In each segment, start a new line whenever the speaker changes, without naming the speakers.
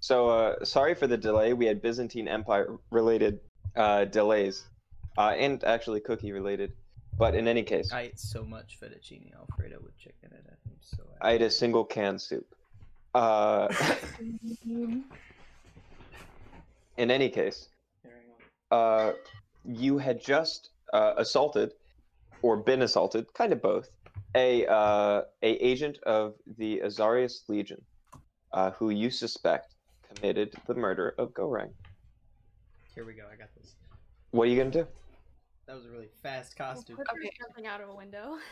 So uh, sorry for the delay. We had Byzantine Empire related uh, delays, uh, and actually cookie related. But in any case,
I ate so much fettuccine alfredo with chicken in it. I'm so
I ate a single can soup. Uh, in any case, uh, you had just uh, assaulted or been assaulted, kind of both, a uh, a agent of the Azarius Legion, uh, who you suspect committed the murder of Gorang.
Here we go. I got this.
What are you gonna do?
That was a really fast costume.
Clipper's
Okay.
jumping out of a window.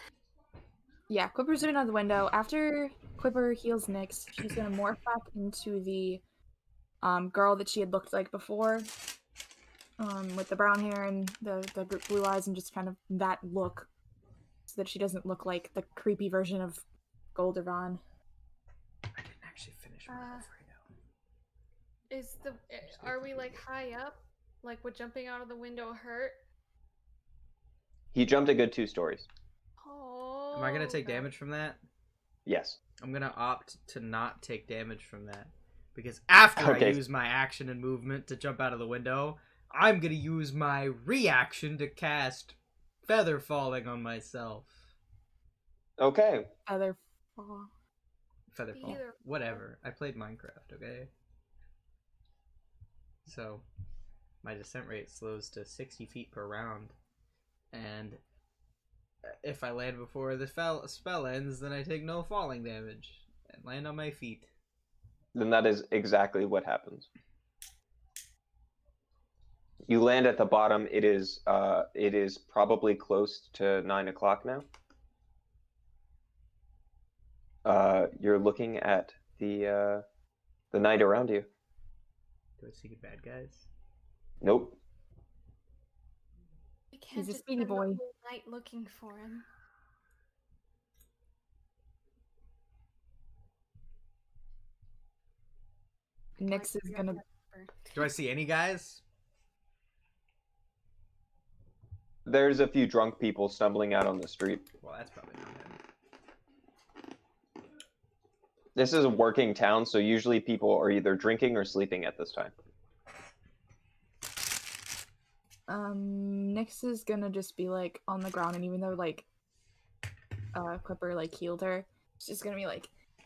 Yeah, Quipper's zooming out the window. After Quipper heals Nyx, she's gonna morph back into the um, girl that she had looked like before, um, with the brown hair and the the gr- blue eyes and just kind of that look, so that she doesn't look like the creepy version of Golderon.
I didn't actually finish my
Uh,
alfredo.
Is the eh,
Just need
are
to
we
do
like
this.
high up? Like would jumping out of the window hurt?
He jumped a good two stories.
Oh.
Am I gonna take
God.
damage from that?
Yes.
I'm gonna opt to not take damage from that because after I
Okay.
use my action and movement to jump out of the window, I'm gonna use my reaction to cast feather falling on myself.
Okay.
Other, oh,
Feather fall,
Feather fall.
whatever. I played Minecraft, okay. So, my descent rate slows to 60 feet per round, and uh, if I land before the fel- spell ends, then I take no falling damage and land on my feet.
Then that is exactly what happens. You land at the bottom. It is uh, it is probably close to nine o'clock now. Uh, you're looking at the uh, the night around you.
Do I see bad guys?
Nope.
We can't
a
just
speedy
spend the
boy.
whole night looking for him.
Nyx is gonna.
Do I see any guys?
There's a few drunk people stumbling out on the street.
Well, that's probably not him.
This is a working town, so usually people are either drinking or sleeping at this time.
Um, Nyx is gonna just be like on the ground, and even though like, uh, Clipper like healed her, she's just gonna be like, "I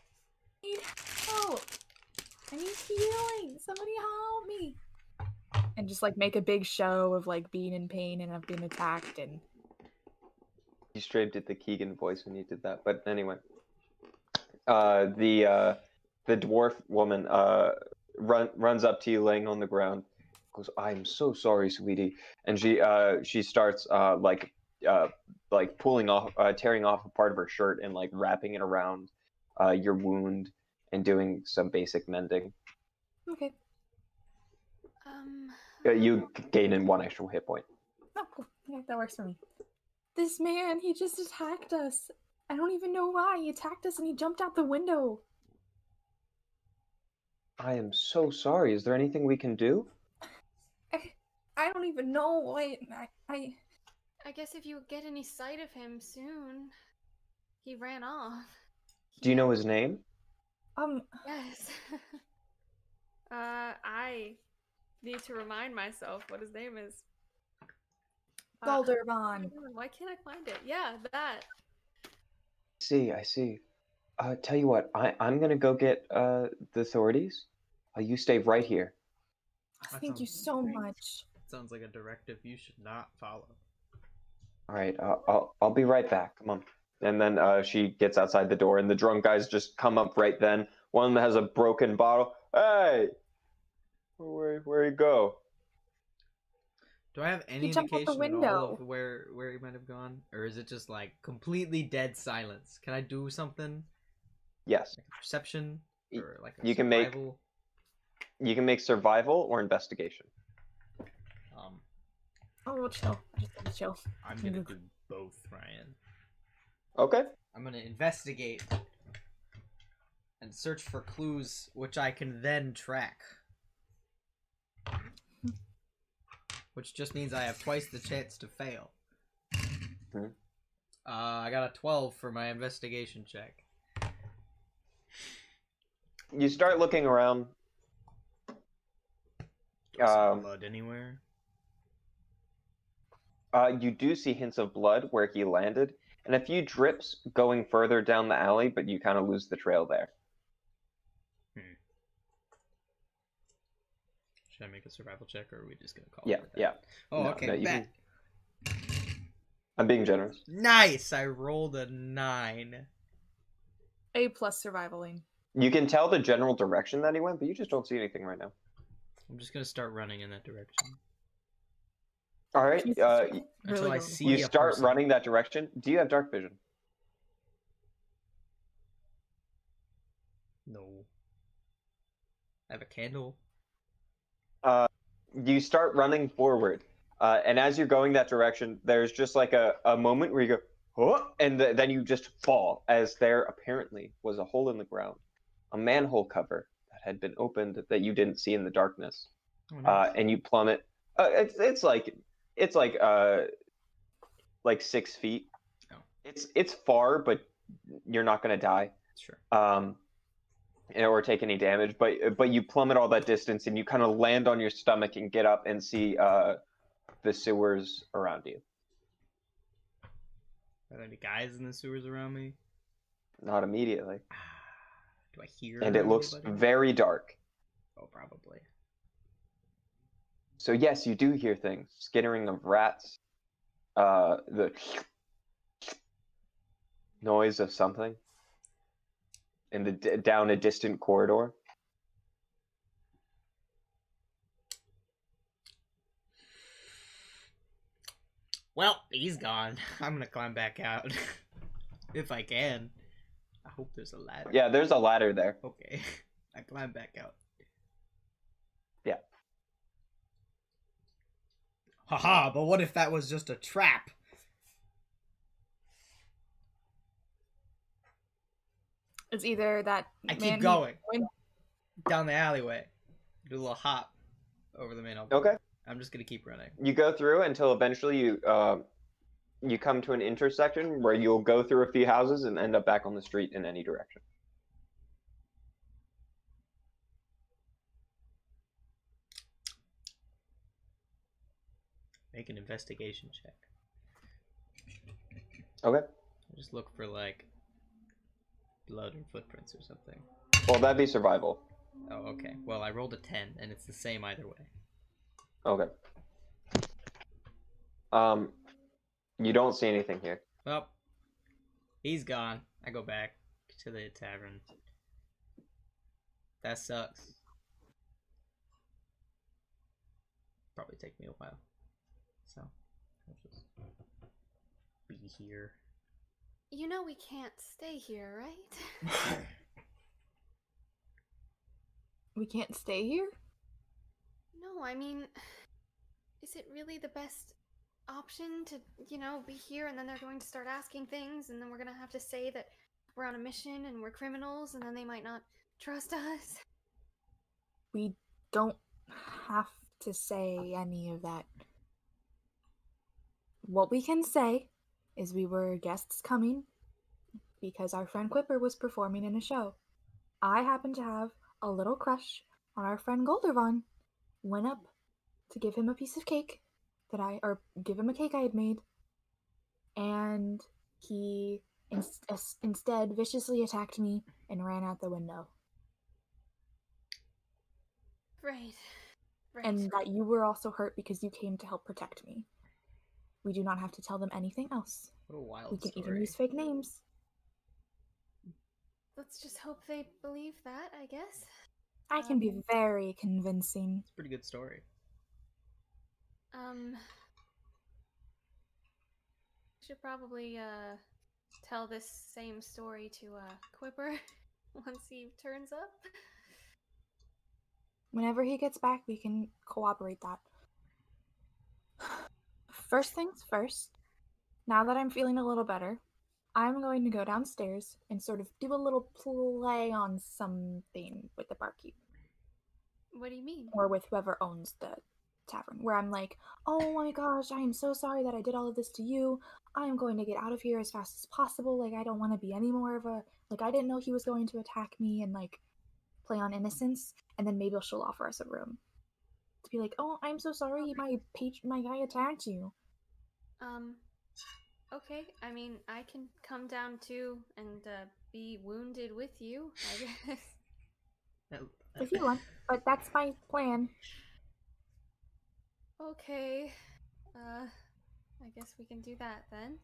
need help! I need healing! Somebody help me!" And just like make a big show of like being in pain and of being attacked, and
you straight did the Keegan voice when you did that. But anyway, uh, the uh, the dwarf woman uh, run, runs up to you, laying on the ground, goes, "I'm so sorry, sweetie," and she uh, she starts uh, like uh, like pulling off, uh, tearing off a part of her shirt and like wrapping it around uh, your wound and doing some basic mending.
okay,
Um.
Uh, You gain in one extra hit point.
oh cool, yeah, that works for me. This man, he just attacked us. I don't even know why he attacked us, and he jumped out the window.
I am so sorry. Is there anything we can do?
I don't even know why. I, I
I guess if you get any sight of him soon, he ran off.
Do you know his name?
um,
Yes. uh, I need to remind myself what his name is. Uh,
Goldervon.
Why can't I find it? Yeah, that.
see, I see. Uh, tell you what, I, I'm gonna go get uh, the authorities. Uh, you stay right here.
That
Thank you
sounds
so
great.
much.
Sounds like a directive you should not follow.
All right, uh, I'll I'll be right back. Come on. And then uh, she gets outside the door, and the drunk guys just come up right then. One of them has a broken bottle. Hey, where where you go?
Do I have any
jumped out the
indication at all of
window.
where where he might have gone, or is it just like completely dead silence? Can I do something
Yes,
like a perception
Y-
or like a
you can make-
survival?
you can make survival or investigation.
Um,
Oh, we'll chill. Just gonna chill.
I'm gonna do both, Ryan.
Okay.
I'm gonna investigate and search for clues, which I can then track. Which just means I have twice the chance to fail.
Hmm.
Uh, I got a 12 for my investigation check.
You start looking around.
Do I see
Um,
blood anywhere?
Uh, you do see hints of blood where he landed, and a few drips going further down the alley, but you kind of lose the trail there.
Should I make a survival check, or are we just gonna call
Yeah,
it?
yeah.
Oh,
No,
okay.
no, you
bet.
I'm being generous.
Nice. I rolled a nine.
A plus survivaling.
You can tell the general direction that he went, but you just don't see anything right now.
I'm just gonna start running in that direction
All right.
Jesus,
Uh,
you're
until I
really
see.
you
a
start
person.
running that direction. Do you have dark vision?
No. I have a candle.
you start running forward uh, and as you're going that direction there's just like a, a moment where you go oh, and th- then you just fall as there apparently was a hole in the ground a manhole cover that had been opened that you didn't see in the darkness
Oh, no.
uh, and you plummet uh, it's, it's like it's like uh like six feet
Oh.
it's it's far but you're not gonna die
sure.
um, and- or take any damage. But but you plummet all that distance, and you kind of land on your stomach and get up and see uh, the sewers around you.
Are there any guys in the sewers around me?
Not immediately,
Ah, Do I hear?
and it looks
anybody?
very dark.
Oh, probably.
So yes, you do hear things: skittering of rats, uh, the noise of something, and the d- down a distant corridor.
Well, he's gone. I'm gonna climb back out if I can. I hope there's a ladder.
Yeah, there's a ladder there.
Okay. I climb back out.
Yeah.
Haha, but what if that was just a trap?
It's either that
I keep
man who-
going.
when-
Down the alleyway. Do a little hop over the manhole.
Okay.
I'm just gonna keep running.
you go through until eventually you uh, you come to an intersection where you'll go through a few houses and end up back on the street in any direction.
Make an investigation check.
Okay.
Just look for like blood or footprints or something.
Well, that'd be survival.
Oh, okay. Well, I rolled a 10, and it's the same either way.
Okay. Um, you don't see anything here.
Well, he's gone. I go back to the tavern. That sucks. Probably take me a while. So, I'll just be here.
You know we can't stay here, right?
We can't stay here.
No, I mean, is it really the best option to, you know, be here and then they're going to start asking things and then we're going to have to say that we're on a mission and we're criminals and then they might not trust us?
We don't have to say any of that. What we can say is we were guests coming because our friend Quipper was performing in a show. I happened to have a little crush on our friend Goldervon. Went up to give him a piece of cake that I, or give him a cake I had made, and he ins- ins- instead viciously attacked me and ran out the window.
Right. Right.
and that you were also hurt because you came to help protect me. We do not have to tell them anything else.
What a
we
wild
can
story.
even use fake names.
Let's just hope they believe that, I guess.
I can be very convincing.
It's a pretty good story.
Um, should probably uh tell this same story to uh Quipper once he turns up.
Whenever he gets back, we can cooperate that. First things first, now that I'm feeling a little better, I'm going to go downstairs and sort of do a little play on something with the barkeep.
What do you mean?
or with whoever owns the tavern where i'm like oh my gosh i am so sorry that i did all of this to you i'm going to get out of here as fast as possible like i don't want to be any more of a like i didn't know he was going to attack me and like play on innocence and then maybe she'll offer us a room to be like, "Oh, I'm so sorry, my page, my guy attacked you."
Um, okay. I mean, I can come down too and uh, be wounded with you, I guess.
If you want, but that's my plan.
okay. Uh, I guess we can do that then.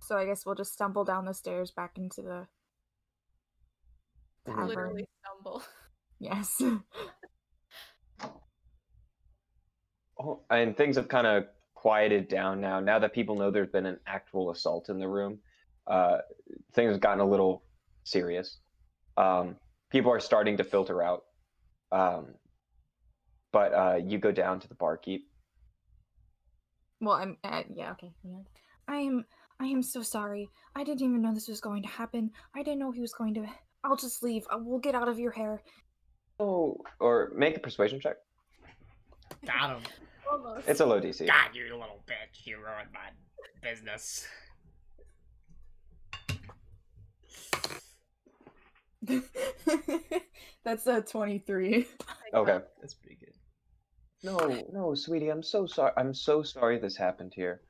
So I guess we'll just stumble down the stairs back into the
Mhm.
tavern.
Literally stumble.
Yes.
Oh, and things have kind of quieted down now. Now that people know there's been an actual assault in the room, uh, things have gotten a little serious. Um, people are starting to filter out. Um, but uh, you go down to the barkeep.
Well, I'm uh, yeah, okay. yeah. I am I am so sorry. I didn't even know this was going to happen. I didn't know he was going to I'll just leave. I will get out of your hair.
Oh, or make a persuasion check.
Got him.
Almost.
It's a low DC.
Got you little bitch. You ruined my business.
That's a 23.
Okay.
That's pretty good.
No, no, sweetie, I'm so sorry. I'm so sorry this happened here.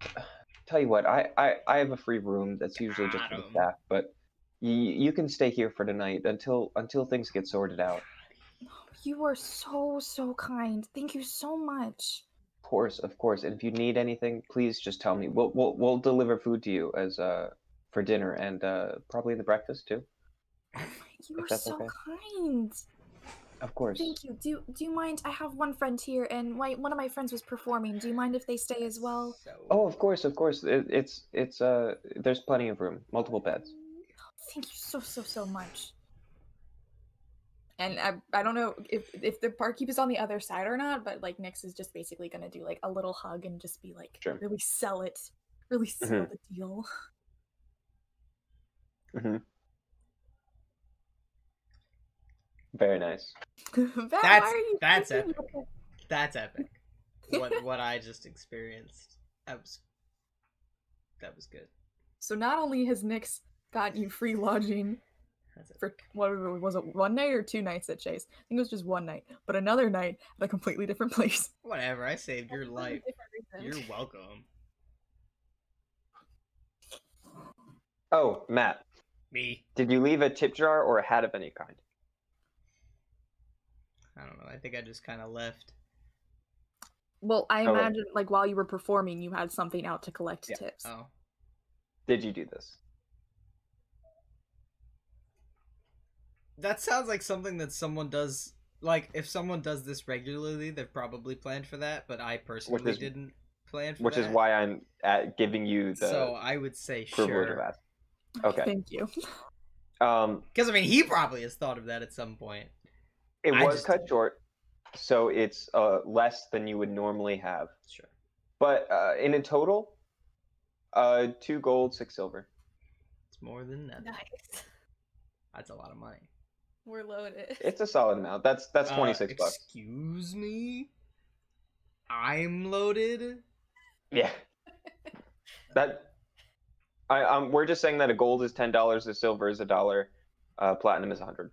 Tell you what, I, I, I have a free room that's usually just for the
Adam.
staff, but you, you can stay here for tonight until until things get sorted out.
You are so so kind. Thank you so much.
Of course, of course. And if you need anything, please just tell me. We'll we'll, we'll deliver food to you as uh for dinner and uh probably the breakfast too.
You are
That's
so
okay.
kind.
Of course.
Thank you. Do do you mind? I have one friend here, and my one of my friends was performing. Do you mind if they stay as well?
So,
Oh, of course, of course. It, it's it's uh there's plenty of room, multiple beds.
Thank you so so so much. And I, I don't know if if the barkeep is on the other side or not, but like Nyx is just basically gonna do like a little hug and just be like,
Sure.
really sell it, really sell
Mhm.
the deal.
Very nice.
Val, why
That's-
are you
that's
thinking
epic. That's epic. What what I just experienced. That was that was good.
So not only has Nyx got you free lodging
That's it.
for what was it one night or two nights at Chase? I think it was just one night, but another night at a completely different place.
Whatever. I saved your life. You're
You're-
welcome.
Oh, Matt,
Me.
did you leave a tip jar or a hat of any kind?
I don't know. I think I just kind of left.
well, I
Oh, wait.
imagine like while you were performing, you had something out to collect
Yeah.
tips.
Oh,
Did you do this?
that sounds like something that someone does. Like if someone does this regularly, they've probably planned for that. But I personally
is-
didn't plan for
Which
that.
is why I'm at giving you the
So I would say
privilege of
sure.
asking. Okay.
Thank you.
Um,
Because I mean, he probably has thought of that at some point.
it
I
was
just
cut
didn't.
short, so it's uh less than you would normally have.
Sure.
But uh, in a total, uh, two gold, six silver.
It's more than nothing.
Nice.
That's a lot of money.
We're loaded.
It's a solid amount. That's that's
Uh,
twenty six bucks.
Excuse me. I'm loaded.
Yeah. that I um we're just saying that a gold is ten dollars, a silver is a dollar, uh, platinum is a hundred.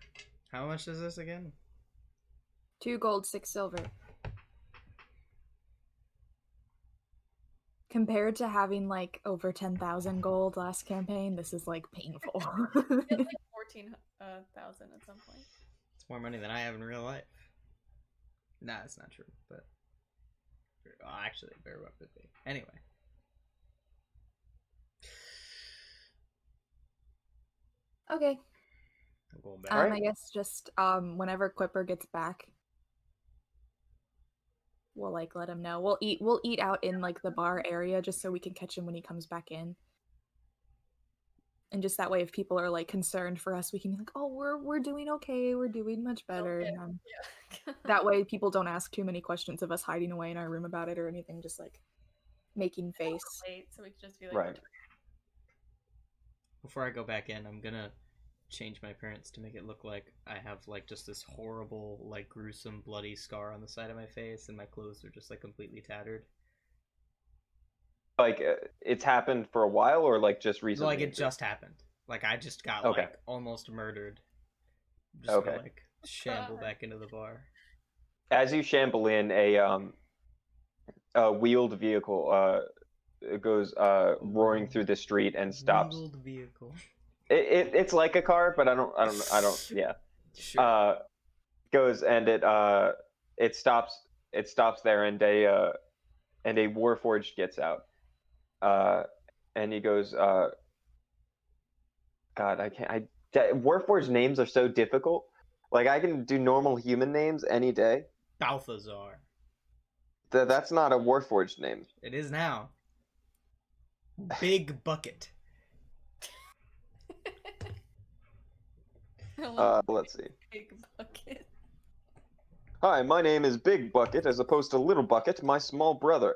How much is this again?
Two gold, six silver. Compared to having like over ten thousand gold last campaign, this is like painful.
It's like 14,000 at some point.
It's more money than I have in real life. Nah, that's not true. But well, actually, it very well could be. Anyway.
okay.
I'm going
Um,
back.
Alright.
I guess just um, whenever Quipper gets back, we'll like let him know. We'll eat. We'll eat out in like the bar area just so we can catch him when he comes back in. And just that way, if people are like concerned for us, we can be like, "Oh, we're we're doing okay. We're doing much better."
Okay.
and, um,
Yeah.
that way, people don't ask too many questions of us hiding away in our room about it or anything. Just like making face.
Late, so we could just be like,
Right.
Before I go back in, I'm gonna change my parents to make it look like I have like just this horrible, like gruesome, bloody scar on the side of my face, and my clothes are just like completely tattered.
Like uh, it's happened for a while, or like just recently.
like it just happened. Like I just got
Okay.
like almost murdered. I'm just gonna,
Okay.
like shamble
God.
back into the bar.
as you shamble in, a um, a wheeled vehicle uh it goes uh roaring through the street and stops.
Wheeled vehicle.
It, it it's like a car, but I don't I don't I don't yeah.
Sure.
Uh, goes and it uh it stops it stops there and a uh and a warforged gets out. Uh, and he goes uh. God, I can't. I that- warforged names are so difficult. Like I can do normal human names any day.
Balthazar.
Th- that's not a Warforged name.
It is now. Big bucket. Oh.
Uh, let's see.
Big bucket.
Hi, my name is Big Bucket, as opposed to Little Bucket, my small brother.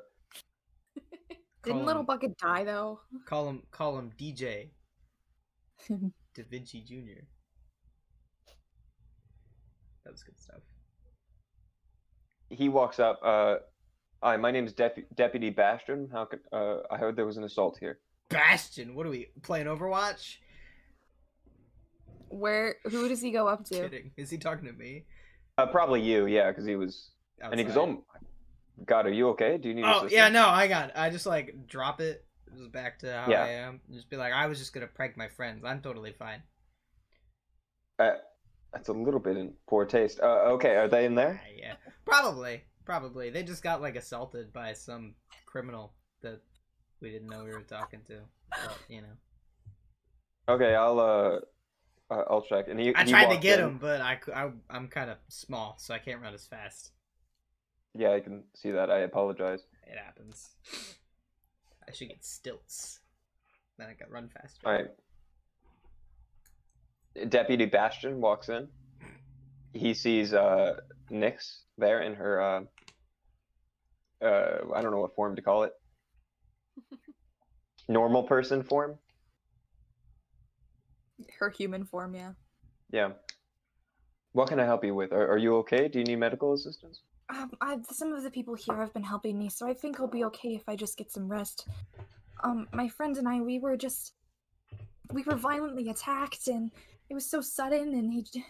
Didn't
Colin.
Little Bucket die though?
Call him. Call him DJ. Da Vinci Jr. That was good stuff.
He walks up. Uh, Hi, my name's Dep- Deputy Bastion. How could uh, I heard there was an assault here?
Bastion. What are we playing Overwatch?
Where? Who does he go up to?
Kidding. Is he talking to me?
Uh, probably you, yeah, because he was. And he goes,
Outside.
"Oh, God, are you okay? Do you need
Oh
assistance?"
yeah, no, I got. It. I just like drop it. Just back to how
Yeah.
I am. Just be like, I was just gonna prank my friends. I'm totally fine.
Uh, that's a little bit in poor taste. Uh, okay, are they in there?
Ah, yeah, probably, probably. They just got like assaulted by some criminal that we didn't know we were talking to. But, you know,
Okay, I'll uh, uh I'll check. And he.
I
he
tried to
walked
get
in.
him, but I, cou- I I'm kind of small, so I can't run as fast.
Yeah, I can see that. I apologize.
It happens. I should get stilts. Then I could run faster.
All right. Deputy Bastion walks in. He sees uh, Nyx there in her, uh, uh, I don't know what form to call it. Normal person form?
Her human form, yeah.
Yeah. What can I help you with? Are, are you okay? Do you need medical assistance?
Um, i some of the people here have been helping me, so I think I'll be okay if I just get some rest. Um, my friend and I, we were just, we were violently attacked, and it was so sudden, and he, j-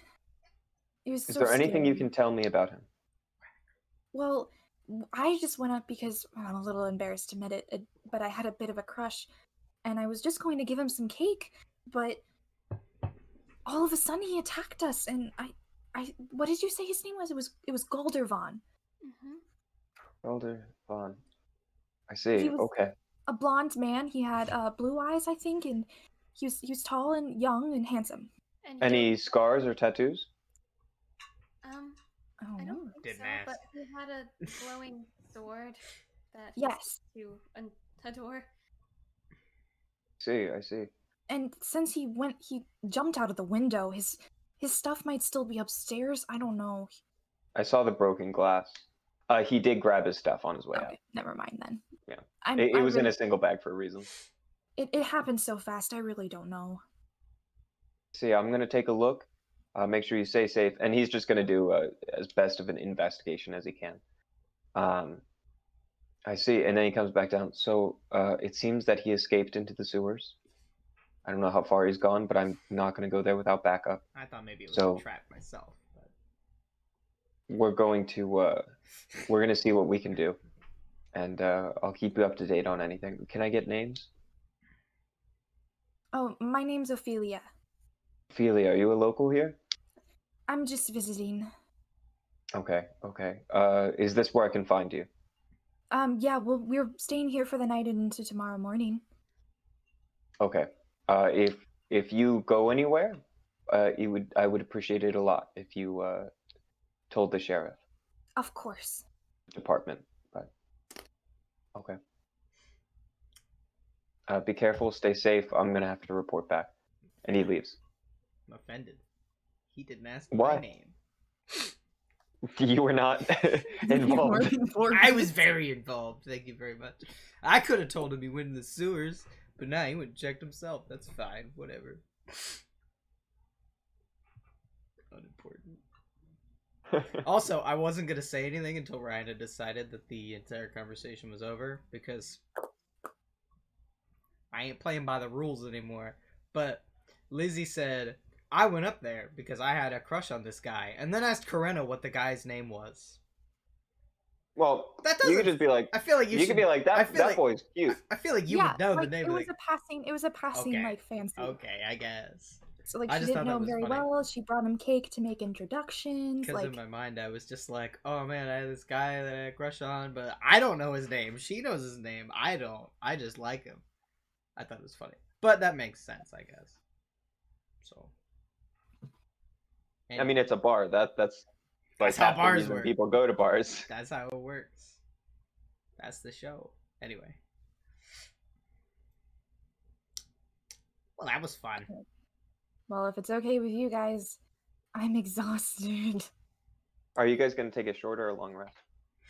it was.
Is
so
there anything you can
scary.
tell me about him?
Well, w- I just went up because well, I'm a little embarrassed to admit it, it- but I had a bit of a crush, and I was just going to give him some cake, but all of a sudden he attacked us, and I, I, what did you say his name was? It was it was Goldervon.
hmm
Elder Vaughn. I see.
He was-
Okay.
a blonde man. He had uh, blue eyes, I think, and he was he was tall and young and handsome.
And
Any scars or tattoos?
Um,
Oh,
I don't think
Didn't
so, but
ask.
he had a glowing sword that he
Yes,
used to un- adore.
see, I see.
and since he went, he jumped out of the window. His his stuff might still be upstairs. I don't know.
I saw the broken glass. Uh, he did grab his stuff on his way out.
Okay, never mind then.
Yeah.
I'm,
It, it
I
was in
really-
a single bag for a reason.
It, it happened so fast. I really don't know.
See, I'm gonna take a look. Uh, make sure you stay safe, and he's just gonna do uh, as best of an investigation as he can. Um, I see, and then he comes back down. So uh, it seems that he escaped into the sewers. I don't know how far he's gone, but I'm not gonna go there without backup.
I thought maybe it was
So-
a trap myself. But...
We're going to uh, we're gonna see what we can do, and uh, I'll keep you up to date on anything. Can I get names?
Oh, my name's Ophelia.
Ophelia, are you a local here?
I'm just visiting.
Okay, okay. Uh, is this where I can find you?
Um, yeah. Well, we're staying here for the night and into tomorrow morning.
Okay. Uh, if if you go anywhere, uh, you would I would appreciate it a lot if you uh, told the sheriff
Of course.
department. But okay. Uh, be careful. Stay safe. I'm gonna have to report back. And he leaves.
I'm offended. He didn't ask
Why?
my name.
You were not involved.
I was very involved. Thank you very much. I could have told him he went in the sewers, but now he went and checked himself. That's fine. Whatever. Unimportant. Also, I wasn't gonna say anything until Ryan had decided that the entire conversation was over because I ain't playing by the rules anymore. But Lizzie said I went up there because I had a crush on this guy, and then asked Corinna what the guy's name was.
Well,
That doesn't.
you could just be like,
I feel like
you,
you, should
could be like
I
that.
feel
That
like-
boy's cute.
I feel like you
yeah,
would know
like,
the name.
It
of
was a passing. It was a passing
Okay.
like fancy.
Okay, I guess.
So like
I
she
just thought
didn't
that
know him
was
very
funny.
well. She brought him cake to make introductions.
Because
Like
in my mind, I was just like, oh man, I had this guy that I had a crush on, but I don't know his name. She knows his name. I don't. I just like him. I thought it was funny. But that makes sense, I guess. So.
I mean, it's a bar. That that's like
That's how
half the
bars
reason
work.
People go to bars.
That's how it works. That's the show. Anyway. Well, that was fun.
well, if it's okay with you guys, I'm exhausted.
Are you guys gonna take a short or a long rest?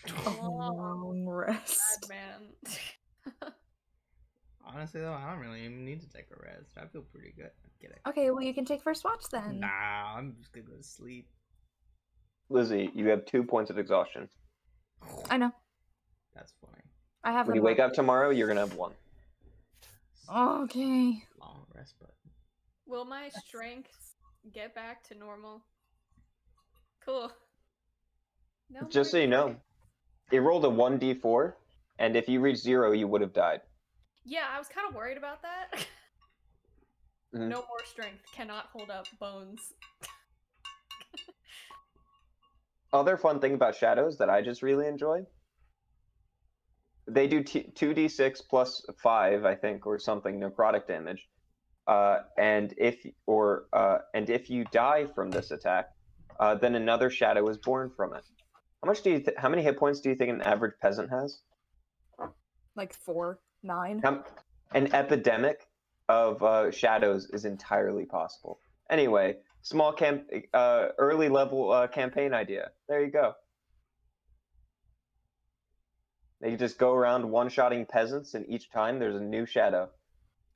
A
Oh,
long
God,
rest.
man.
Honestly, though, I don't really even need to take a rest. I feel pretty good. Get it?
Okay, well you can take first watch then.
Nah, I'm just gonna go to sleep.
Lizzie, you have two points of exhaustion.
I know.
That's funny.
I have.
When
them
you wake
marked.
up tomorrow, you're gonna have one.
Oh. Okay.
Long rest button.
Will my strength get back to normal? Cool. No more
Just so you know,
strength.
it rolled a one d four, and if you reach zero, you would have died.
Yeah, I was kind of worried about that.
Mhm.
No more strength. Cannot hold up bones.
Other fun thing about shadows that I just really enjoy. They do two d six plus five, I think, or something necrotic damage, uh, and if or uh, and if you die from this attack, uh, then another shadow is born from it. How much do you? Th- how many hit points do you think an average peasant has?
Like four, nine.
Um, an epidemic of uh, shadows is entirely possible. Anyway, small camp, uh, early level uh, campaign idea. There you go. They just go around one-shotting peasants, and each time there's a new shadow.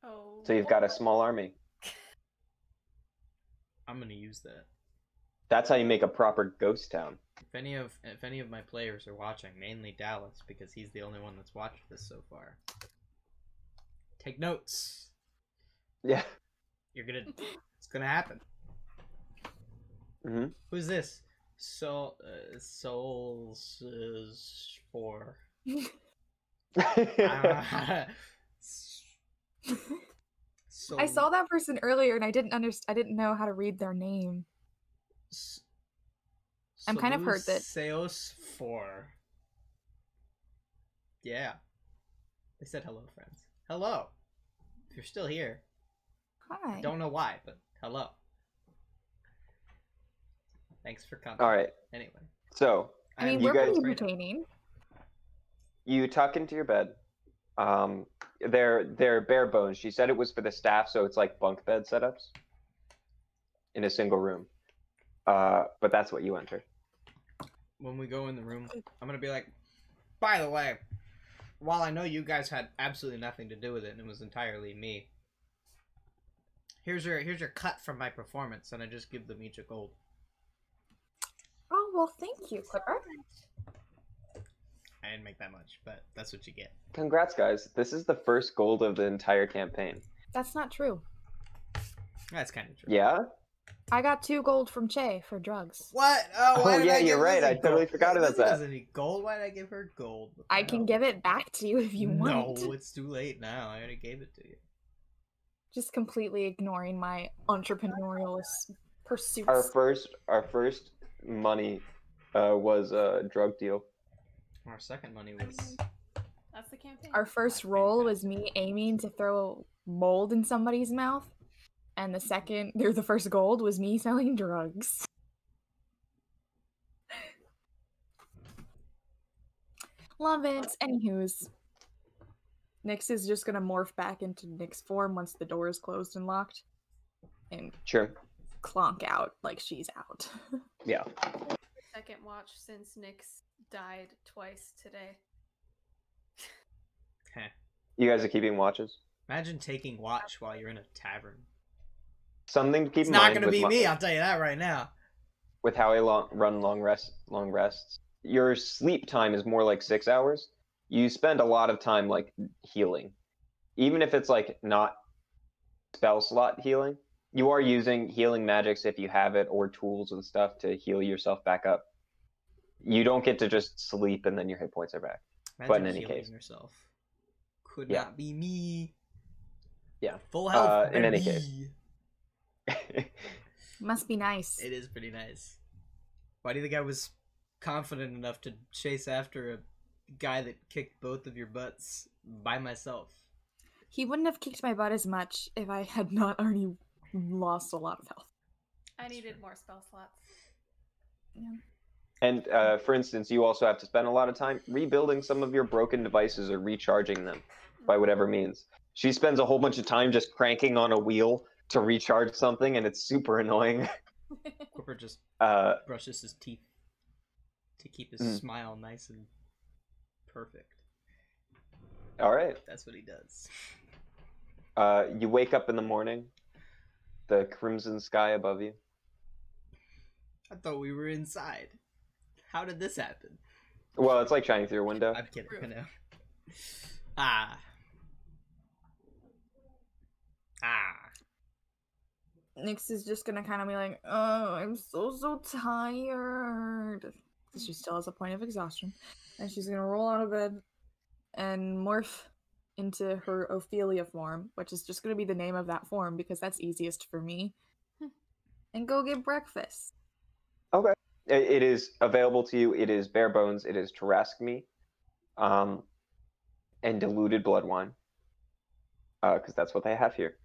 Oh.
So you've got a
boy.
small army.
I'm gonna use that.
That's how you make a proper ghost town.
If any of if any of my players are watching, mainly Dallas, because he's the only one that's watched this so far. Take notes.
Yeah.
You're gonna. It's gonna happen.
Mhm.
Who's this? Soul uh, Souls is four. Ah, Soul,
I saw that person earlier and I didn't underst- I didn't know how to read their name.
S-
I'm kind of hurt that-
Sales four. Yeah, they said hello, friends. Hello. If you're still here,
Hi.
Don't know why, but hello. Thanks for coming.
All right.
Anyway,
So
I mean,
you
we're
guys-
pretty
afraid of-
entertaining.
you tuck into your bed. Um, they're they're bare bones. She said it was for the staff, so it's like bunk bed setups in a single room. Uh, but that's what you enter.
when we go in the room, I'm gonna be like, by the way, while I know you guys had absolutely nothing to do with it and it was entirely me, here's your here's your cut from my performance, and I just give them each a gold.
Oh well, thank you, Clipper.
I didn't make that much, but that's what you get.
Congrats, guys! This is the first gold of the entire campaign.
That's not true.
That's kind of true.
Yeah,
I got two gold from Che for drugs.
What? Oh, why
Oh,
did
yeah,
I give
you're right.
Lizzie
I totally
gold?
forgot about
Lizzie
that.
doesn't need gold. Why did I give her gold? What the
I can
hell?
give it back to you if you want.
No, it's too late now. I already gave it to you.
Just completely ignoring my entrepreneurial s- pursuits.
our first our first money uh, was a drug deal.
Our second money
I
was.
mean, That's the campaign.
Our first roll was me aiming to throw mold in somebody's mouth, and the second, or the first gold was me selling drugs. Love it. Anywho's. Nyx is just gonna morph back into Nyx form once the door is closed and locked, and
Sure.
clonk out like she's out.
Yeah.
second watch since Nyx died twice today.
Heh.
You guys are keeping watches.
Imagine taking watch while you're in a tavern.
Something to keep
It's
in
not
mind
gonna
with
be
mo-
me. I'll tell you that right now.
with how I long, run long rest long rests, your sleep time is more like six hours. You spend a lot of time like healing, even if it's like not spell slot healing. You are using healing magics if you have it or tools and stuff to heal yourself back up. you don't get to just sleep and then your hit points are back. But in any
healing
case.
herself. Could
Yeah.
not be me.
Yeah.
Full health.
Uh, in any
baby.
case.
Must be nice.
It is pretty nice. Why do you think I was confident enough to chase after a guy that kicked both of your butts by myself?
He wouldn't have kicked my butt as much if I had not already lost a lot of health.
I needed more spell slots.
and uh, for instance, you also have to spend a lot of time rebuilding some of your broken devices or recharging them by whatever means. She spends a whole bunch of time just cranking on a wheel to recharge something, and it's super annoying.
Quipper just
Uh,
brushes his teeth to keep his
Mm.
smile nice and perfect.
all right.
That's what he does.
Uh, you wake up in the morning, the crimson sky above you.
I thought we were inside. How did this happen?
Well, it's like shining through a window.
I'm kidding. I
Rude.
know. Ah. Ah.
Nyx is just gonna kind of be like, "Oh, I'm so so tired." 'Cause She still has a point of exhaustion, and she's gonna roll out of bed and morph into her Ophelia form, which is just gonna be the name of that form because that's easiest for me. and go get breakfast.
I- It is available to you. It is bare bones. It is Tarrasque meat, um, and diluted blood wine, because that's what they have here.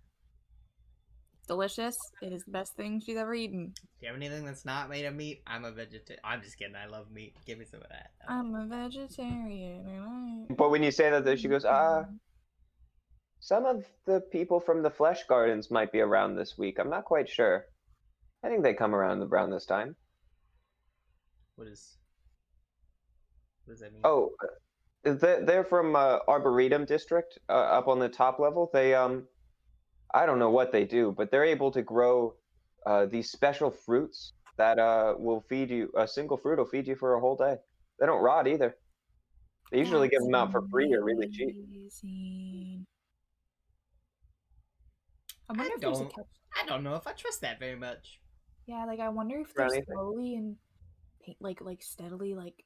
Delicious. It is the best thing she's ever eaten.
Do you have anything that's not made of meat? I'm a vegetarian. I'm just kidding. I love meat. Give me some of that. Uh,
I'm a vegetarian, and I.
But when you say that, though, she goes, "Ah, some of the people from the Flesh Gardens might be around this week. I'm not quite sure. I think they come around around this time."
What is? What does that mean?
Oh, uh, they're, they're from uh, Arboretum District, uh, up on the top level. They, um, I don't know what they do, but they're able to grow uh, these special fruits that uh, will feed you. A single fruit will feed you for a whole day. They don't rot either. They usually give them out for free or really cheap.
cheap. I
I
wonder if there's a
don't-
catch.
I don't know if I trust that very much.
Yeah, like I wonder if
Or
they're
anything.
slowly and pa- like like steadily like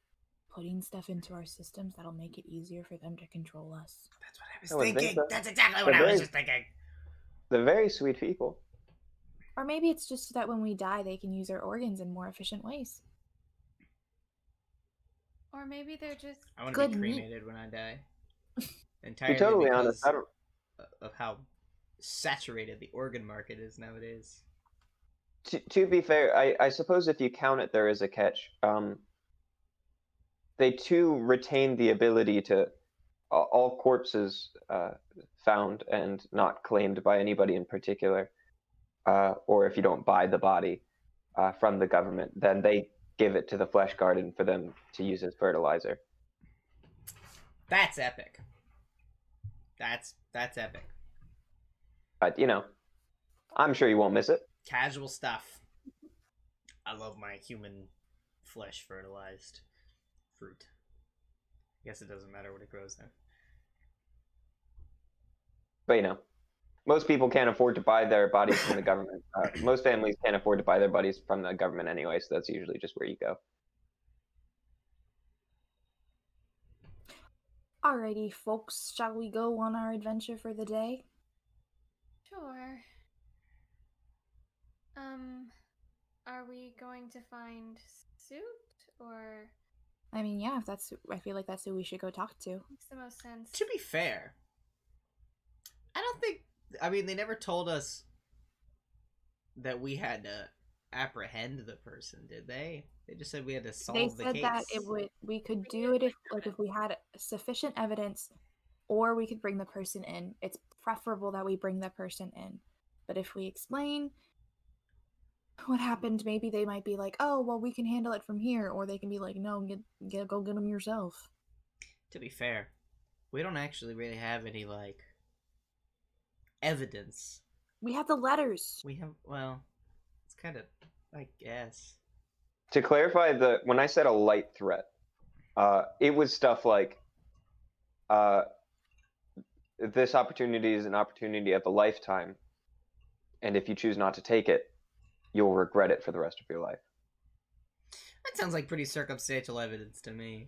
putting stuff into our systems that'll make it easier for them to control us.
That's what I was
I would think
thinking.
so.
That's exactly
They're
what I
very-
was just thinking.
They're very sweet people.
Or maybe it's just that when we die, they can use our organs in more efficient ways.
Or maybe they're just.
I want to be
Good meat.
cremated when I die. Entirely
You're totally
because
honest. I don't,
of how saturated the organ market is nowadays.
to, to be fair, I, I suppose if you count it, there is a catch. Um, they too retain the ability to a- all corpses uh, found and not claimed by anybody in particular, uh, or if you don't buy the body uh, from the government, then they give it to the flesh garden for them to use as fertilizer.
That's epic. That's that's epic.
But you know, I'm sure you won't miss it.
Casual stuff. I love my human flesh fertilized fruit. I guess it doesn't matter what it grows then.
But you know, most people can't afford to buy their bodies from the government. Uh, most families can't afford to buy their bodies from the government anyway, so that's usually just where you go.
Alrighty, folks, shall we go on our adventure for the day?
Sure. Um, are we going to find suit or
I mean, yeah, if that's, I feel like that's who we should go talk to.
makes the most sense?
To be fair, I don't think. I mean, they never told us that we had to apprehend the person, did they? They just said we had to solve
they
the
said
case.
that it would we could
We
do
need,
it if
like,
like if we had sufficient evidence or we could bring the person in it's preferable that we bring the person in but if we explain what happened maybe they might be like oh well we can handle it from here or they can be like no get, get go get them yourself
to be fair, we don't actually really have any like evidence.
we have the letters
We have well, it's kind of I guess.
to clarify the when I said a light threat, uh, it was stuff like uh, this opportunity is an opportunity of a lifetime, and if you choose not to take it, you'll regret it for the rest of your life.
That sounds like pretty circumstantial evidence to me.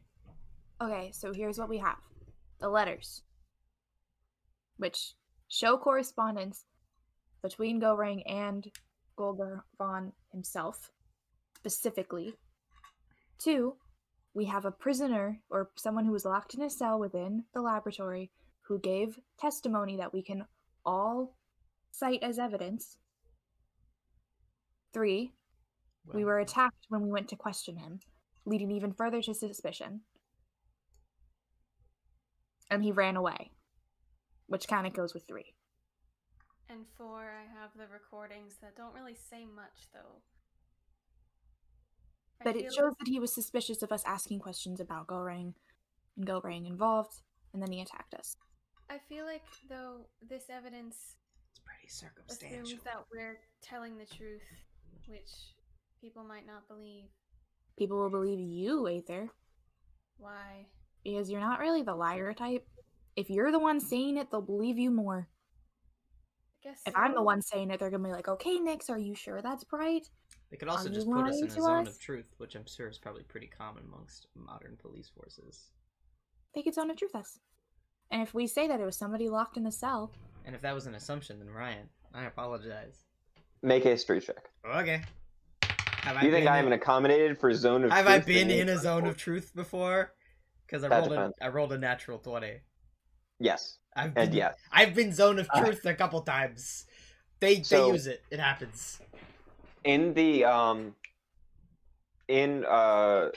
Okay, so here's what we have the letters, which show correspondence between Goring and Golder von himself, specifically. Two, we have a prisoner or someone who was locked in a cell within the laboratory who gave testimony that we can all cite as evidence. Three, we
Well,
were attacked when we went to question him, leading even further to suspicion. And he ran away, which kind of goes with three.
And four, I have the recordings that don't really say much though. I
But
feel
it shows that he was suspicious of us asking questions about Goring and Goring involved, and then he attacked us.
I feel like though this evidence
it's pretty
assumes
circumstantial.
that we're telling the truth, which people might not believe.
People will believe you, Aether,
Why?
because you're not really the liar type. If you're the one saying it, they'll believe you more.
I guess
If I'm the
so.
one saying it, they're gonna be like, okay, Nix, are you sure that's right?
They could also
Are
just
you
put us
lying
in a
to
zone
us?
of truth, which I'm sure is probably pretty common amongst modern police forces.
They could zone of truth us. And if we say that it was somebody locked in a cell,
And if that was an assumption, then Ryan, I apologize.
Make a history check.
Okay. Have
Do you think
been
I am
in-
accommodated for zone of
Have
truth?
I been
you-
in a zone of truth before? Because I
That
rolled a,
depends.
I rolled a natural twenty.
Yes.
I've been
And yes.
I've been zone of
Uh.
truth a couple times. They
So-
they use it. It happens.
in the um in uh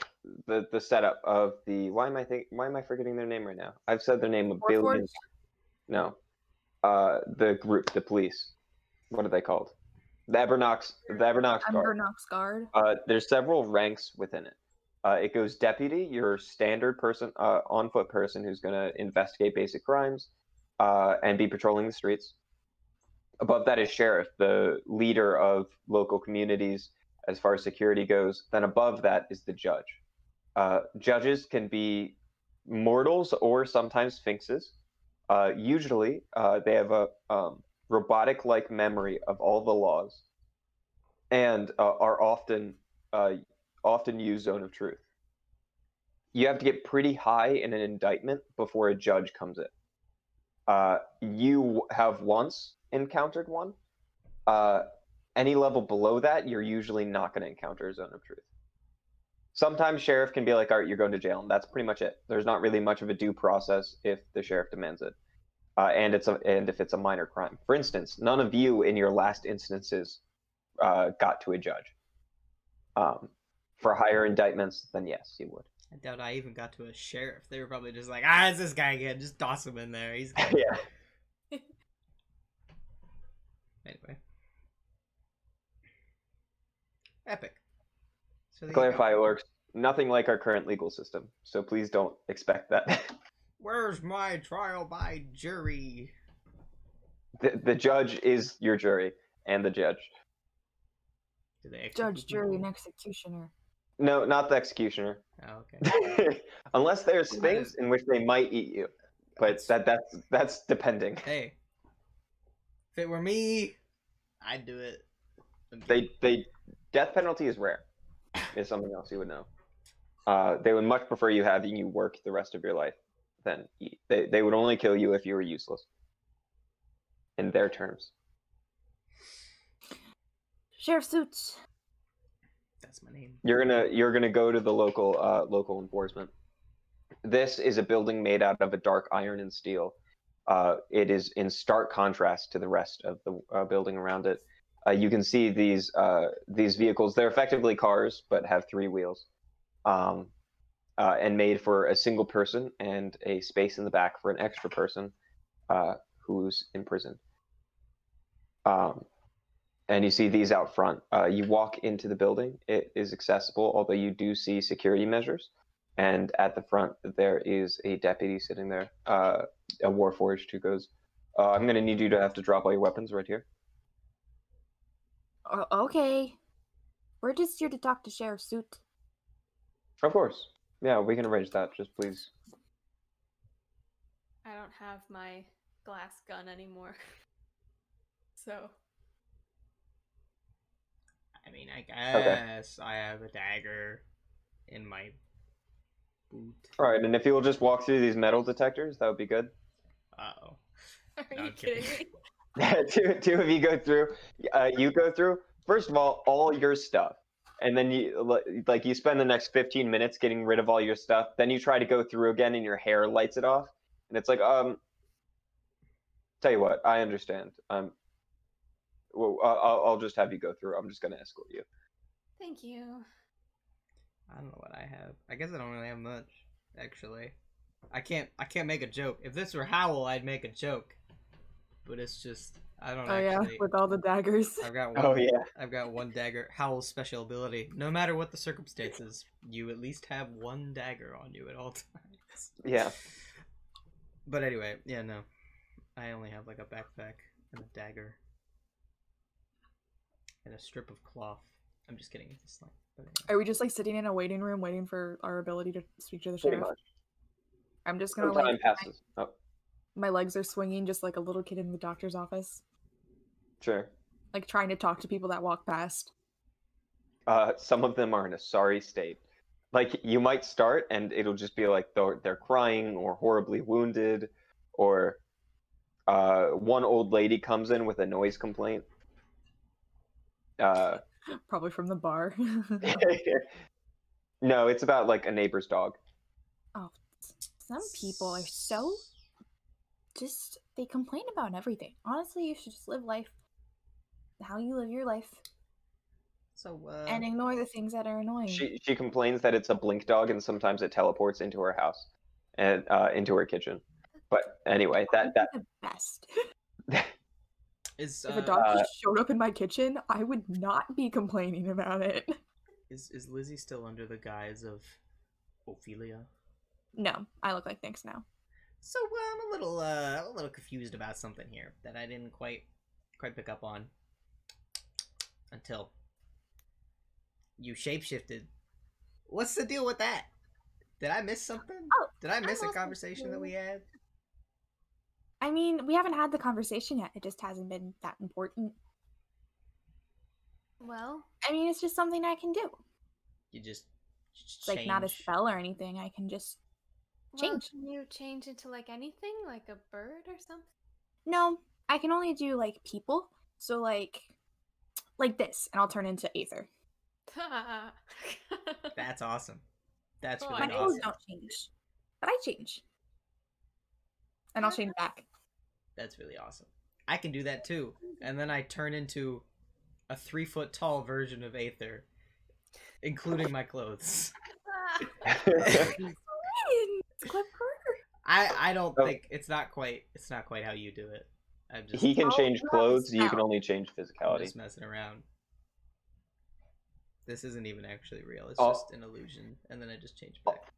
the the setup of the why am I think why am I forgetting their name right now? I've said their name a
Warforged?
billion. No, uh, the group, the police. What are they called? The Ebernox, the Ebernox
I'm
Guard.
Vernox Guard.
Uh, there's several ranks within it. Uh, it goes deputy, your standard person, uh, on foot person who's going to investigate basic crimes uh, and be patrolling the streets. Above that is sheriff, the leader of local communities as far as security goes. Then above that is the judge. Uh, judges can be mortals or sometimes sphinxes. Uh, usually, uh, they have a um, robotic like memory of all the laws and uh, are often uh, often use zone of truth. You have to get pretty high in an indictment before a judge comes in. Uh, you have once encountered one. Uh, any level below that, you're usually not going to encounter a zone of truth. Sometimes sheriff can be like, "All right, you're going to jail," and that's pretty much it. There's not really much of a due process if the sheriff demands it, uh, and it's a, and if it's a minor crime. For instance, none of you in your last instances uh, got to a judge. Um, for higher indictments, then yes, you would.
I doubt I even got to a sheriff. They were probably just like, ah, it's this guy again. Just toss him in there. He's good."
yeah.
anyway. Epic. So there you go.
Clarify, Orcs. Nothing like our current legal system, so please don't expect that.
Where's my trial by jury?
the, the judge is your jury, and the judge.
Do they execute
Judge, jury, and
people?
executioner.
No, not the executioner.
Oh, okay.
Unless there's
That
things
is-
in which they might eat you, but
That's-
that that's that's depending.
hey, if it were me, I'd do it. I'm
They they death penalty is rare. Is something else you would know. Uh, they would much prefer you having you work the rest of your life than eat. They they would only kill you if you were useless. In their terms.
Sheriff Suits.
That's my name.
You're gonna you're gonna go to the local uh, local enforcement. This is a building made out of a dark iron and steel. Uh, it is in stark contrast to the rest of the uh, building around it. Uh, you can see these uh, these vehicles. They're effectively cars, but have three wheels, um, uh, and made for a single person and a space in the back for an extra person uh, who's in prison. Um, and you see these out front. Uh, you walk into the building; it is accessible, although you do see security measures. And at the front, there is a deputy sitting there, uh, a warforged, who goes, uh, "I'm going to need you to have to drop all your weapons right here."
O- okay. We're just here to talk to Sheriff Suit.
Of course, yeah, we can arrange that. Just please.
I don't have my glass gun anymore. so
I mean, I guess I have a dagger. in my boot.
All right, and if you'll just walk through these metal detectors, that would be good.
Uh oh.
Are
No,
you
I'm kidding.
kidding me?
two, two of you go through. Uh, you go through first of all all your stuff, and then you li- like you spend the next fifteen minutes getting rid of all your stuff. Then you try to go through again, and your hair lights it off, and it's like um. Tell you what, I understand. Um, well, I- I'll, I'll just have you go through. I'm just gonna escort you.
Thank you.
I don't know what I have. I guess I don't really have much, actually. I can't. I can't make a joke. If this were Howl, I'd make a joke, but it's just I don't
Oh yeah,
actually.
with all the daggers.
I've got one.
Oh yeah,
I've got one dagger. Howl's special ability. No matter what the circumstances, you at least have one dagger on you at all times.
Yeah.
But anyway, yeah, no. I only have like a backpack and a dagger. And a strip of cloth. I'm just kidding. It's just like, but anyway.
Are we just like sitting in a waiting room waiting for our ability to speak to the
pretty
sheriff?
much.
I'm just gonna
Some time
like
passes. Oh,
my legs are swinging just like a little kid in the doctor's office,
sure.
like trying to talk to people that walk past.
Uh, some of them are in a sorry state. Like you might start, and it'll just be like they're they're crying or horribly wounded, or uh, one old lady comes in with a noise complaint. Uh,
Probably from the bar.
no, it's about like a neighbor's dog.
oh, some people are so just they complain about everything. Honestly, you should just live life how you live your life
So, uh.
and ignore the things that are annoying.
She she complains that it's a blink dog, and sometimes it teleports into her house and uh, into her kitchen. But anyway, that that
the best.
is,
If
uh,
a dog
Uh,
just showed up in my kitchen, I would not be complaining about it.
is, is Lizzie still under the guise of Ophelia?
No, I look like Nyx now.
So uh, I'm a little uh, a little confused about something here that I didn't quite quite pick up on until you shapeshifted. What's the deal with that? Did I miss something?
Oh,
Did I miss a
also
conversation that we had?
I mean, we haven't had the conversation yet. It just hasn't been that important.
Well,
I mean, it's just something I can do.
You just, you just
It's like not a
change.
spell or anything. I can just
well,
Change.
can you change into like anything, like a bird or something?
No, I can only do like people. So like like this and I'll turn into Aether.
Ah.
That's awesome. That's
Oh,
really
My
know.
clothes
awesome.
don't change. But I change. And I'll change back.
That's really awesome. I can do that too, and then I turn into a three foot tall version of Aether, including my clothes. I I don't
Oh.
think it's not quite it's not quite how you do it. I'm just,
he can
Oh,
change
no,
clothes. You can
no.
only change
I'm
physicality.
just messing around. This isn't even actually real. It's
Oh.
just an illusion, and then I just change back.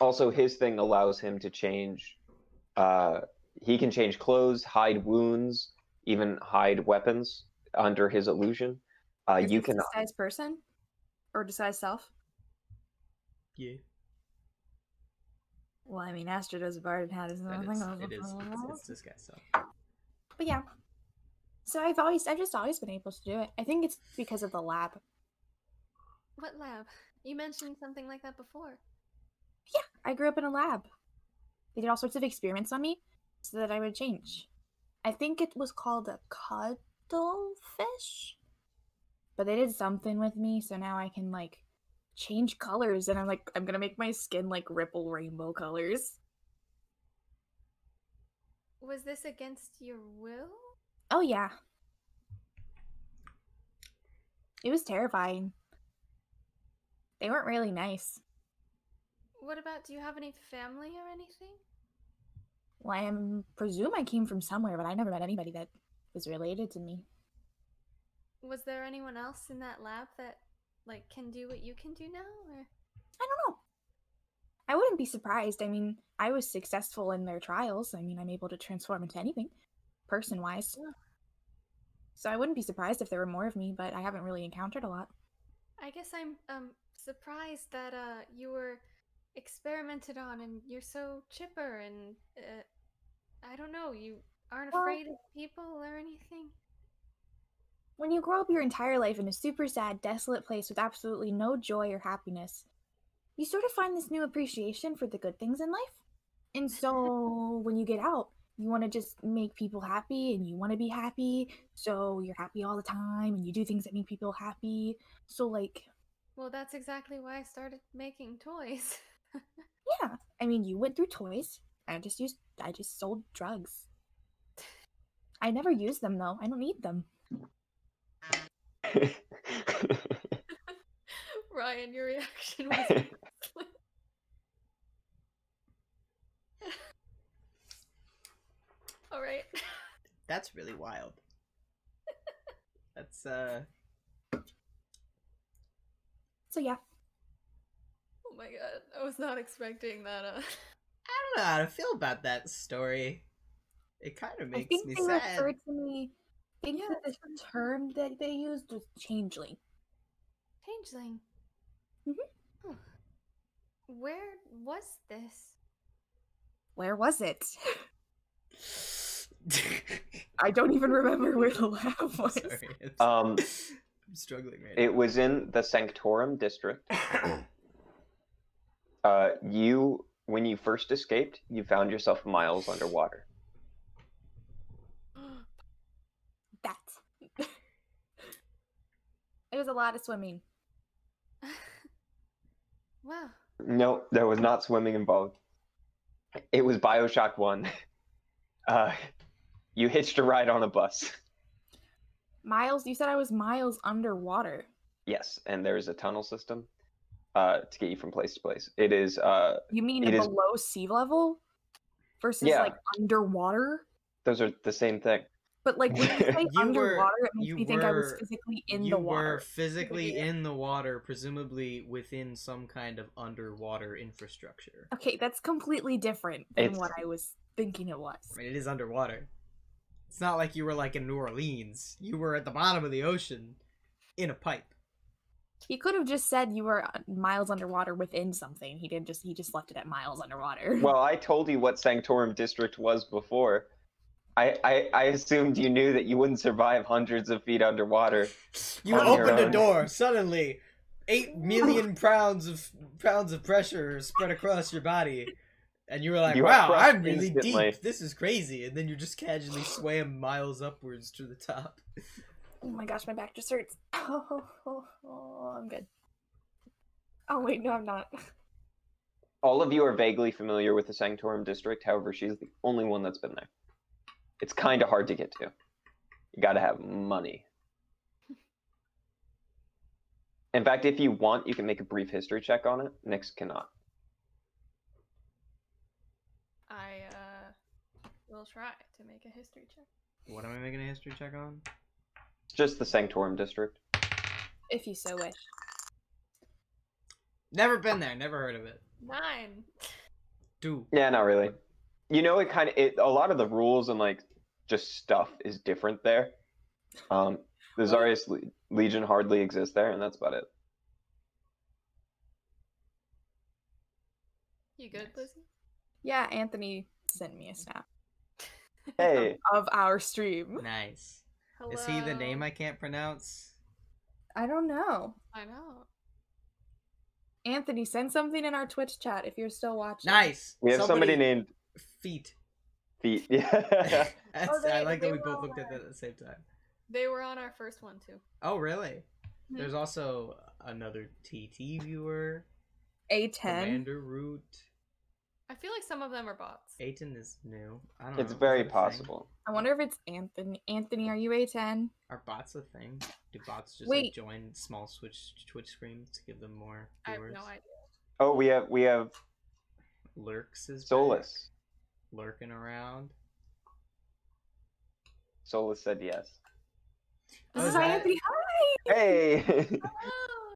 also his thing allows him to change uh he can change clothes hide wounds even hide weapons under his illusion uh
Is
you
this
can
the size person or the size self.
Yeah,
Well, I mean, Astro does a bard and had his
that
own
is,
thing.
it is. It's, it's this guy. So
But yeah. So I've always, I've just always been able to do it. I think it's because of the lab.
what lab? You mentioned something like that before.
I grew up in a lab. They did all sorts of experiments on me so that I would change. I think it was called a cuttlefish. But they did something with me, so now I can like change colors and I'm like I'm gonna make my skin like ripple rainbow colors.
Was this against your will?
Oh yeah. It was terrifying. They weren't really nice.
What about? Do you have any family or anything?
Well, I am, presume I came from somewhere, but I never met anybody that was related to me.
Was there anyone else in that lab that like can do what you can do now? Or
I don't know. I wouldn't be surprised. I mean, I was successful in their trials. I mean, I'm able to transform into anything, person wise. So I wouldn't be surprised if there were more of me, but I haven't really encountered a lot.
I guess I'm um surprised that uh you were experimented on and you're so chipper and uh, I don't know you aren't
Well-
afraid of people or anything.
When you grow up your entire life in a super sad, desolate place with absolutely no joy or happiness, you sort of find this new appreciation for the good things in life. And so when you get out, you want to just make people happy and you want to be happy. So you're happy all the time and you do things that make people happy. So, like,
Well, that's exactly why I started making toys.
yeah, I mean, you went through toys. I just used, I just sold drugs. I never use them though. I don't need them.
Ryan, your reaction was all right.
That's really wild. That's uh
So, yeah.
Oh my god, I was not expecting that. Uh...
I don't know how to feel about that story. It kind of
I
makes
think
me
they
sad.
referred to me. I think that the term that they used was changeling.
Changeling.
Mhm.
Huh. Where was this?
Where was it? I don't even remember where the lab was.
Sorry, I'm, s-
Um,
I'm struggling right
it was in the Sanctorum district. Uh, you, when you first escaped, you found yourself miles underwater.
That. it was a lot of swimming.
wow.
No, there was not swimming involved. It was Bioshock One. Uh, you hitched a ride on a bus.
Miles, you said I was miles underwater.
Yes, and there is a tunnel system uh, to get you from place to place. It is uh,
You mean
It is-
below sea level versus
Yeah.
like underwater?
those are the same thing.
But like when you say
You were-
underwater, it makes
you
me think I was
were-
physically in
you
the
were
water.
physically
Yeah.
in the water, presumably within some kind of underwater infrastructure.
Okay, that's completely different than
It's-
what I was thinking it was.
I mean, it is underwater. It's not like you were like in New Orleans. You were at the bottom of the ocean in a pipe.
He could have just said you were uh, miles underwater within something. He didn't just he just left it at miles underwater.
Well, I told you what Sanctorum District was before. I, I, I assumed you knew that you wouldn't survive hundreds of feet underwater.
You
On your
opened a
own.
door suddenly. Eight million pounds of pounds of pressure spread across your body, and you were like,
You were
"Wow,
crushed
I'm really
instantly."
deep. This is crazy." And then you just casually swam miles upwards to the top.
oh my gosh, my back just hurts. Oh, I'm good. Oh wait, no, I'm not.
All of you are vaguely familiar with the Sanctorum District. However, she's the only one that's been there. It's kind of hard to get to. You got to have money. In fact, if you want, you can make a brief history check on it. Nyx cannot.
I uh, will try to make a history check.
What am I making a history check on?
It's just the Sanctorum District.
If you so wish.
Never been there. Never heard of it.
Nine.
Do
Yeah, not really. You know, it kind of it. A lot of the rules and like just stuff is different there. Um, the
Well-
Zarius Le- Legion hardly exists there, and that's about it.
You good,
Nice.
Lizzie?
Yeah, Anthony sent me a snap
Hey,
of our stream.
nice. Is he the name
Hello.
I can't pronounce?
I don't know.
I know.
Anthony, send something in our Twitch chat if you're still watching.
Nice.
we have somebody, named
Feet.
Feet. Yeah.
That's-
Oh, they-
I like that
they
we
were
both
all
looked at
there.
that at the same time.
They were on our first one too.
Oh, really? There's
Hmm.
Mhm.
also another TT viewer.
A10.
Commander Root.
I feel like some of them are bots.
Aiton is new. I don't know.
it's
Is
very
that a thing?
possible.
I wonder if it's Anthony. Anthony, are you A10?
Are bots a thing? Do bots just like
Wait.
join small Switch Twitch screens to give them more
I have
viewers?
no idea.
Oh, we have we have
Lurks is back,
Solus.
lurking around.
Solus said yes.
This
Oh,
is
is that-
Anthony. Hi!
Hey,
Oh,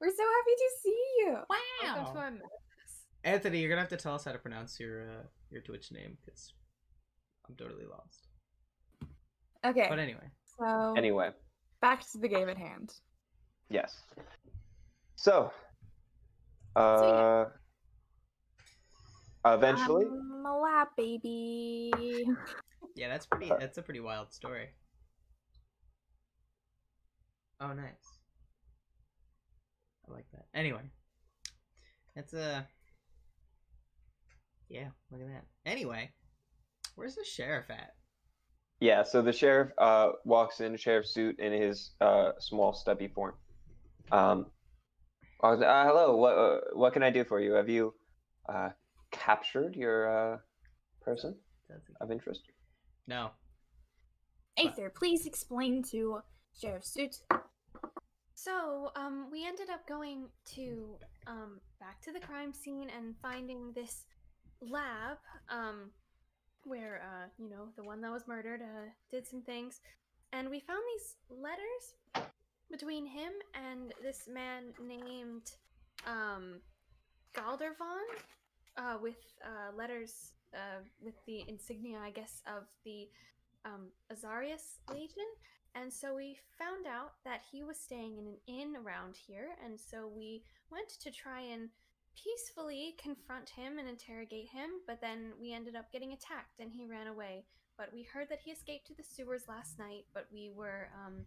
We're so happy to see you.
welcome to
Wow.
our madness.
Anthony, you're gonna have to tell us how to pronounce your uh, your Twitch name because I'm totally lost.
Okay,
But anyway,
so
anyway,
back to the game at hand.
yes. So, uh, eventually,
I'm a Um, lab baby.
yeah, that's pretty.
Uh,
That's a pretty wild story. Oh, nice. I like that. Anyway, That's a. Yeah, look at that. Anyway, where's the sheriff at?
Yeah, so the sheriff uh, walks in, sheriff suit in his uh, small, stubby form. Um, I was, uh, hello, what uh, what can I do for you? Have you uh, captured your uh, person
That's a...
of interest?
No.
Aether, please explain to Sheriff Suit.
So, um, we ended up going to um, back to the crime scene and finding this lab um, where, uh, you know, the one that was murdered uh, did some things. And we found these letters between him and this man named um, Galdervon uh, with uh, letters uh, with the insignia, I guess, of the um, Azarius Legion. And so we found out that he was staying in an inn around here, and so we went to try and peacefully confront him and interrogate him, but then we ended up getting attacked and he ran away. But we heard that he escaped to the sewers last night, but we were um,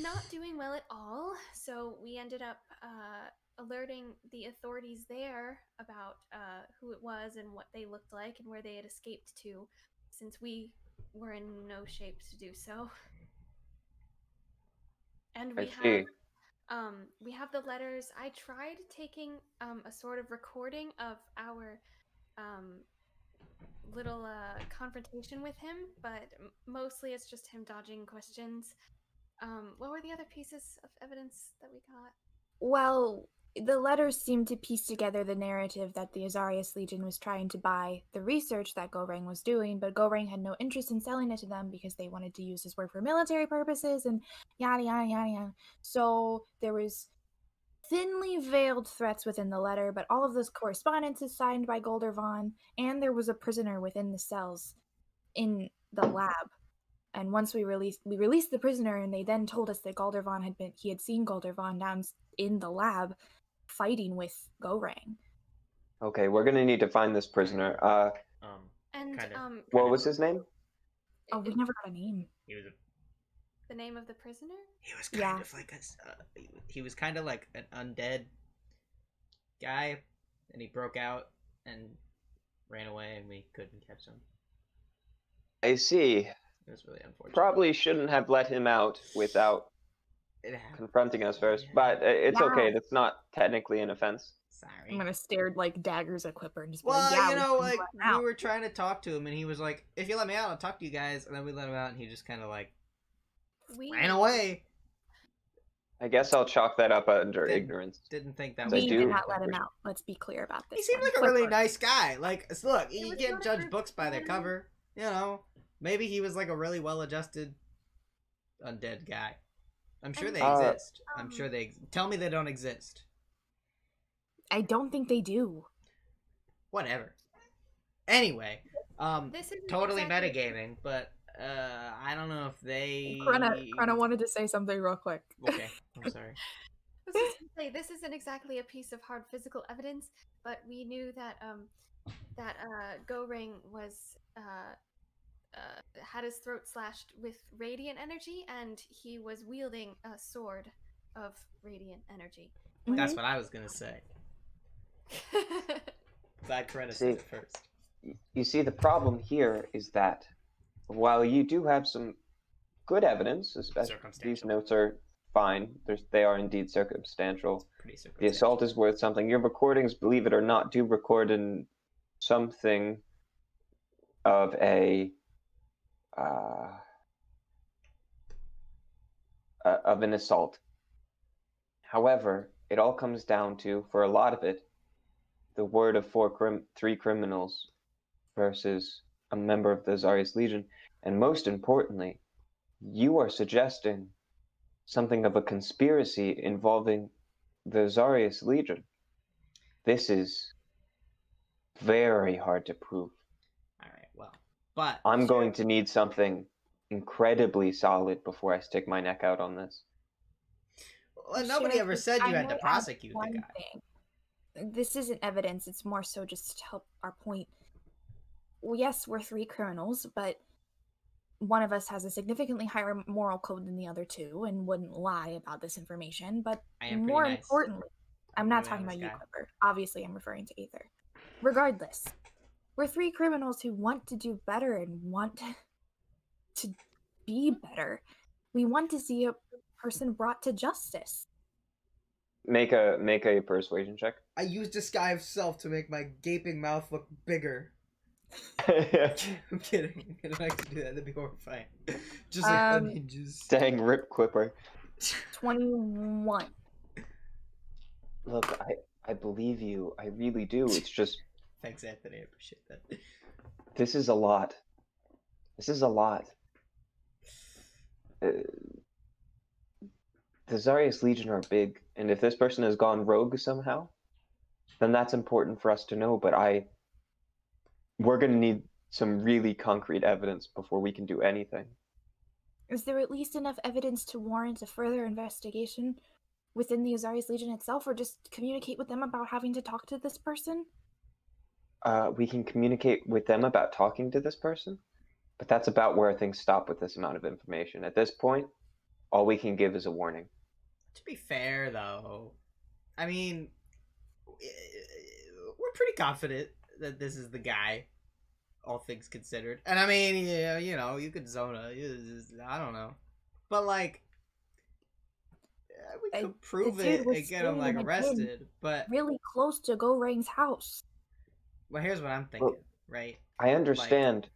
not doing well at all, so we ended up uh, alerting the authorities there about uh, who it was and what they looked like and where they had escaped to, since we were in no shape to do so. And
I
we have
see.
um, we have the letters. I tried taking um, a sort of recording of our um, little uh, confrontation with him, but m- mostly it's just him dodging questions. Um, what were the other pieces of evidence that we got?
Well, the letters seem to piece together the narrative that the Azarius Legion was trying to buy the research that Gorang was doing, but Gorang had no interest in selling it to them because they wanted to use his work for military purposes and yada yada yada yada. So there was thinly veiled threats within the letter, but all of this correspondence is signed by Golder Vaughn, and there was a prisoner within the cells in the lab. And once we released we released the prisoner, and they then told us that Goldervon had been he had seen Goldervon down s- in the lab fighting with Gorang.
Okay, we're gonna need to find this prisoner. Uh,
Um,
And
Kind of.
um,
what was his name?
Oh, we never got a name.
he was a,
the name of the prisoner?
He was
kind Yeah.
of like a. s- Uh, he was kind of like an undead guy, and he broke out and ran away, and we couldn't catch him.
I see.
It was really unfortunate.
Probably shouldn't have let him out without
It happened.
confronting us first, but uh, it's
Yeah.
okay. That's not technically an offense.
Sorry.
I'm gonna stare like daggers at Quipper and just be
Well,
like, yeah,
you
we
know,
can
like
let him
we
out."
were trying to talk to him, and he was like, "If you let me out, I'll talk to you guys." And then we let him out, and he just kind of like
We
ran away.
I guess I'll chalk that up under
Then-
ignorance.
Didn't think that
They
was.
we
do.
did not let him out. Let's be clear about this.
He seemed
one.
like a really
Quipper.
nice guy. Like, s- look,
It
you
was
can't
not a
judge
group
books by their
dynamic.
cover. You know, maybe he was like a really well-adjusted undead guy. I'm sure
And-
they
Uh,
exist. I'm
um,
sure they. ex- Tell me they don't exist.
I don't think they do.
Whatever. Anyway, um,
This is
totally
exactly-
metagaming, but uh, I don't know if they.
Krona, Krona wanted to say something real quick.
Okay, I'm sorry.
I was just gonna say this isn't exactly a piece of hard physical evidence, but we knew that um that uh Go Ring was uh uh, had his throat slashed with radiant energy, and he was wielding a sword of radiant energy.
That's what I was gonna say. Glad Coretta said it
See.
first.
Y- You see, the problem here is that while you do have some good evidence, especially these
Circumstantial.
notes are fine. There's, they are indeed circumstantial.
Pretty
The
circumstantial.
assault is worth something. Your recordings, believe it or not, do record in something of a uh, uh, of an assault. However, it all comes down to, for a lot of it, the word of four crim- three criminals versus a member of the Zarius Legion, and most importantly, you are suggesting something of a conspiracy involving the Zarius Legion. This is very hard to prove.
All right. Well, but
I'm going to need something incredibly solid before I stick my neck out on this.
Well, nobody
Sheriff,
ever
just-
said you
I
had to
might add
prosecute the
one
guy.
thing. This isn't evidence, it's more so just to help our point. Well, yes, we're three criminals, but one of us has a significantly higher moral code than the other two and wouldn't lie about this information. But
I am pretty
more
nice.
importantly, I'm not
Really
talking about
honest
you,
guy.
Clipper. Obviously, I'm referring to Aether. Regardless, we're three criminals who want to do better and want to be better. We want to see a person brought to justice.
Make a make a persuasion check.
I used disguise self to make my gaping mouth look bigger. I'm kidding. I don't actually do that. That'd be horrifying. Just like
Um,
unhinges.
Dang, Rip Clipper.
21.
Look, I I believe you. I really do. It's just
Thanks, Anthony. I appreciate that.
this is a lot. This is a lot. Uh, the Zarius Legion are big, and if this person has gone rogue somehow, then that's important for us to know. But I, we're gonna need some really concrete evidence before we can do anything.
Is there at least enough evidence to warrant a further investigation within the Azarius Legion itself, or just communicate with them about having to talk to this person?
Uh, we can communicate with them about talking to this person, but that's about where things stop with this amount of information. At this point, all we can give is a warning.
To be fair, though, I mean, eh, we're pretty confident that this is the guy, all things considered. And I mean, yeah, you know, you could Zona. I don't know, but like, yeah, we
I-
could prove
the dude
it
was
and get him
standing
like
in the bin.
arrested. But
Really close to Go Rang's house.
well, here's what I'm thinking, right?
I understand.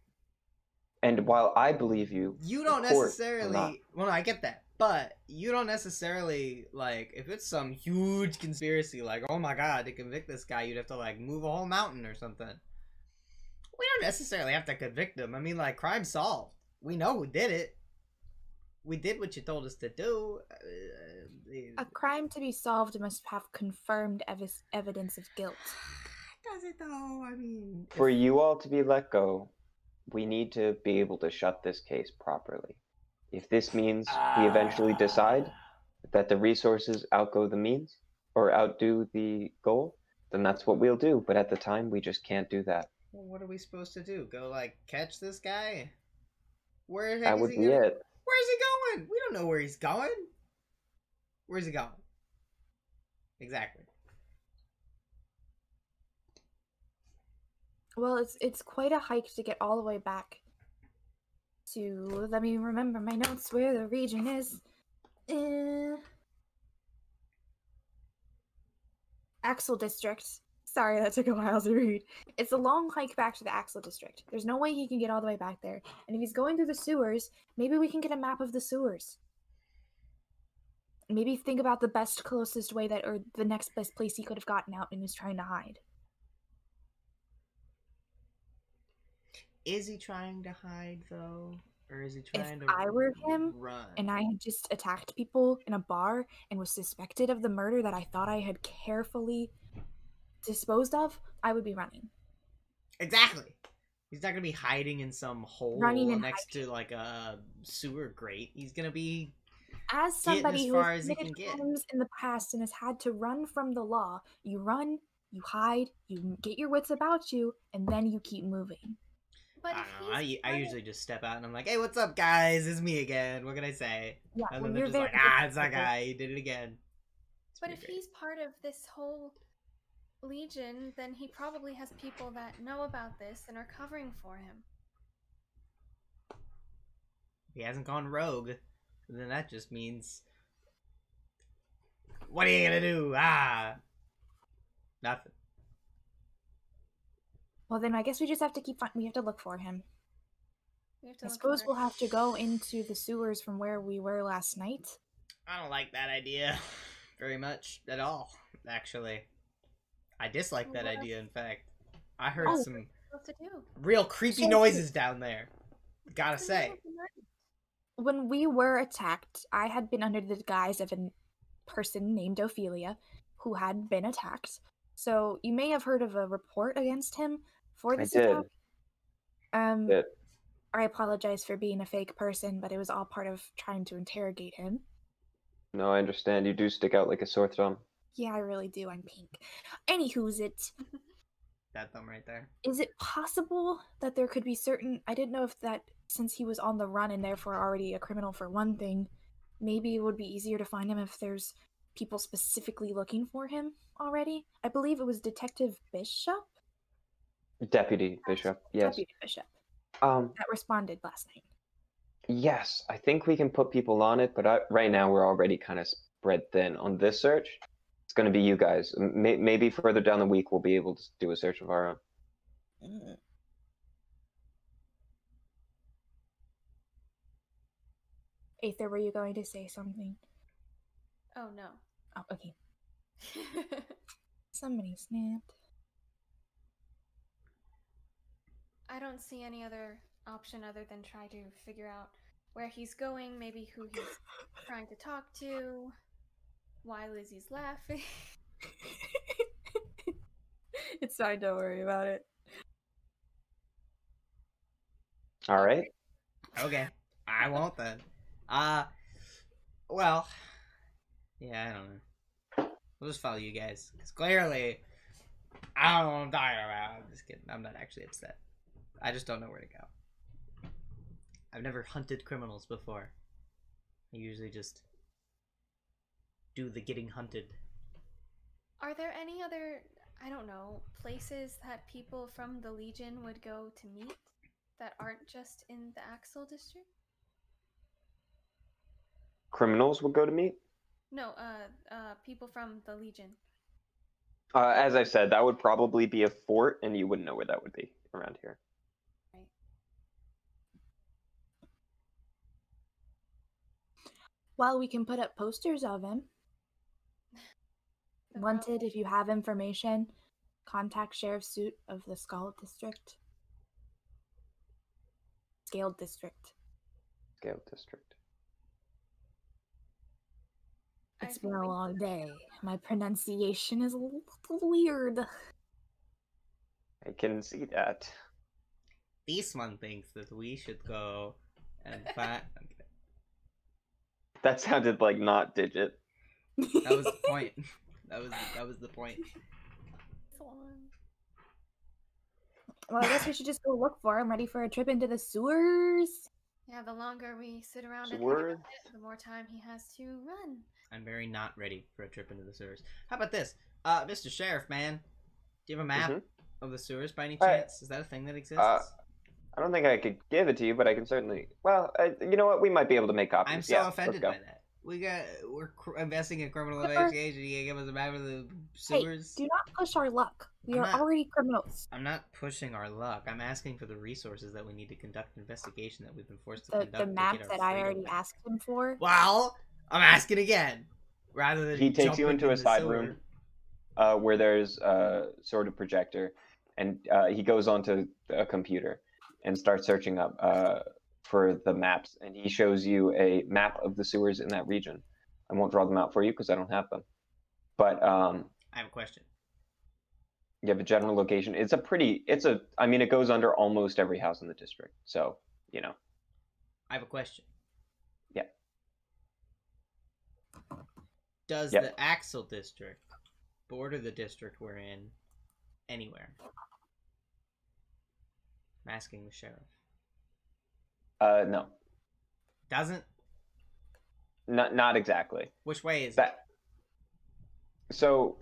and while I believe you,
you don't
court will not.
necessarily well no, i get that but you don't necessarily like if it's some huge conspiracy like oh my god to convict this guy you'd have to like move a whole mountain or something we don't necessarily have to convict him i mean like crime solved we know who did it we did what you told us to do uh,
A crime to be solved must have confirmed evis evidence of guilt.
does it though i mean
for you all to be let go, we need to be able to shut this case properly. If this means we eventually decide that the resources outgo the means or outdo the goal, then that's what we'll do. But at the time, we just can't do that.
well, what are we supposed to do go like catch this guy where the heck
That
is
would
he
be
gonna-
it.
Where's he going? We don't know where he's going. Where's he going? Exactly.
Well, it's it's quite a hike to get all the way back to. Let me remember my notes where the region is. Uh, Axel District. Sorry, that took a while to read. It's a long hike back to the Axel District. There's no way he can get all the way back there. And if he's going through the sewers, maybe we can get a map of the sewers. Maybe think about the best, closest way that, or the next best place he could have gotten out and was trying to hide.
Is he trying to hide though, or is he trying to?
I were him
run.
and I had just attacked people in a bar and was suspected of the murder that I thought I had carefully disposed of, I would be running.
exactly. He's not gonna be hiding in some hole
Running and
next to like a sewer grate. He's gonna be.
As
Getting as
somebody who
far
has
as he
committed
can get.
crimes in the past and has had to run from the law, you run, you hide, you m- get your wits about you, and then you keep moving.
But
I
if
don't know. I,
he's
u- I
running-
usually just step out and I'm like, "Hey, what's up, guys? It's me again. What can I say?"
Yeah,
And
when
then they're
you're
just
very
like, "Ah, it's that
disrespectful-
guy. He did it again." It's
But
pretty
if
great.
he's part of this whole legion, then he probably has people that know about this and are covering for him.
If he hasn't gone rogue, then that just means what are you gonna do? Ah, nothing. "Ah!"
Well, then I guess we just have to keep. Fi- we have to look for him.
We have to
I
look
suppose
for
we'll have to go into the sewers from where we were last night.
I don't like that idea very much at all. Actually, I dislike that
What?
idea. In fact, I heard
Oh.
some
what to do.
real creepy
So-
noises down there. Gotta
It's the middle
say,
of the night.
when we were attacked, I had been under the guise of a person named Ophelia who had been attacked. So you may have heard of a report against him for
I
this
did.
attack. Um,
Did.
I apologize for being a fake person, but it was all part of trying to interrogate him.
No, I understand. You do stick out like a sore thumb.
Yeah, I really do. I'm pink. Anywho's it.
that thumb right there.
Is it possible that there could be certain? I didn't know if that since he was on the run and therefore already a criminal for one thing, maybe it would be easier to find him if there's people specifically looking for him already. I believe it was Detective Bishop.
Deputy Bishop. Yes.
Deputy Bishop.
Um.
That responded last night.
Yes, I think we can put people on it, but I, right now we're already kind of spread thin on this search. It's going to be you guys. M- may- maybe further down the week we'll be able to do a search of our own.
Aether, were you going to say something?
Oh no.
Oh, okay. Somebody snapped.
I don't see any other option other than try to figure out where he's going, maybe who he's trying to talk to, why Lizzie's laughing.
it's fine, don't worry about it.
All right.
Okay. I won't then. Uh well Yeah, I don't know. We'll just follow you guys. Cause clearly I don't know what I'm talking about. I'm just kidding. I'm not actually upset. I just don't know where to go. I've never hunted criminals before. I usually just do the getting hunted.
Are there any other, I don't know, places that people from the Legion would go to meet that aren't just in the Axel district?
Criminals will go to meet.
No, uh, uh, people from the Legion.
Uh, as I said, that would probably be a fort, and you wouldn't know where that would be around here.
Well, we can put up posters of him.
The
Wanted, if you have information, contact Sheriff Suit of the Skull District. Scaled District.
Scale district.
I
It's
think
been a
we-
long day. My pronunciation is a little weird.
I can see that.
This one thinks that we should go and find
That sounded like not digit.
That was the point. That was that was the point.
well, I guess we should just go look for him, ready for a trip into the sewers.
Yeah, the longer we sit around and think about
Swerve.
it, the more time he has to run.
I'm very not ready for a trip into the sewers. How about this? Uh, Mr. Sheriff, man, do you have a map
Mhm.
of the sewers by any chance?
Alright.
Is that a thing that exists?
Uh, I don't think I could give it to you, but I can certainly. Well, I, you know what? We might be able to make copies.
I'm so
Yeah, let's
offended
go.
by that. We got we're cr- investing in criminal
Clipper.
investigation. You gonna give us a map of the sewers?
Do not push our luck. We
I'm
are
not-
already criminals.
I'm not pushing our luck. I'm asking for the resources that we need to conduct an investigation that we've been forced to
The,
conduct.
the
to
map
get our
that I
freedom
already
back.
asked him for.
Well, I'm asking again. Rather than
He takes you
jumping
into a
the
side
sewer.
room. uh, where there's a sort of projector, and uh, he goes onto a computer and starts searching up uh, for the maps, and he shows you a map of the sewers in that region. I won't draw them out for you because I don't have them, but um,
I have a question.
you have a general location. It's a pretty. It's a. I mean, it goes under almost every house in the district, so you know.
I have a question.
Yeah.
Does
Yeah.
the Axel district border the district we're in anywhere? I'm asking the sheriff.
Uh, no,
Doesn't?
not not exactly.
Which way is
That. So,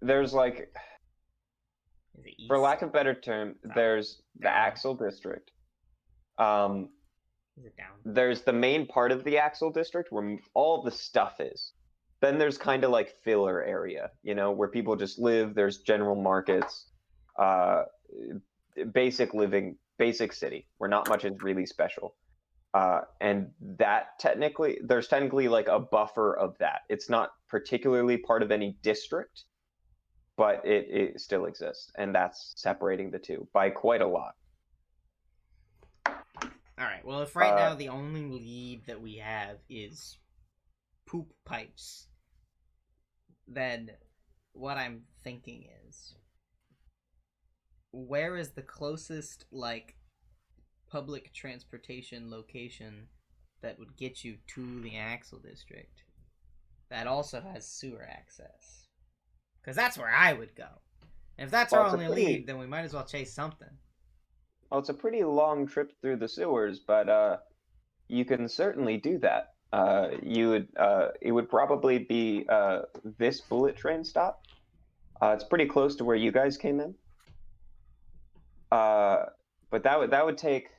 there's like
it? Is it east?
for lack of better term,
South.
there's the
Down.
Axel district. Um,
Is it down?
there's the main part of the Axel district where m- all the stuff is. Then there's kind of like filler area, you know, where people just live. There's general markets, uh, basic living, basic city where not much is really special. Uh, and that technically, there's technically like a buffer of that. It's not particularly part of any district, but it, it still exists. And that's separating the two by quite a lot.
All right. Well, if right
Uh,
now the only lead that we have is poop pipes, then what I'm thinking is where is the closest like public transportation location that would get you to the Axle district that also has sewer access? Cuz that's where I would go. And if that's
Well,
our
it's a
only
pretty-
lead, then we might as well chase something.
Well, it's a pretty long trip through the sewers, but uh, you can certainly do that. uh, you would uh, it would probably be uh, this bullet train stop. Uh, it's pretty close to where you guys came in. Uh, but that would that would take.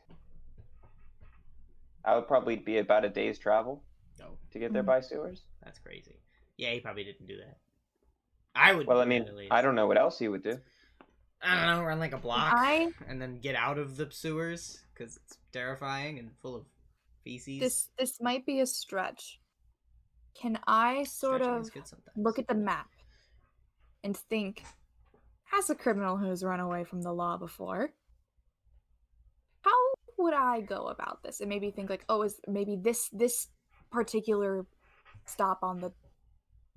That would probably be about a day's travel
Oh,
to get there
Mhm.
by sewers.
that's crazy. Yeah, he probably didn't do that. I would.
Well,
do
I mean,
that at least.
I don't know what else you would do.
I don't know. Run like a block
I
and then get out of the sewers because it's terrifying and full of feces.
this this might be a stretch. Can I sort
Stretching is
of
good sometimes.
look at the map and think, as a criminal who's run away from the law before, how would I go about this? And maybe think like, oh, is maybe this this particular stop on the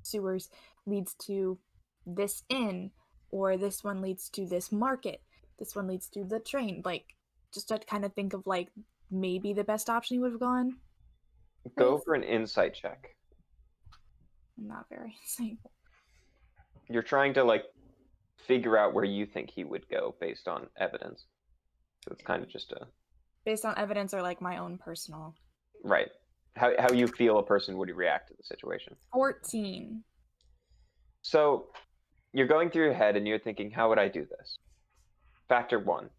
sewers leads to this inn, or this one leads to this market, this one leads to the train. Like, just to kind of think of like maybe the best option you would have gone.
Go
Yes.
for an insight check.
Not very insightful.
You're trying to like figure out where you think he would go based on evidence. So it's kind of just a
based on evidence or like my own personal
right. How how you feel a person would react to the situation.
14
So you're going through your head and you're thinking, how would I do this? Factor one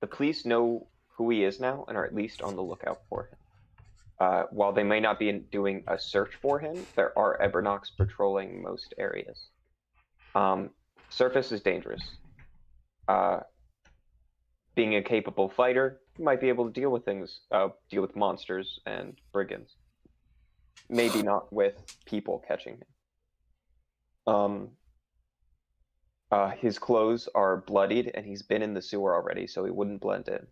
the police know who he is now and are at least on the lookout for him. Uh, while they may not be in- doing a search for him, there are Ebernox patrolling most areas. Um, surface is dangerous. Uh, being a capable fighter, you might be able to deal with things, uh, deal with monsters and brigands. Maybe not with people catching him. Um, uh, his clothes are bloodied, and he's been in the sewer already, so he wouldn't blend in.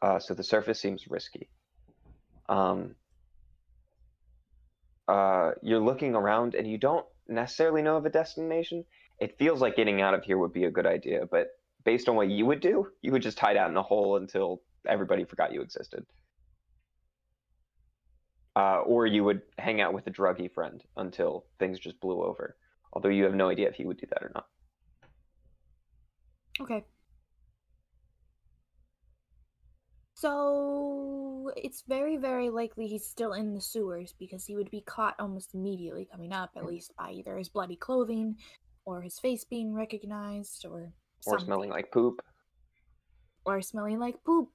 Uh, so the surface seems risky. Um, uh, you're looking around, and you don't necessarily know of a destination. It feels like getting out of here would be a good idea, but based on what you would do, you would just hide out in a hole until everybody forgot you existed. Uh, or you would hang out with a druggy friend until things just blew over. Although you have no idea if he would do that or not.
okay so it's very very likely he's still in the sewers because he would be caught almost immediately coming up
Hmm.
at least by either his bloody clothing or his face being recognized or
Or
something.
smelling like poop.
or smelling like poop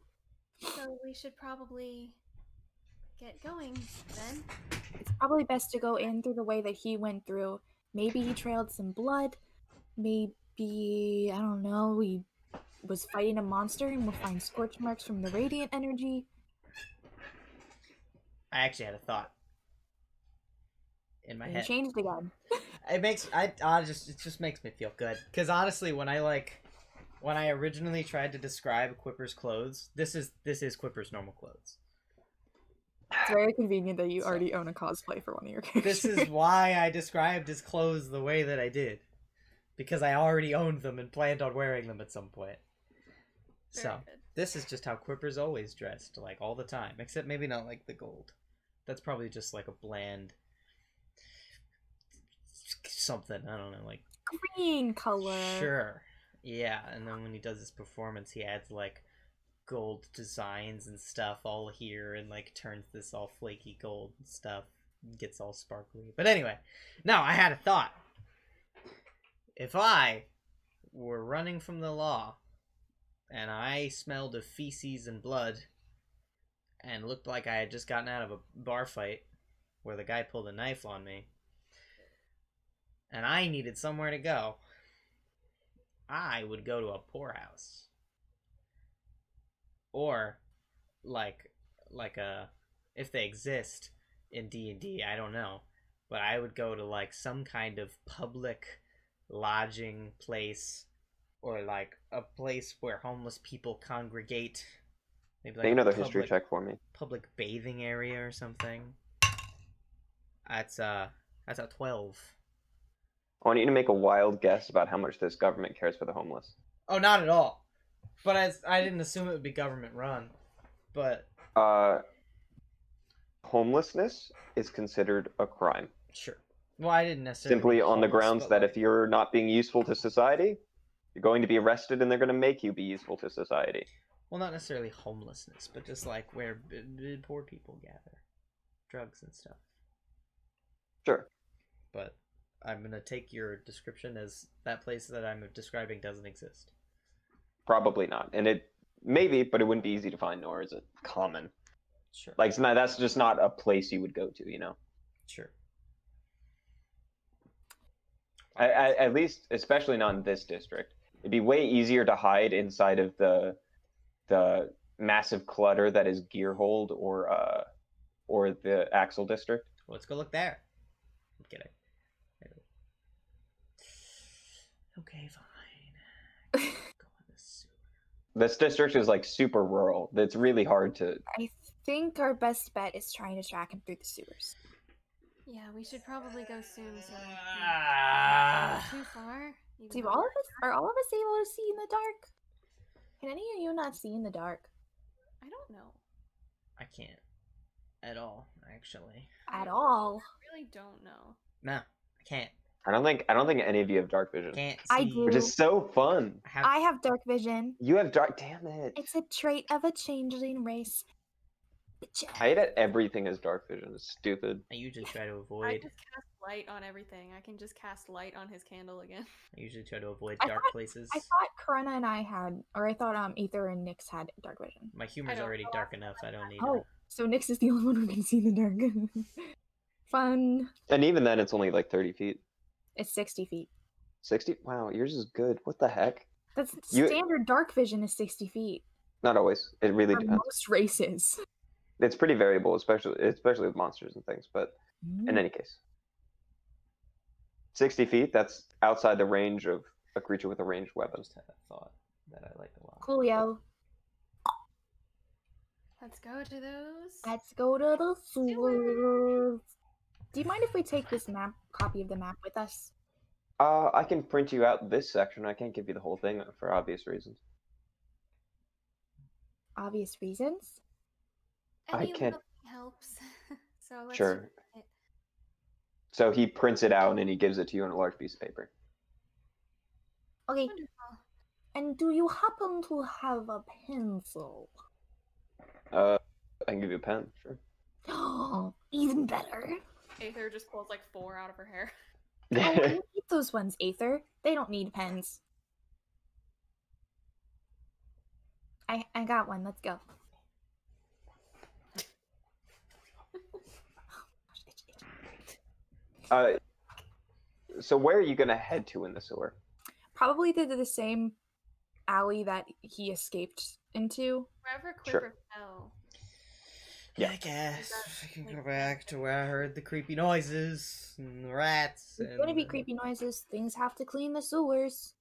So we should probably get going then.
it's probably best to go in through the way that he went through. Maybe he trailed some blood. Maybe, I don't know, he was fighting a monster and we'll find scorch marks from the radiant energy.
I actually had a thought in my
And he
head.
changed again.
It makes I, I just it just makes me feel good because honestly, when I like when I originally tried to describe Quipper's clothes, this is this is Quipper's normal clothes.
It's very convenient that you
So-
already own a cosplay for one of your characters.
This is why I described his clothes the way that I did because I already owned them and planned on wearing them at some point.
Very
So
good.
this is just how Quipper's always dressed, like all the time, except maybe not like the gold. That's probably just like a bland something. I don't know, like
green color.
Sure. Yeah, and then when he does his performance, he adds like gold designs and stuff all here and like turns this all flaky gold and stuff gets all sparkly. But anyway, no, I had a thought. If I were running from the law and I smelled of feces and blood and looked like I had just gotten out of a bar fight where the guy pulled a knife on me and I needed somewhere to go, I would go to a poorhouse. Or like like a if they exist in D&D, I don't know, but I would go to like some kind of public lodging place or like a place where homeless people congregate. Maybe
Make
a
another history
public-
check for me.
public bathing area or something. That's uh that's a twelve.
I want you to make a wild guess about how much this government cares for the homeless.
Oh, not at all. But I I didn't assume it would be government run. But
Uh, homelessness is considered a crime.
sure. Well, I didn't necessarily
Simply on the
homeless,
grounds
but,
that
like,
if you're not being useful to society, you're going to be arrested and they're going to make you be useful to society.
well, not necessarily homelessness, but just like where b- b- poor people gather. drugs and stuff.
Sure.
But I'm gonna take your description as that place that I'm describing doesn't exist.
Probably not. And it maybe, but it wouldn't be easy to find, nor is it common.
Sure.
Like it's not, that's just not a place you would go to, you know.
sure.
I, I, at least, especially not in this district. It'd be way easier to hide inside of the the massive clutter that is Gearhold or uh or the Axle district.
Let's go look there. I'm kidding. Maybe. Okay, fine. Go in the sewer.
This district is like super rural. That's really hard to.
I think our best bet is trying to track him through the sewers.
Yeah, we should probably go soon. So yeah.
Ah.
too far. you
Do
know?
all of us are all of us able to see in the dark? Can any of you not see in the dark?
I don't know.
I can't at all, actually.
At all.
I really don't know.
No, I can't.
I don't think I don't think any of you have dark vision,
Can't. See.
I
which
do.
is so fun.
I have.
I have dark vision.
You have dark. Damn it!
It's a trait of a changeling race. Bitches.
I hate that everything is dark vision. It's stupid.
I usually try to
I
avoid.
just cast light on everything. I can just cast light on his candle again.
I usually try to avoid
I
dark
thought-
places.
I thought Corona and I had, or I thought um Ether and Nyx had dark vision.
My humor's
don't
already
know.
dark enough. I don't need.
Oh, so Nyx is the only one who can see in the dark. Fun.
And even then, it's only like thirty feet,
It's sixty feet.
sixty. Wow, yours is good. What the heck?
That's
You-
standard dark vision is sixty feet
Not always. It really
for
depends.
most races.
It's pretty variable, especially especially with monsters and things. But in any case, sixty feet. That's outside the range of a creature with a ranged
I
weapon.
just had a thought that I like a lot.
Coolio.
Let's go to those.
Let's go to the sewers. Do you mind if we take this map copy of the map with us?
Uh, I can print you out this section. I can't give you the whole thing for obvious reasons.
Obvious reasons.
I
Any
can't-
little thing helps. so let's
Sure.
try it.
So he prints it out and then he gives it to you on a large piece of paper.
Okay.
Wonderful.
And do you happen to have a pencil?
Uh, I can give you a pen. Sure.
Even better.
Aether just pulls like four out of her hair.
Oh, I need those ones, Aether. They don't need pens. I I got one. Let's go.
uh, so where are you gonna head to in the sewer?
Probably the the same alley that he escaped into.
Wherever Quipper
Sure.
fell.
Yeah.
I guess I can go back to where I heard the creepy noises and the rats.
It's
and
gonna be
the-
creepy noises. Things have to clean the sewers.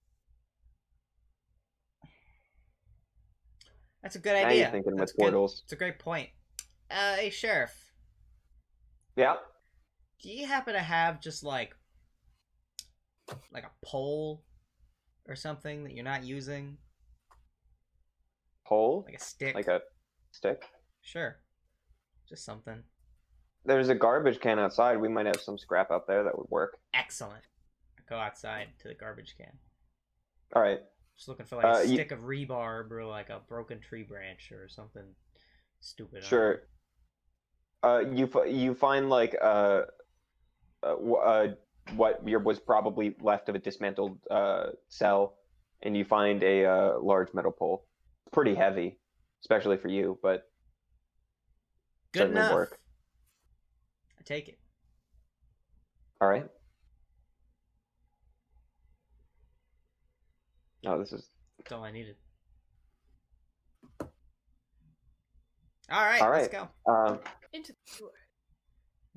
That's a good
now
idea.
you're thinking
That's
with
good-
portals.
It's a great point. Uh, hey, sheriff,
Yeah.
do you happen to have just like, like a pole or something that you're not using,
Pole.
like a stick?
Like a stick.
sure, just something.
There's a garbage can outside. We might have some scrap out there that would work.
Excellent. Go outside to the garbage can.
All right.
Just looking for like a
Uh, you-
stick of rebarb or like a broken tree branch or something stupid. I don't know.
Sure. Uh, you f- you find like uh, uh, wh- uh what your was probably left of a dismantled uh cell, and you find a uh, large metal pole. Pretty heavy, especially for you, but
Good
certainly
enough.
work.
I take it.
all right. Oh, this is
That's all I needed. All right,
All
let's go
um
Into the sewer.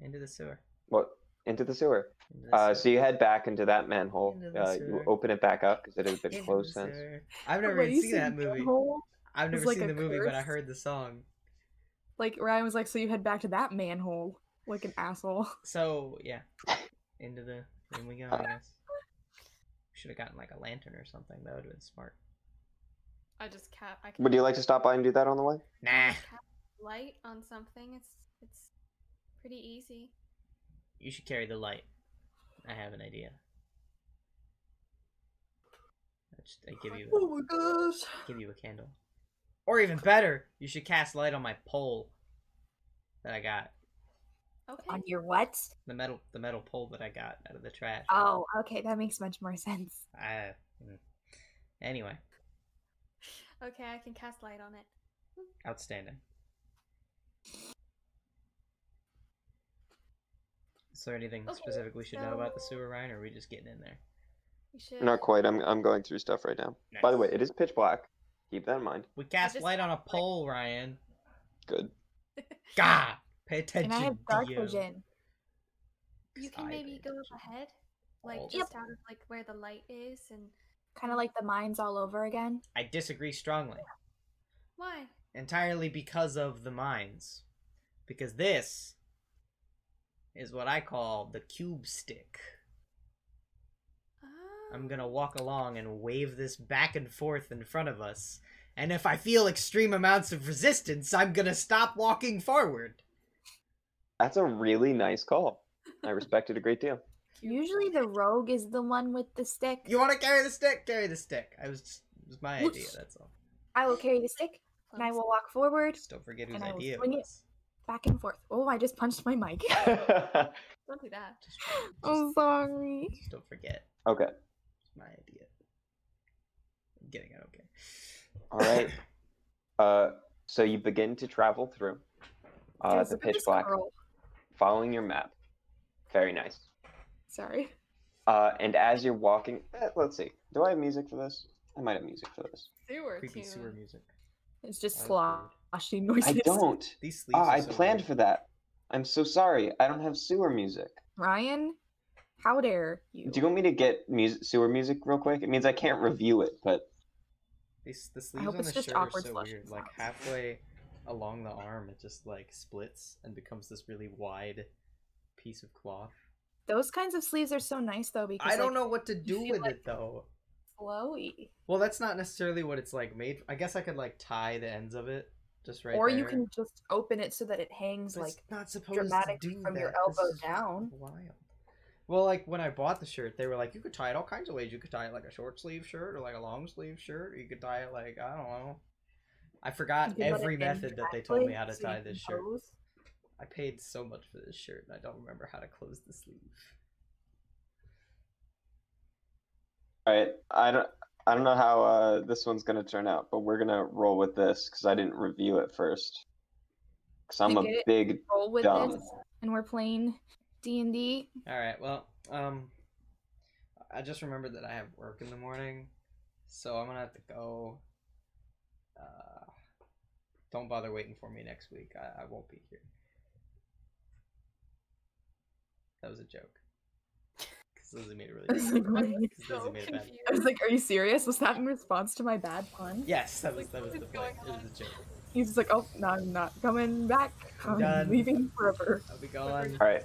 into the sewer.
what into the sewer.
Into the
Uh,
sewer.
so you head back into that manhole.
Into the
Uh, you
sewer.
open it back up because it had
Into
been
the
closed since.
sewer. I've never
Wait, you
even seen
said
that movie.
manhole?
I've
was
never
like
seen
a
the movie, but I
curse?
heard the song.
Like Ryan was like, so you head back to that manhole, like an asshole.
So yeah, into the in we go. I
Uh.
guess. Should have gotten like a lantern or something. That would have been smart.
I just cap. I can
Would you like to stop by and do that on the way?
Nah,
cap light on something. It's it's pretty easy.
you should carry the light. I have an idea. I, just, I give you.
Oh my gosh.
give you a candle. Or even better, you should cast light on my pole that I got.
Okay.
On your what?
The metal the metal pole that I got out of the trash.
Oh, okay, that makes much more sense.
I, mm. anyway,
Okay, I can cast light on it.
outstanding. Is there anything
Okay,
specific we should know about the
so-
sewer, Ryan, or are we just getting in there?
You should.
Not quite. I'm I'm going through stuff right now. By the way,
Nice.
it is pitch black. Keep that in mind.
we cast
just
light on a
like-
pole, Ryan.
Good.
God, pay attention.
And I have dark
to you.
vision.
You can
Side
maybe go
advantage.
up ahead, like
Yep.
just out of like where the light is, and
Kind of like the mines all over again.
I disagree strongly.
why?
entirely because of the mines. Because this is what I call the cube stick. I'm
Oh.
gonna walk along and wave this back and forth in front of us. And if I feel extreme amounts of resistance, I'm gonna stop walking forward.
That's a really nice call. I respect it a great deal.
Usually the rogue is the one with the stick.
You wanna carry the stick? Carry the stick. I was just, it was my
Whoops.
idea, that's all.
I will carry the stick and I
Clumsy.
will walk forward,
Just don't forget whose
And I will
idea it
swing it.
was.
back and forth. Oh, I just punched my mic.
Don't do that.
Just, just,
I'm sorry.
just don't forget.
Okay.
It's my idea. I'm getting it okay.
All right. Uh, so you begin to travel through uh,
There's
the
a
pitch
bit of
black,
squirrel.
following your map. Very nice.
Sorry.
Uh, and as you're walking, eh, let's see. Do I have music for this? I might have music for this.
Sewer
Creepy
tune.
sewer music.
It's just
That was
sloshy noises.
I don't.
These sleeves.
Ah,
are
I
so
planned
weird.
for that. I'm so sorry. I don't have sewer music.
Ryan, how dare you?
Do you want me to get music, sewer music real quick? It means I can't review it, but
These the
I
sleeves
hope
on
it's
the
just
shirt are
awkward
so
flushing
weird. Like
sounds.
halfway along the arm, it just like splits and becomes this really wide piece of cloth.
Those kinds of sleeves are so nice though because
I don't
like,
know what to do
feel
with
like-
it though.
flowy.
Well, that's not necessarily what it's like made. I guess I could like tie the ends of it just right.
or you
there,
can just open it so that it hangs
but
like
it's not supposed
dramatically
to do
from your
that. This
elbow
is
down.
Wild. Well, like when I bought the shirt, they were like, you could tie it all kinds of ways. You could tie it like a short sleeve shirt or like a long sleeve shirt. Or you could tie it like I don't know. I
you
forgot
can let
every
it bend
method that they told me
dramatically
how to
so you
tie
can
this shirt.
pose.
I paid so much for this shirt and I don't remember how to close the sleeve.
all right. I don't. I don't know how uh, this one's gonna turn out, but we're gonna roll with this because I didn't review it first. Because I'm
You
a
get it?
big.
Roll with
Dumb.
this, and we're playing D and D.
All right, well, um, I just remembered that I have work in the morning, so I'm gonna have to go. Uh, don't bother waiting for me next week. I, I won't be here. That was a joke. Because Lizzie made it really.
I was like,
bad.
what? I
'Cause
So
Lizzie made it bad.
confused.
was like, "Are you serious? Was that in response to my bad pun?"
Yes, that was
Like,
that was
what
the
is
point.
going
It was
on?
a joke.
He's just like, "Oh, no, I'm not coming back.
I'm
I'm
done.
leaving forever."
I'll be gone.
All right.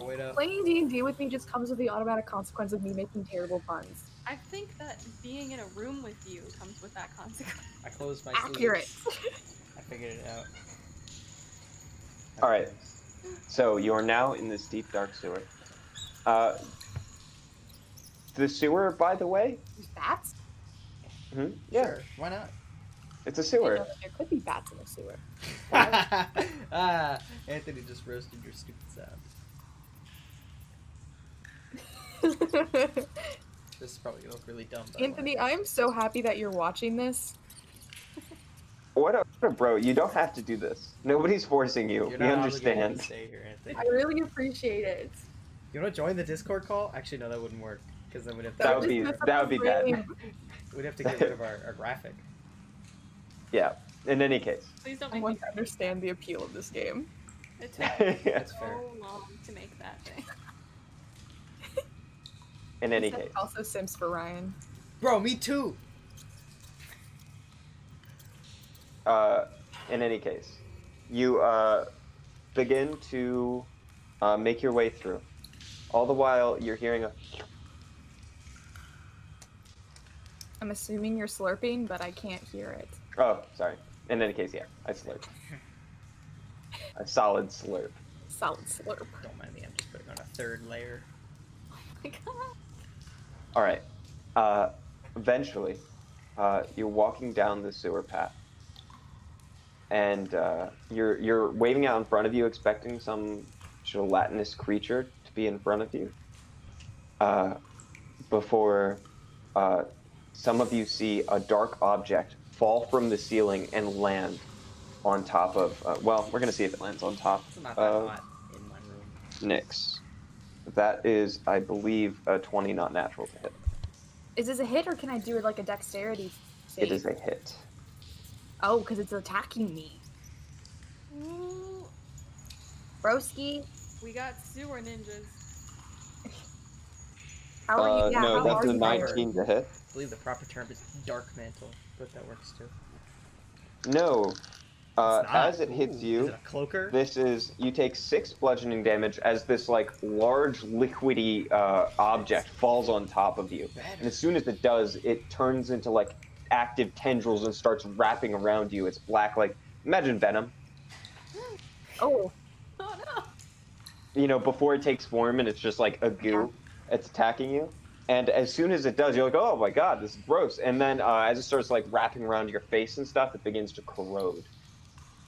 Or wait up.
Playing D and D with me just comes with the automatic consequence of me making terrible puns.
I think that being in a room with you comes with that consequence.
I closed my. sleeves.
Accurate.
I figured it out.
All right. So you are now in this deep dark sewer. Uh, the sewer, by the way.
There's bats.
Hmm? Yeah,
Sure, Why not?
it's a
I didn't know
sewer.
that There could be bats in the sewer.
ah, Anthony just roasted your stupid sound. This is probably gonna look really dumb. but I wanna-
Anthony, I am so happy that you're watching this.
What a, what a bro! You don't have to do this. Nobody's forcing you.
You're
We
not obligated to
understand.
Stay here, Anthony.
I really appreciate it.
You want to join the Discord call? Actually, no, that wouldn't work because then we'd have to.
That would be
That's
that would be
really-
bad.
We'd have to get rid of our, our graphic.
Yeah. In any case.
Please don't
I
make me.
want to understand the appeal of this game.
It took
In
That's fair.
so long to make that thing.
any
Except
case.
Also, Sims for Ryan.
Bro, me too.
Uh, in any case, you uh, begin to uh, make your way through. All the while, you're hearing a.
I'm assuming you're slurping, but I can't hear it.
Oh, sorry. In any case, yeah, I slurp. A solid slurp.
Solid slurp.
Don't mind me. I'm just putting on a third layer.
my god.
All right. Uh, eventually, uh, you're walking down the sewer path, and uh, you're you're waving out in front of you, expecting some gelatinous creature to be in front of you uh, before uh, some of you see a dark object fall from the ceiling and land on top of. Uh, well, we're going to see if it lands on top
It's not that
Uh,
hot in my room.
Nyx. That is, I believe, a 20 not natural to hit.
Is this a hit or can I do like a dexterity save?
It is a hit.
Oh, because it's attacking me.
Ooh,
Broski,
we got sewer ninjas.
how are
Uh,
you? Yeah,
no,
how
that's
are
a
you?
nine.
19 to hit.
I believe the proper term is dark mantle, but that works too.
No. Uh,
It's not.
as it hits
Ooh,
you,
Is it a cloaker?
This is you take six bludgeoning damage as this like large liquidy uh, object falls on top of you, and as soon as it does, it turns into like active tendrils and starts wrapping around you. It's black, like imagine venom.
Oh,
Oh no!
You know, before it takes form and it's just like a goo. It's attacking you, and as soon as it does, you're like, oh my god, this is gross. And then uh, as it starts like wrapping around your face and stuff, it begins to corrode.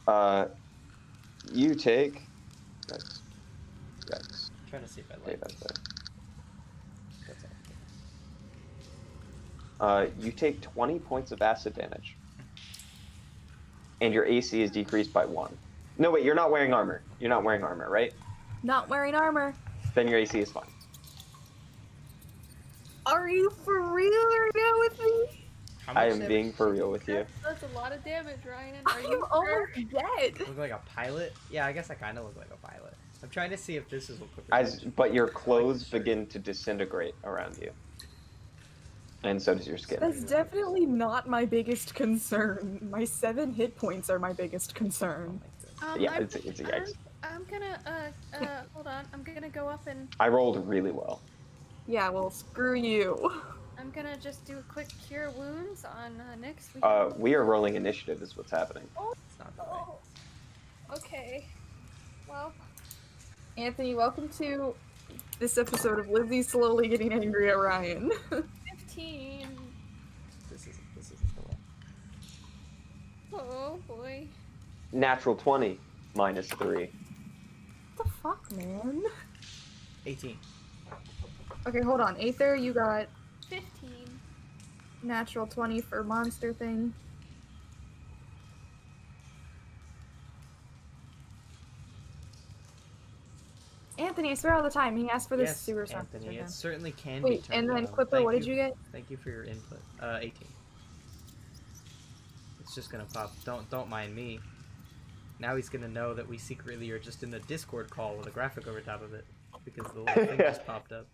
Uh, you take. Yikes. Yikes.
I'm trying to see if I
Okay,
like
that's
this.
it.
That's all.
Uh, you take 20 points of acid damage. And your AC is decreased by one. No, wait, you're not wearing armor. You're not wearing armor, right?
not wearing armor.
Then your AC is fine.
Are you for real right now with me?
How much
I am
damage?
being for real with you.
That's, that's a lot of damage, Ryan. Are
I'm
you sure?
almost dead.
Look like a pilot? Yeah, I guess I kind of look like a pilot. I'm trying to see if this is what Clipper
As,
does.
but your clothes
Like,
begin to disintegrate around you. And so does your skin.
That's definitely not my biggest concern. My seven hit points are my biggest concern.
like this.
Um,
Yeah,
I'm,
it's a, it's a yikes.
I'm gonna uh uh hold on. I'm gonna go up and
I rolled really well.
Yeah, well, screw you.
I'm gonna just do a quick cure wounds on uh, Nyx. We
Uh, we are rolling initiative, is what's happening.
It's not the right.
oh. Okay. Well,
Anthony, welcome to this episode of Lizzie slowly getting angry at Ryan.
15.
This isn't, this isn't the one.
Oh boy.
Natural 20, minus 3.
what the fuck, man?
18.
Okay, hold on. Aether, you got
15.
natural 20 for monster thing. Anthony, I swear all the time, he asked for this
yes,
sewer stuff.
Anthony, it certainly can be
Wait,
turned
and then
down.
Quipper,
Thank
what did you get?
Thank you for your input. Uh, 18. It's just gonna pop. Don't don't mind me. Now he's gonna know that we secretly are just in a Discord call with a graphic over top of it because the little thing just popped up.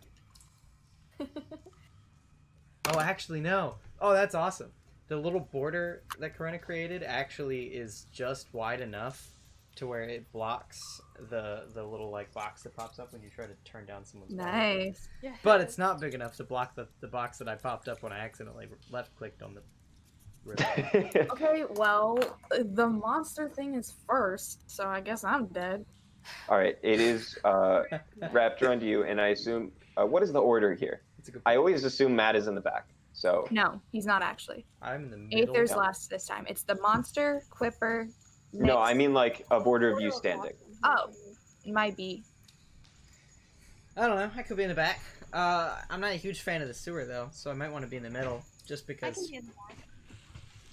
oh, actually no. Oh, that's awesome. The little border that Corona created actually is just wide enough to where it blocks the the little like box that pops up when you try to turn down someone's volume.
Nice.
Yeah.
But it's not big enough to block the, the box that I popped up when I accidentally left clicked on the ribbon.
Okay, well, the monster thing is first, so I guess I'm dead.
All right, it is uh, wrapped around you, and I assume. Uh, what is the order here?
It's a good
I
point.
always assume Matt is in the back. So
No, he's not actually.
I'm in the middle.
Aether's
down.
last this time. It's the monster, Quipper.
no, I
Nyx.
mean like a border of you standing.
Oh, it might be.
I don't know. I could be in the back. Uh, I'm not a huge fan of the sewer though, so I might want to be in the middle just
I
because.
can be in the back.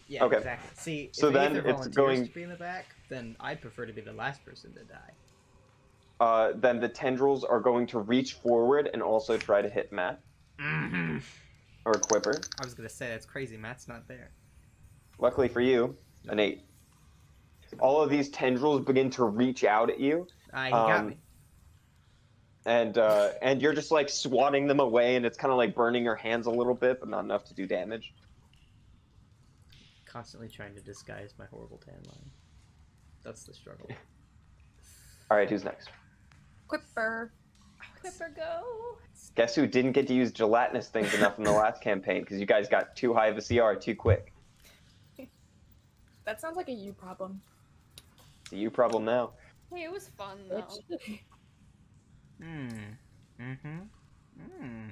yeah,
Okay.
exactly. See,
So
if
then
Aether
it's
volunteers
going-
to be in the back, then I'd prefer to be the last person to die.
Uh, then the tendrils are going to reach forward and also try to hit Matt Mm-hmm. or Quipper.
I was gonna say that's crazy. Matt's not there.
Luckily for you, an eight. All of these tendrils begin to reach out at you,
Uh, he got
Um,
me.
and uh, and you're just like swatting them away, and it's kind of like burning your hands a little bit, but not enough to do damage.
Constantly trying to disguise my horrible tan line. That's the struggle.
All right, who's next?
Quipper.
Clipper, go.
Guess who didn't get to use gelatinous things enough in the last campaign because you guys got too high of a CR too quick.
That sounds like a you problem.
It's a you problem now.
Hey, it was fun though.
bitch.
Hmm. Mm-hmm. Hmm.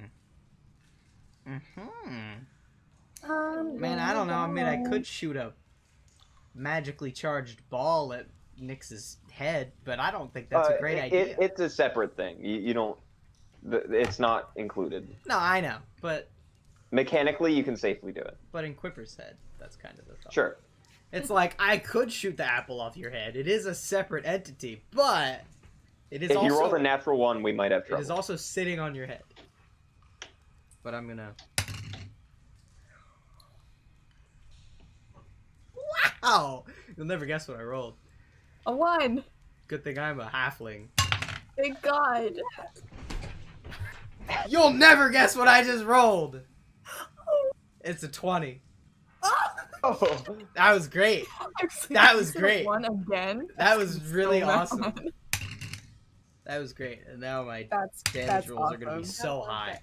Mm-hmm.
Um,
Man, I don't know. I mean, I could shoot a magically charged ball at Nyx's head, but I don't think that's
Uh,
a great
it-
idea.
It, it's a separate thing. You, you don't. th- It's not included.
no, I know, but
Mechanically, you can safely do it.
but in Quipper's head, that's kind of the thought.
Sure.
It's like I could shoot the apple off your head. It is a separate entity, but it is
if
also
you roll a natural one, we might have
it is
trouble.
also sitting on your head. But I'm gonna. Wow! You'll never guess what I rolled.
A one.
Good thing I'm a halfling.
Thank God.
You'll never guess what I just rolled. It's a twenty.
Ah!
Oh,
That was great.
I'm so-
That was
is it a
great.
One again.
That was really
So bad.
awesome. That was great. And now my
That's
damage
that's
rolls are gonna be
awesome.
so high.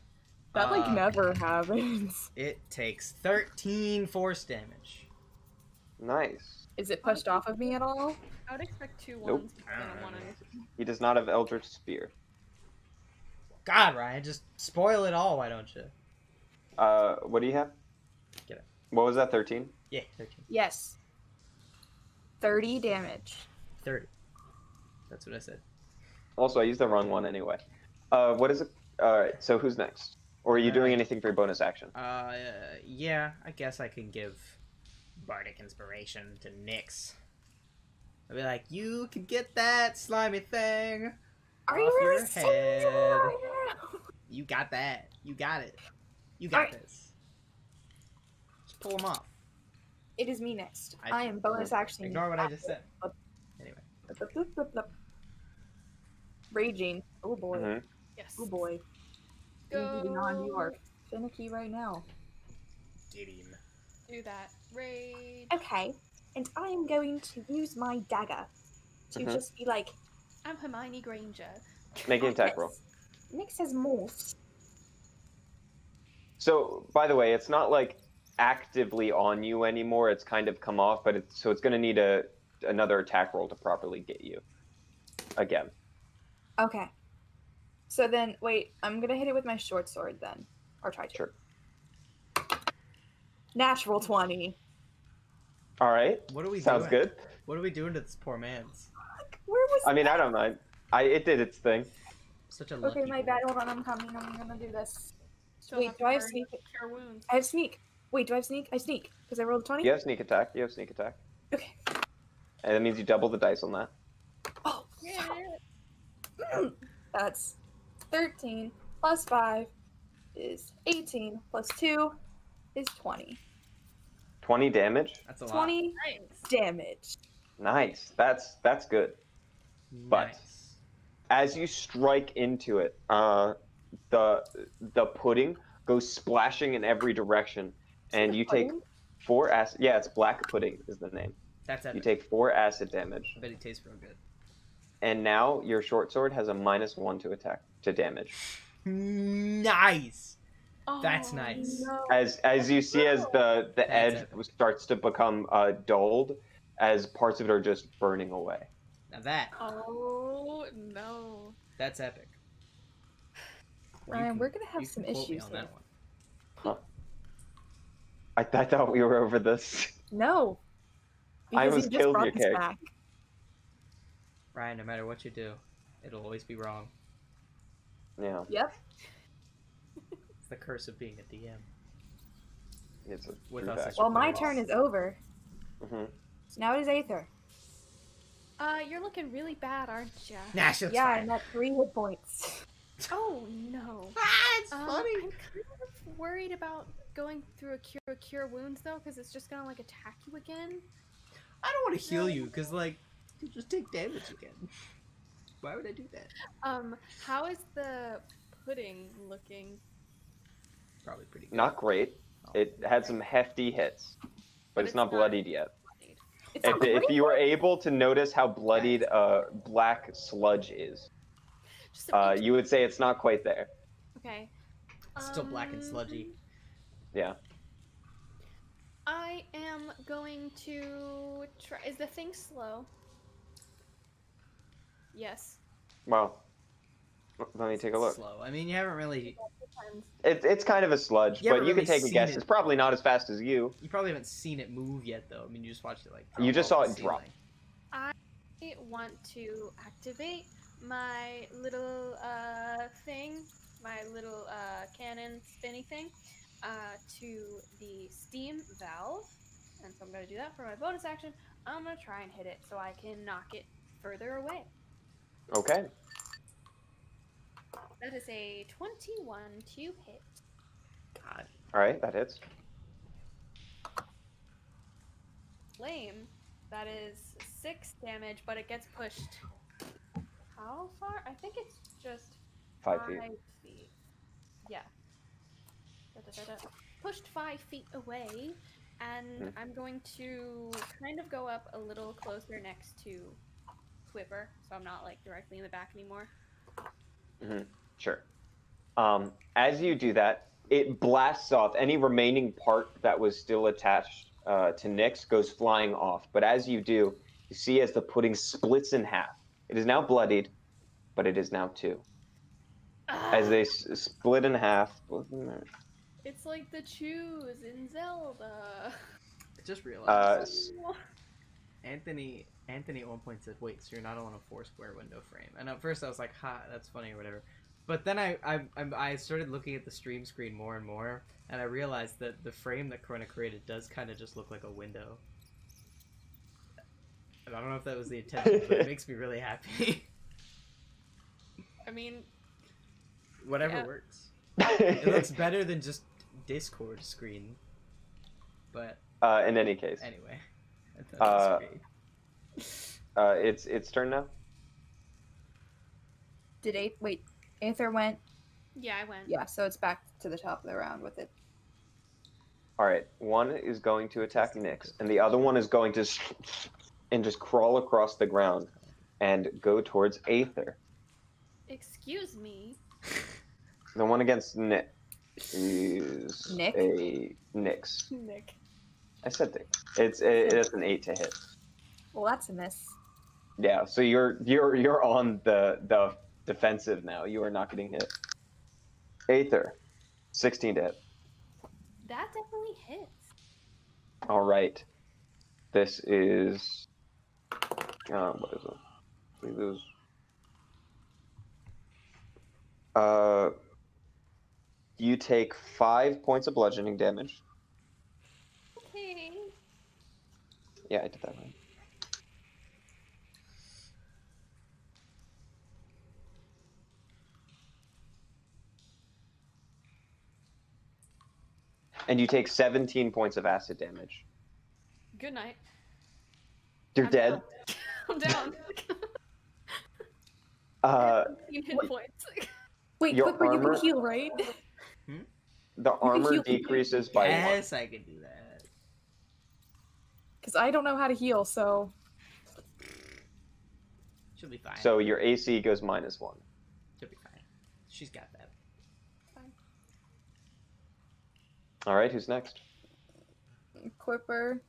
That like
Uh,
never happens.
It takes 13 force damage.
nice.
Is it pushed off of me at all?
I would expect two
Nope.
ones instead of one. and-
He does not have Eldritch Spear.
God, Ryan, just spoil it all, why don't you?
Uh, what do you have?
Get it.
What was that? Thirteen.
Yeah, 13.
Yes. Thirty damage.
30. That's what I said.
Also, I used the wrong one anyway. Uh, what is it? All right. So who's next? Or are you doing
Uh,
anything for your bonus action?
Uh, yeah, I guess I can give Bardic Inspiration to Nyx. I'll be like, you can get that slimy thing. Off
Are you really
your
serious
head.
right now?
You got that. You got it. You got
Alright.
this. Just pull them off.
It is me next.
I-
I, am bonus action.
Ignore what I just said.
Blip, blip, blip, blip. Raging. Oh boy.
Mhm.
Yes.
Oh boy. Raging on you are finicky right now.
Get him.
Do that. Raid.
Okay. And I am going to use my dagger to
Mhm.
just be like,
I'm Hermione Granger.
Make an attack
"Nyx-
roll.
Nyx has morphs.
So, by the way, it's not like actively on you anymore. It's kind of come off, but it's so it's going to need a another attack roll to properly get you. Again,
Okay. So then, wait, I'm gonna hit it with my short sword then, or try to.
Sure.
Natural twenty.
all right.
What are we
Sounds
doing?
good.
What are we doing to this poor man's?
Where was?
I mean, I don't mind. I it did its thing.
Such a
okay,
lucky
my
boy.
bad. Hold on, I'm coming. I'm gonna do this.
Still
Wait,
have
do I have
burn
sneak?
Cure wounds.
I have sneak. Wait, do I have sneak? I sneak because I rolled a twenty.
You have sneak attack. You have sneak attack,
Okay.
and that means you double the dice on that.
Oh,
Yeah.
that's thirteen plus five is eighteen plus two is twenty.
Twenty damage.
That's a lot.
Twenty
Thanks.
damage.
Nice. That's that's good. but-
Nice.
as you strike into it, uh, the the pudding goes splashing in every direction, and you take four acid. Yeah, it's black pudding is the name.
That's
You
epic.
take four acid damage,
I bet it tastes real good.
and now your short sword has a minus one to attack to damage.
Nice. That's
Oh,
nice.
No.
As as you see, as the the
That's
edge
epic.
starts to become uh, dulled, as parts of it are just burning away.
Now that
Oh no.
that's epic. You
Ryan,
can-
we're gonna have
you
some
can quote me
issues
on
here.
that one.
I, I thought we were over this.
No.
I
Because you
almost
just
killed
brought
your
this
character.
back.
Ryan, no matter what you do, it'll always be wrong.
Yeah,
Yep.
It's the curse of being a DM.
it's a
With
true
us,
fact.
it's-
Well, my turn is over.
Mhm.
So now it is Aether.
Uh, you're looking really bad, aren't ya?
Nah, she'll
yeah,
fine.
I'm at three hit points.
Oh no.
Ah, it's
Oh,
Um,
funny.
I'm kind of worried about going through a cure a cure wounds though, because it's just gonna like attack you again.
I don't want to heal
No.
you because like you just take damage again. Why would I do that?
Um, how is the pudding looking?
Probably pretty good.
Not great.
Oh.
It had some hefty hits, but,
But
it's,
it's
not
not-
bloodied yet.
It's
If,
not
if
great.
you were able to notice how bloodied uh, black sludge is,
Just a
uh,
pinch-
you would say it's not quite there.
Okay.
It's still black and sludgy.
Um,
Yeah.
I am going to try. Is the thing slow? Yes.
Well, let me take a look.
Slow. I mean, you haven't really.
Depends.
It, it's kind of a sludge,
You
but
haven't
you can
really
take a
seen
guess.
it.
It's probably not as fast as you.
You probably haven't seen it move yet, though. I mean, you just watched it like.
You
drop
just
off
saw
the
it drop.
ceiling.
want to activate my little uh, thing, my little uh, cannon spinny thing, uh, to the steam valve. And so I'm going to do that for my bonus action. I'm going to try and hit it so I can knock it further away.
Okay.
That is a 21 to hit.
God.
All right, that hits.
Lame. That is six damage, but it gets pushed. How far? I think it's just
Five feet.
feet. Yeah. Da-da-da-da. Pushed five feet away, and
Mhm.
I'm going to kind of go up a little closer next to Quipper, so I'm not like directly in the back anymore.
Sure. Um, as you do that, it blasts off. Any remaining part that was still attached uh, to Nyx goes flying off. But as you do, you see as the pudding splits in half. It is now bloodied, but it is now two. As they s- split in half,
Ah, It's like the chews in Zelda.
I just realized.
Uh, s-
Anthony Anthony at one point said, "Wait, so you're not on a four square window frame?" And at first I was like, "Ha, that's funny or whatever." But then I I, I- I started looking at the stream screen more and more, and I realized that the frame that Corona created does kind of just look like a window. And I don't know if that was the intention, but it makes me really happy.
I mean,
whatever
Yeah.
works. It looks better than just Discord screen. But
uh, in any case,
anyway, I
Uh,
thought it was great.
uh, it's its turn now.
Did eight? Wait, Aether went.
yeah, I went.
Yeah, so it's back to the top of the round with it.
All right, one is going to attack Nyx, and the other one is going to s- and just crawl across the ground and go towards Aether.
Excuse me.
The one against Nick is
Nick?
a Nyx.
Nick.
I said Nick. It's a, it's an eight to hit.
Well, that's a miss.
Yeah, so you're you're you're on the the defensive now. You are not getting hit. Aether, sixteen to hit.
That definitely hits.
All right. This is. Uh, what is it? I believe it was. Uh, you take five points of bludgeoning damage.
Okay.
Yeah, I did that right. And you take 17 points of acid damage.
Good night.
You're
I'm
dead.
down. I'm down.
Uh,
You hit
Wait.
points.
Wait,
Your
Quipper, you
armor-
can heal, right?
The armor
heal.
decreases by one.
yes, I can do that.
Because I don't know how to heal, so
She'll be fine.
So your AC goes minus one.
She'll be fine. She's got that.
All right, who's next?
Quipper.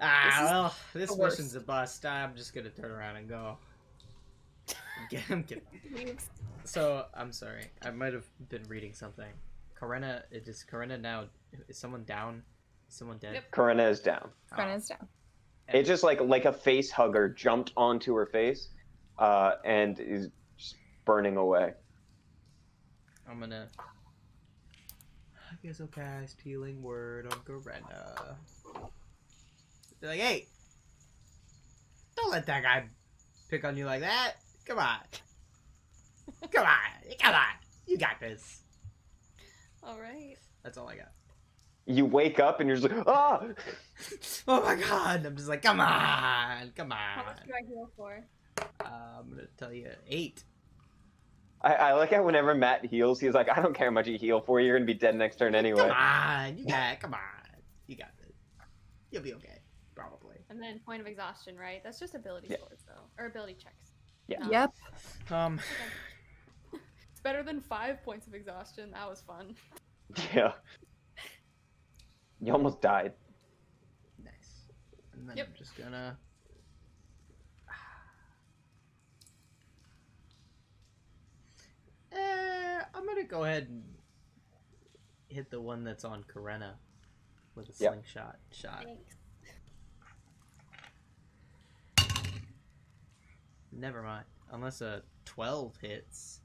Ah,
is
well, this
the worst.
mission's a bust. I'm just gonna turn around and go. I'm kid- I'm kidding. So I'm sorry. I might have been reading something. Corinna, it is Corinna now. Is someone down? Is someone dead?
Yep.
Corinna is down.
Oh.
Brenna's down.
It just like like a face hugger jumped onto her face, uh, and is just burning away.
I'm gonna. I guess I'll cast healing word on Corinna. Be like, hey, don't let that guy pick on you like that. Come on, come on, come on. You got this.
All right.
That's all I got.
You wake up and you're just like, ah!
oh my god! I'm just like, come on, come
How
on.
much do I heal for?
Uh, I'm gonna tell you eight.
I, I like how whenever Matt heals, he's like, I don't care how much you heal for, you're gonna be dead next turn anyway.
Come on, you got, come on, you got this. You'll be okay, probably.
And then point of exhaustion, right? That's just ability
Yeah.
scores, though, or ability checks.
Yeah.
Um,
Yep.
Um,
It's better than five points of exhaustion. That was fun.
Yeah. You almost died.
nice. And then
Yep.
I'm just gonna. Uh, I'm gonna go ahead and hit the one that's on Corinna with a
Yep.
slingshot shot.
Thanks.
Never mind. Unless a 12 hits.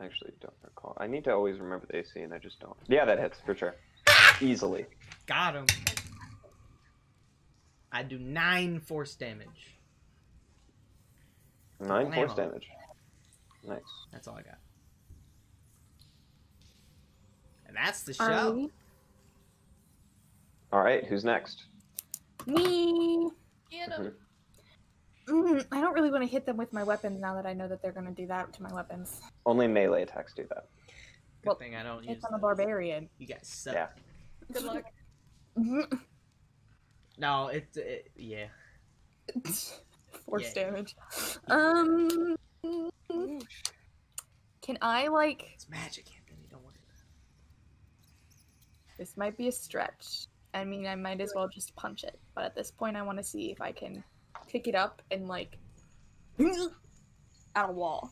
Actually, don't recall. I need to always remember the AC, and I just don't. Yeah, that hits for sure, easily.
Got him. I do 9 force damage.
Nine force
Blammo.
damage. Nice.
That's all I got. And that's the show.
Um,
All right, who's next?
me.
Get
Mhm.
him.
Mm, I don't really want to hit them with my weapons now that I know that they're going to do that to my weapons.
Only melee attacks do that.
Good
well,
thing I don't use
It's on the
those.
barbarian.
You guys suck.
Yeah.
Good luck.
Mm.
No, it's it, yeah.
Force
Yeah.
damage. Um, can I like?
It's magic, Anthony. Don't worry.
This might be a stretch. I mean, I might as well just punch it. But at this point, I want to see if I can pick it up and like
Mm.
at a wall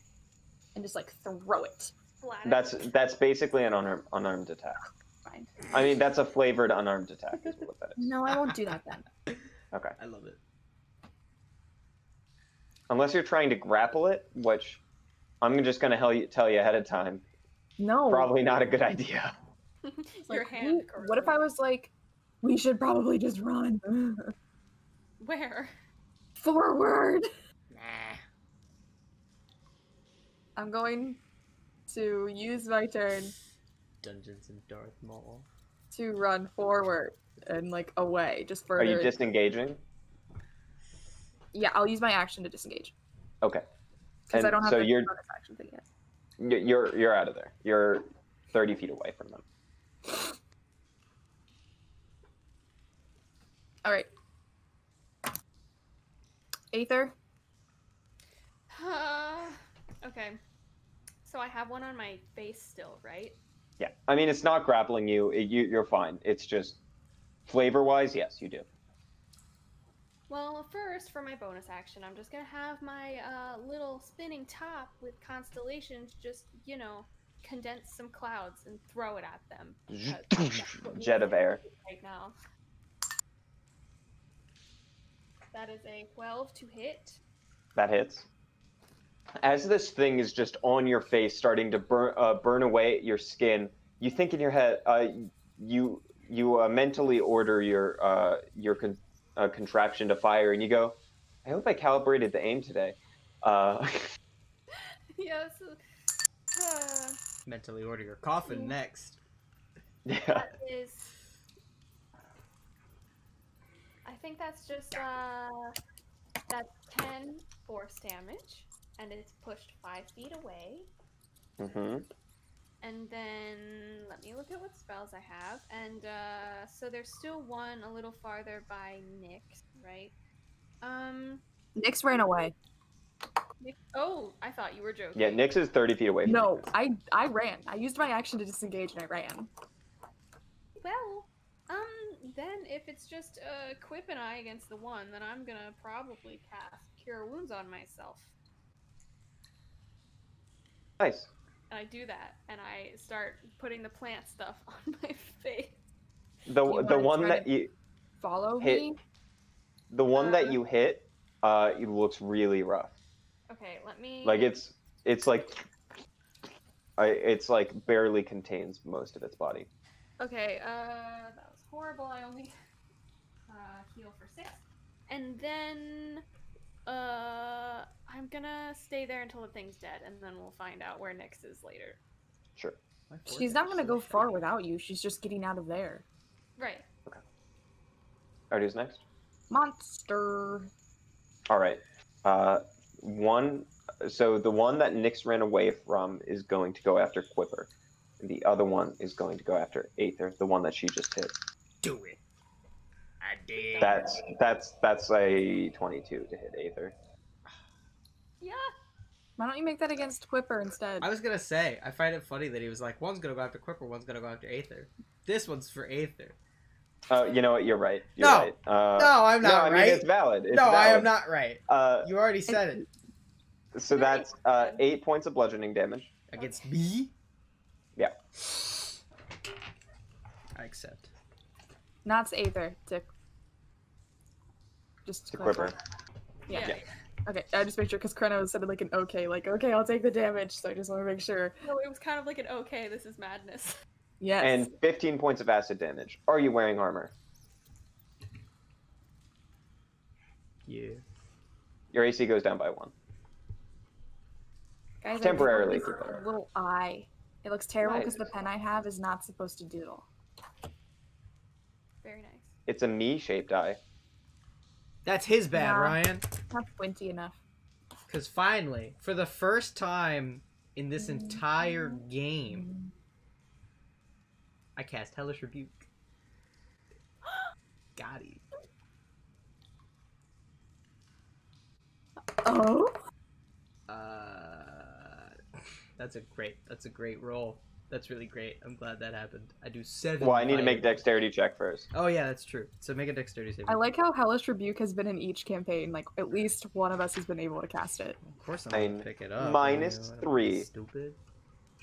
and just like throw it.
Flat out.
That's that's basically an unarmed, unarmed attack.
Fine.
I mean, that's a flavored unarmed attack, is what that is.
No, I won't do that then.
Okay.
I love it.
Unless you're trying to grapple it, which I'm just gonna hell you, tell you ahead of time.
No.
Probably not a good idea.
It's
Your
like,
hand.
"Ooh, What if I was like, we should probably just run
Where?
forward?
Nah.
I'm going to use my turn
Dungeons and Darth Maul.
to run forward and like away, just further.
Are you disengaging?
Yeah, I'll use my action to disengage
Okay.
because I
And
don't have
so
the
you're-
bonus action thing yet.
Y- You're you're out of there. You're 30 feet away from them.
All right. Aether,
Uh, okay. So I have one on my face still, right?
Yeah. I mean, it's not grappling you. It, you you're fine. It's just flavor wise, yes, you do.
Well, first, for my bonus action, I'm just gonna have my uh, little spinning top with constellations just, you know, condense some clouds and throw it at them. because that's what we
Jet of
do
air.
Right now. That is a 12 to hit.
That hits. As this thing is just on your face, starting to burn uh, burn away at your skin, you think in your head, uh, you you uh, mentally order your uh, your con- uh, contraption to fire, and you go, "I hope I calibrated the aim today." Uh,
yes. Uh,
Mentally order your coffin next.
yeah,
that is. I think that's just uh, that's ten force damage, and it's pushed five feet away.
hmm
And then let me look at what spells I have. And uh, so there's still one a little farther by Nick, right? Um.
Nyx ran away.
Nick, oh, I thought you were joking.
yeah. Nyx is thirty feet away. From
No, I I ran. I used my action to disengage and I ran.
Well, um, then if it's just uh, Quip and I against the one, then I'm gonna probably cast Cure Wounds on myself.
you. Nice.
And I do that, and I start putting the plant stuff on my face.
The
You
the
wanna
one
try
that
to-
you
Follow
Hit.
me.
the one
Uh.
Uh-huh.
that you hit, uh, it looks really rough.
Okay, let me.
Like it's it's like. I, it's like barely contains most of its body.
Okay, uh, that was horrible. I only uh, heal for six, and then uh, I'm gonna stay there until the thing's dead, and then we'll find out where Nyx is later.
Sure.
My
She's not
forehead's
gonna
so
go
shiny.
far without you. She's just getting out of there.
Right.
Alright, who's next?
Monster.
All right. Uh, one. So the one that Nyx ran away from is going to go after Quipper. The other one is going to go after Aether, the one that she just hit.
Do it. I did.
That's that's that's a twenty-two to hit Aether.
Yeah.
Why don't you make that against Quipper instead?
I was gonna say, I find it funny that he was like, one's gonna go after Quipper, one's gonna go after Aether. This one's for Aether.
Oh, you know what? You're right. You're
No.
Right. Uh,
no, I'm
no,
not
I mean
right.
it's valid. It's
no, I
valid.
am not right.
Uh,
You already said it.
so that's uh, eight points of bludgeoning damage.
Against me?
Yeah.
I accept.
Not to Aether. To just
To Quipper.
Yeah.
Yeah.
Okay, I just make sure because Krenos said like an okay, like okay, I'll take the damage. So I just want to make sure.
No, it was kind of like an okay, this is madness.
Yes.
and 15 points of acid damage. Are you wearing armor?
Yeah.
Your AC goes down by one.
Guys, I
temporarily
did notice
prepared.
a Little eye. It looks terrible because
Nice.
the pen I have is not supposed to doodle.
Very nice.
It's a me-shaped eye.
That's his bad,
Yeah.
Ryan.
It's not pointy enough.
Because finally, for the first time in this entire game, I cast Hellish Rebuke. Got it.
Oh.
Uh, that's a great. That's a great roll. That's really great. I'm glad that happened. I do seven.
Well, I need to
fire.
make dexterity check first.
Oh yeah, that's true. So make a dexterity save.
I like how Hellish Rebuke has been in each campaign. Like at least one of us has been able to cast it.
Of course, I'm gonna
Nine.
pick it up.
Minus
I know, I'm
three.
Stupid.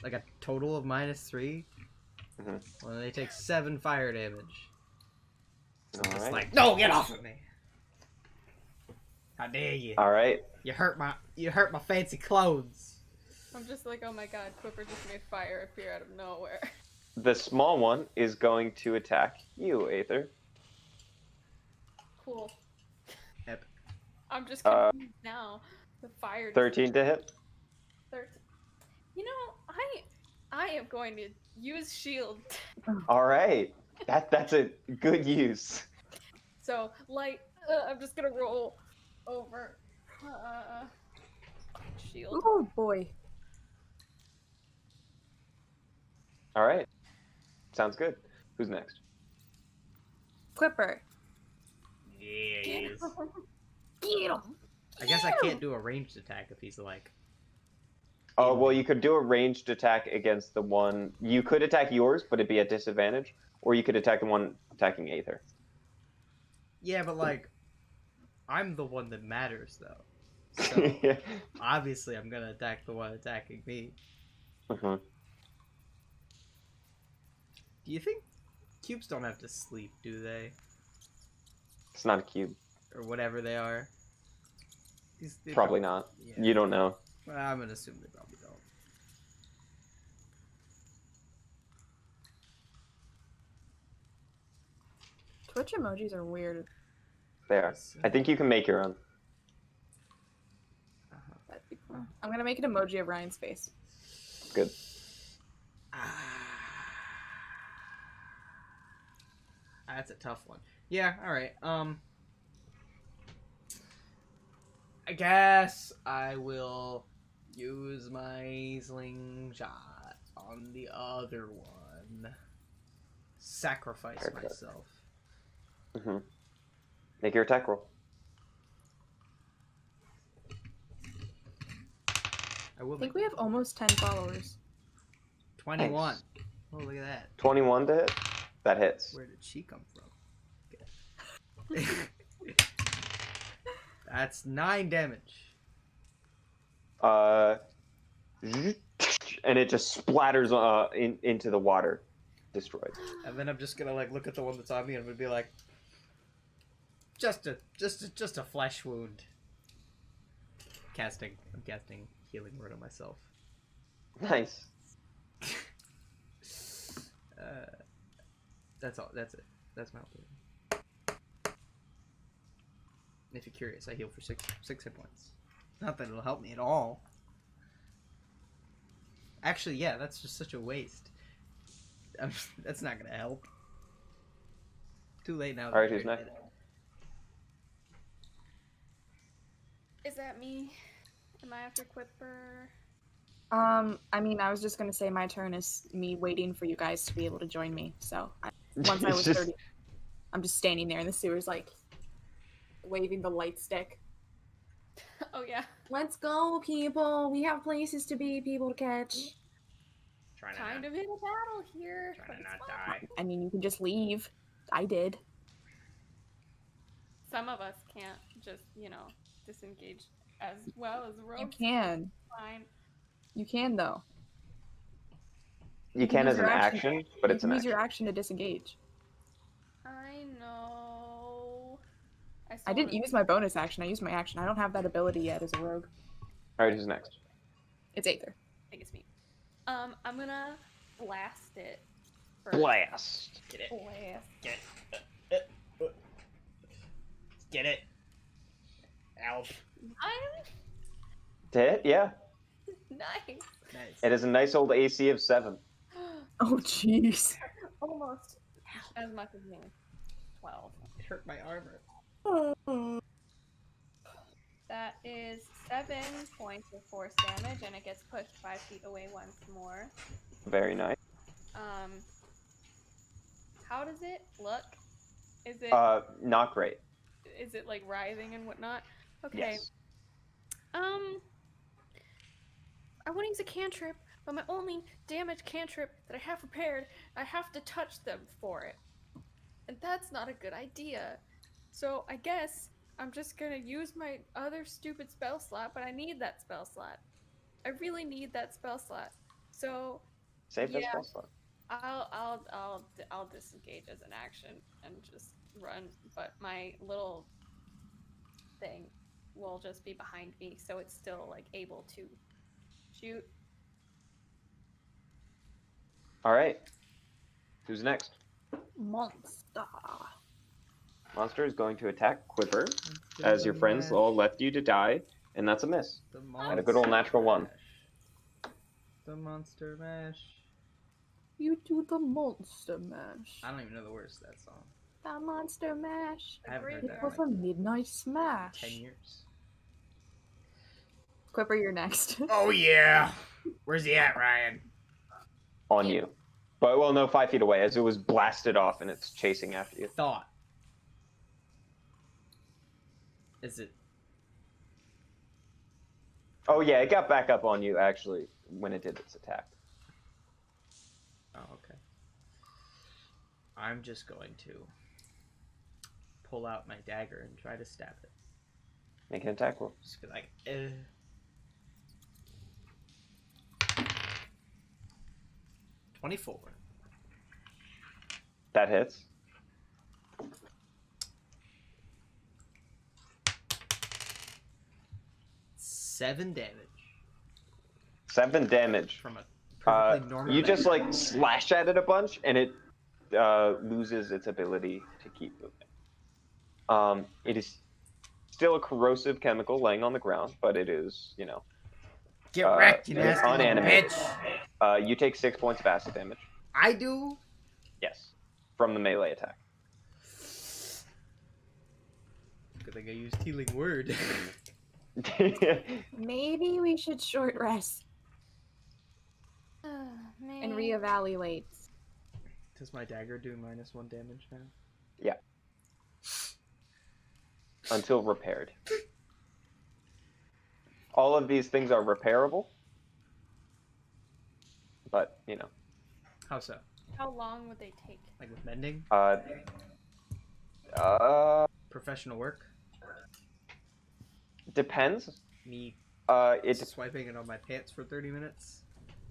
Like a total of minus three.
Mhm.
Well, they take seven fire damage.
All
It's
right.
like, no, get off of me! How dare you?
All right.
You hurt my you hurt my fancy clothes.
I'm just like, oh my god, Quipper just made fire appear out of nowhere.
The small one is going to attack you, Aether.
cool.
Yep.
I'm just
Uh,
confused now. The fire. just-
13 to hit.
Thirteen. You know, I I am going to use shield.
All right. That that's a good use.
So light. Uh, I'm just gonna roll over. Uh, shield.
Oh boy.
All right. Sounds good. Who's next?
Clipper.
Yeah, he is.
Get 'em.
I guess I can't do a ranged attack if he's like.
Oh, well, you could do a ranged attack against the one. You could attack yours, but it'd be at disadvantage, or you could attack the one attacking Aether.
Yeah, but like, I'm the one that matters though. So obviously, I'm gonna attack the one attacking me.
Mhm.
Do you think cubes don't have to sleep, do they,
It's not a cube.
or whatever they are? These- they
Probably not.
don't- Yeah.
You don't know.
Well, I'm gonna assume they probably don't.
Twitch emojis are weird.
There. I think you can make your own.
Uh-huh.
That'd be cool. I'm gonna make an emoji of Ryan's face.
Good.
Ah. Ah, That's a tough one. Yeah, alright. Um I guess I will use my slingshot on the other one. Sacrifice
Perfect.
myself.
hmm Make your attack roll.
I will
I
make
think we have almost 10 followers.
twenty one. Oh look at that.
21 to hit. That hits.
Where did she come from? Okay. That's nine damage.
Uh, and it just splatters uh, in, into the water. Destroyed.
And then I'm just gonna like look at the one that's on me and I'm gonna be like, just a just a, just a flesh wound. Casting, I'm casting healing word on myself.
Nice.
Uh, that's all. That's it. That's my ultimate. If you're curious, I heal for six six hit points. Not that it'll help me at all. Actually, yeah, that's just such a waste. I'm that's not gonna help. Too late now. that
Alright,
I
who's
already
next?
did it.
Is that me? Am I after Quipper?
Um, I mean, I was just gonna say my turn is me waiting for you guys to be able to join me. So I, once I
It's
was
just-
30, I'm just standing there in the sewers, like waving the light stick.
Oh yeah.
Let's go, people. We have places to be, people to catch.
Trying
Kind of in a battle here. but it's fine.
I mean, you can just leave. I did.
Some of us can't just, you know, disengage as well as
You
rogues.
can.
Fine.
You can though.
You can
use
as an
your action.
action, but
you
it's
can
an
use
action.
your action to disengage.
I know. still
I didn't
wanna-
use my bonus action. I used my action. I don't have that ability yet as a rogue.
All right, who's next?
It's Aether.
I think it's me. Um, I'm gonna blast it. first.
Blast.
Get it.
Blast.
Get it. Get it. Ow.
I'm
To hit? Yeah.
nice.
Nice.
It is a nice old AC of seven.
Oh jeez.
Almost as much as me. Twelve.
It hurt my armor.
That is seven points of force damage, and it gets pushed five feet away once more.
Very nice.
Um, how does it look? Is it is
Uh, not great.
it like writhing and whatnot? Okay.
Yes.
Um,
I want to use a cantrip, but my only damage cantrip that I have prepared,
I have to touch them for it, and that's not a good idea. So I guess I'm just gonna use my other stupid spell slot, but I need that spell slot. I really need that spell slot. So
Save that
Yeah.
spell slot.
I'll I'll I'll I'll disengage as an action and just run, but my little thing will just be behind me, so it's still like able to shoot.
All right. Who's next?
Monster.
Monster is going to attack Quiver
Oh,
as your friends all left you to die, and that's a miss.
The
a good old
monster
natural one.
mash. The monster mash.
You do the monster mash.
I don't even know the words to that song.
The monster mash.
I haven't heard
Agreed.
It
that
was
in
a
like
midnight smash.
ten years.
Quipper, you're next.
Oh yeah. Where's he at, Ryan?
on you. But well, no, five feet away as it was blasted off and it's chasing after you.
Thought. Is it?
Oh yeah, it got back up on you actually when it did its attack.
Oh okay. I'm just going to pull out my dagger and try to stab it.
Make an attack roll.
Just be like, eh. Twenty-four.
That hits.
Seven damage
Seven damage.
from a
Uh,
perfectly normal.
you just
dagger.
like slash at it a bunch and it uh, loses its ability to keep moving. Um, it is still a corrosive chemical laying on the ground, but it is, you know,
get
uh,
wrecked, you
it's
nasty little
unanimated.
bitch.
uh, you take six points of acid damage.
I do.
Yes, from the melee attack.
Good thing I used healing word.
Maybe we should short rest
uh, man.
and reevaluate.
Does my dagger do minus one damage now?
until repaired. All of these things are repairable, but you know,
How so?
How long would they take?
Like with mending,
uh, uh,
professional work,
depends.
me
Uh, it
just swiping it on my pants for thirty minutes.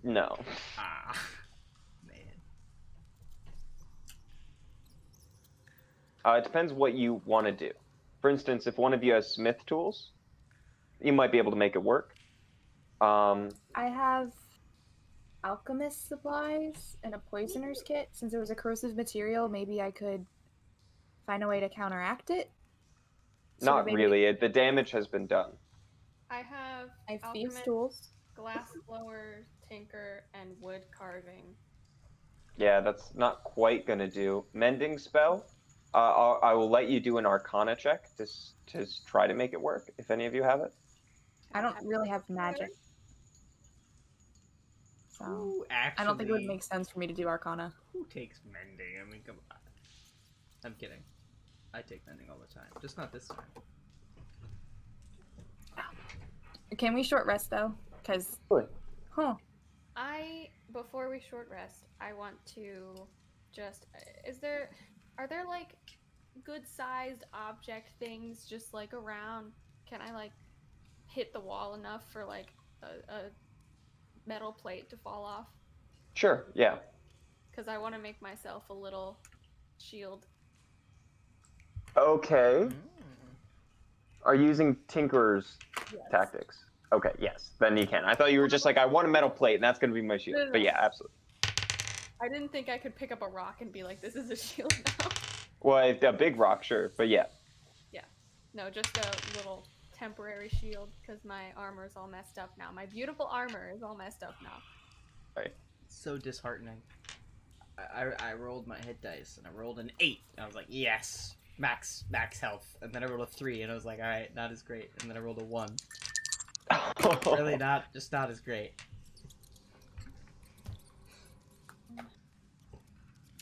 no.
Ah, man.
Uh, it depends what you want to do. For instance, if one of you has smith tools, you might be able to make it work. Um,
I have alchemist supplies and a poisoner's kit. Since it was a corrosive material, maybe I could find a way to counteract it. So
not
maybe
really. It, the damage has been done.
I have
I have thieves'
alchemist,
tools.
glass blower, tinker, and wood carving.
Yeah, that's not quite gonna do. Mending spell. Uh, I'll, I will let you do an Arcana check to s- to s- try to make it work. If any of you have it,
I don't really have magic. So
Ooh, actually,
I don't think it would make sense for me to do Arcana.
Who takes mending? I mean, come on. I'm kidding. I take mending all the time, just not this time.
Can we short rest though? Because
Sure.
huh?
I before we short rest, I want to just is there are there like good sized object things just like around? Can I like hit the wall enough for like a, a metal plate to fall off?
sure. Yeah,
Because I want to make myself a little shield.
Okay.
Mm.
are you using Tinkerer's tactics? Okay, yes, then you can. I thought you were just like, I want a metal plate, and that's gonna be my shield.
No, no,
But
no.
yeah, absolutely.
I didn't think I could pick up a rock and be like, this is a shield now.
Well, if- a big rock, sure, but yeah.
No, just a little temporary shield because my armor is all messed up now. My beautiful armor is all messed up now.
so disheartening. I, I, I rolled my hit dice and I rolled an eight. And I was like, yes, max max health. And then I rolled a three and I was like, all right, not as great. And then I rolled a one. Really not, just not as great.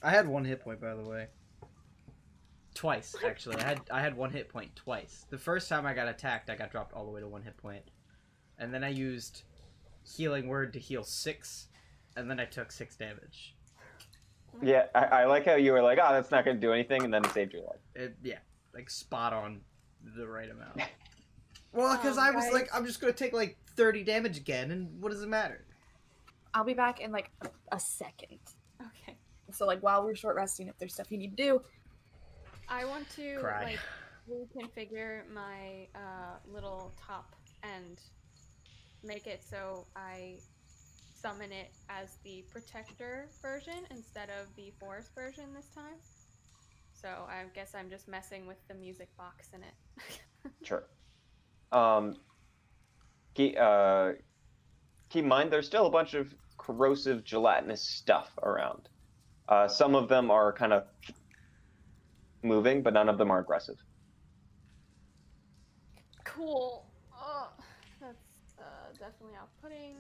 I had one hit point, by the way. Twice, actually. I had I had one hit point twice. The first time I got attacked, I got dropped all the way to one hit point, and then I used healing word to heal six, and then I took six damage.
yeah, I, I like how you were like, oh, that's not gonna do anything, and then it saved your life.
it, yeah, like spot on the right amount. well, because I was
guys.
like, I'm just gonna take like 30 damage again, and what does it matter?
I'll be back in like a, a second.
Okay.
So like while we're short resting, if there's stuff you need to do,
I want to
Cry.
like reconfigure my uh, little top and make it so I summon it as the protector version instead of the forest version this time. So I guess I'm just messing with the music box in it.
Sure. Um, keep, uh, keep in mind there's still a bunch of corrosive gelatinous stuff around. Uh, some of them are kind of moving, but none of them are aggressive.
Cool. Oh, that's uh, definitely outputting.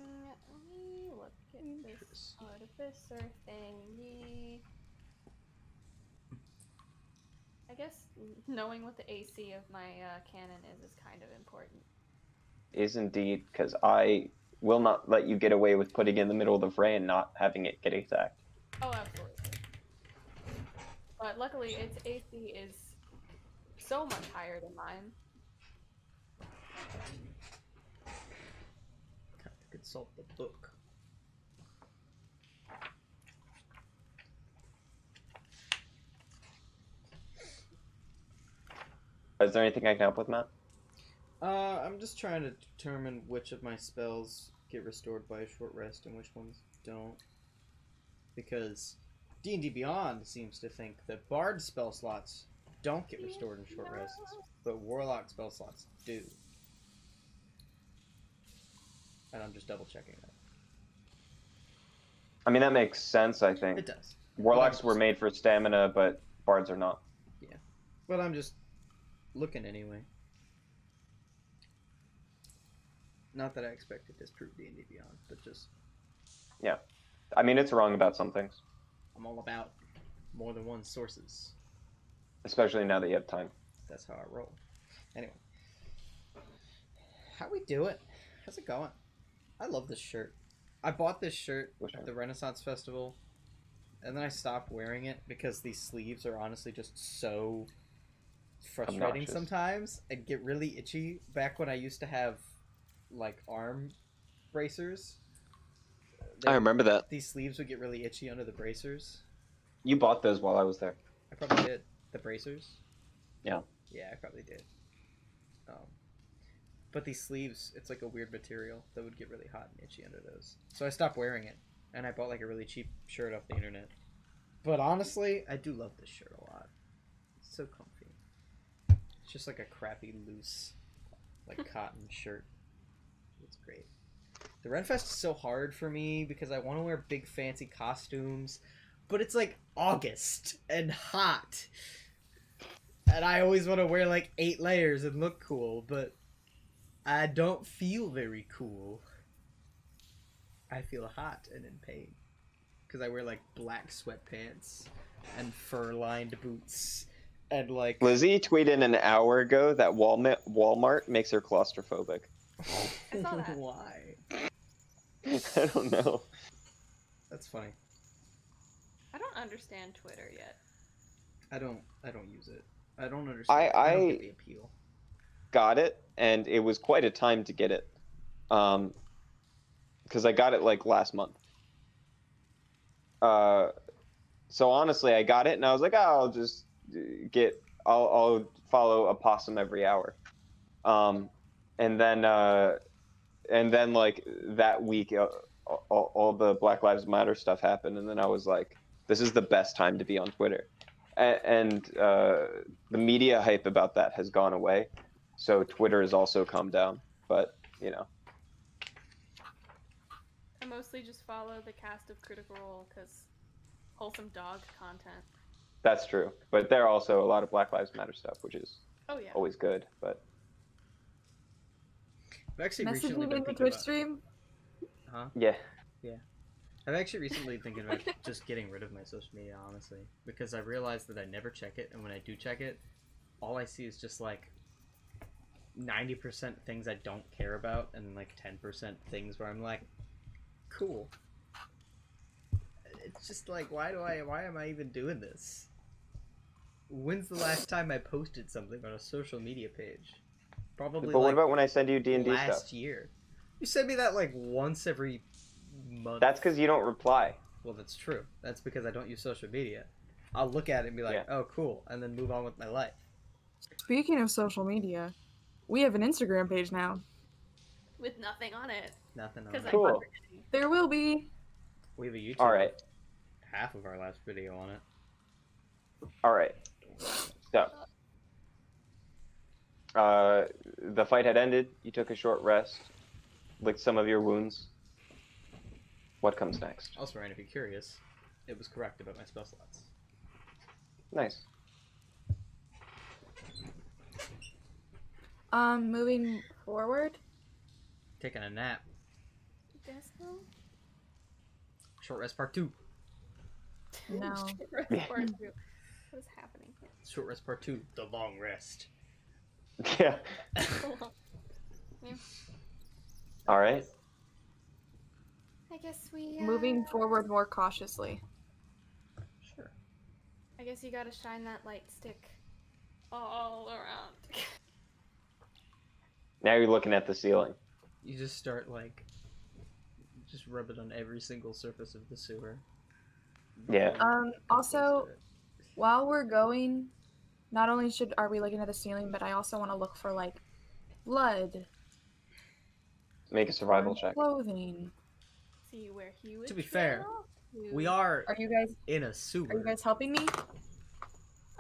Let me look at this artificer thingy. I guess n- knowing what the AC of my uh, cannon is is kind of important.
Is indeed because I will not let you get away with putting it in the middle of the fray and not having it get attacked.
Oh, absolutely. But luckily, its AC is so much higher than mine.
Have to consult the book.
Is there anything I can help with, Matt?
Uh, I'm just trying to determine which of my spells get restored by a short rest and which ones don't, because D&D Beyond seems to think that Bard spell slots don't get restored in short rests, but Warlock spell slots do. And I'm just double checking that.
I mean, that makes sense, I think.
It does.
Warlocks were made for stamina, but bards are not.
But I'm just looking anyway. Not that I expected this proof D and D Beyond, but just
I mean, it's wrong about some things,
I'm all about more than one sources.
especially now that you have time.
That's how I roll. Anyway, how we do it? How's it going? I love this shirt. I bought this shirt
Which one?
at the Renaissance Festival, and then I stopped wearing it because these sleeves are honestly just so frustrating
Obnoxious.
sometimes and get really itchy. Back when I used to have like arm bracers, they-
remember that.
these sleeves would get really itchy under the bracers.
You bought those while I was there.
I probably did. The bracers?
Yeah.
Yeah, I probably did. Um, but these sleeves, it's like a weird material that would get really hot and itchy under those. So I stopped wearing it, and I bought like a really cheap shirt off the internet. But honestly, I do love this shirt a lot. It's so comfy. It's just like a crappy, loose, like cotton shirt. It's great. The Renfest is so hard for me because I want to wear big fancy costumes, but it's like August and hot. And I always want to wear like eight layers and look cool, but I don't feel very cool. I feel hot and in pain because I wear like black sweatpants and fur lined boots and like.
Lizzie tweeted an hour ago that Walmart, Walmart makes her claustrophobic.
I saw that.
Why?
I don't know.
That's funny.
I don't understand Twitter yet.
I don't. I don't use it. I don't understand.
I-
don't
I-
get the appeal.
Got it, and it was quite a time to get it. Um, because I got it like last month. Uh, so honestly, I "Ah, got it, and I was like, oh, I'll just uh, get, I'll, I'll follow a possum every hour. um, and then uh, and then like that week, uh, all, all the Black Lives Matter stuff happened, and then I was like, this is the best time to be on Twitter, and, and uh, the media hype about that has gone away, so Twitter has also calmed down. But you know,
I mostly just follow the cast of Critical Role because wholesome dog content.
that's true. But there are also a lot of Black Lives Matter stuff, which is
Oh yeah.
always good. But
I've actually
Message me
recently been
in the
thinking
Twitch
about,
stream.
huh?
yeah,
I've actually recently thinking about just getting rid of my social media, honestly, because I realized that I never check it, and when I do check it, all I see is just like ninety percent things I don't care about, and like ten percent things where I'm like, cool. It's just like, why do I? Why am I even doing this? When's the last time I posted something on a social media page? Probably.
but what
like,
about when I send you D and D
last
stuff?
year. You send me that like once every month.
That's because you don't reply.
well, that's true. That's because I don't use social media. I'll look at it and be like, "Oh, cool," and then move on with my life.
Speaking of social media, we have an Instagram page now.
With nothing on it
Nothing. On
because
it.
Cool.
I'm forgetting.
There will be.
We have a YouTube.
All right,
with Half of our last video on it.
all right. So, uh, the fight had ended. You took a short rest, licked some of your wounds. What comes next?
Also, Ryan, if you're curious, it was correct about my spell slots.
Nice.
Um, moving forward.
Taking a nap.
Guess so.
Short rest part two.
No.
Short
Yeah.
rest part two. What is happening here?
Short rest part two. The long rest.
Yeah. All right.
I guess we uh,
Moving forward more cautiously.
Sure.
I guess you gotta shine that light stick.
All around.
Now you're looking at the ceiling.
You just start like, just rub it on every single surface of the sewer.
Yeah.
Um, also,
Closer.
while we're going, not only should are we looking at the ceiling, but I also want to look for like blood,
Make a survival check.
clothing.
See where he would.
To be
trail
fair,
off to.
we are
Are you guys
in a
are you
sewer.
guys helping me?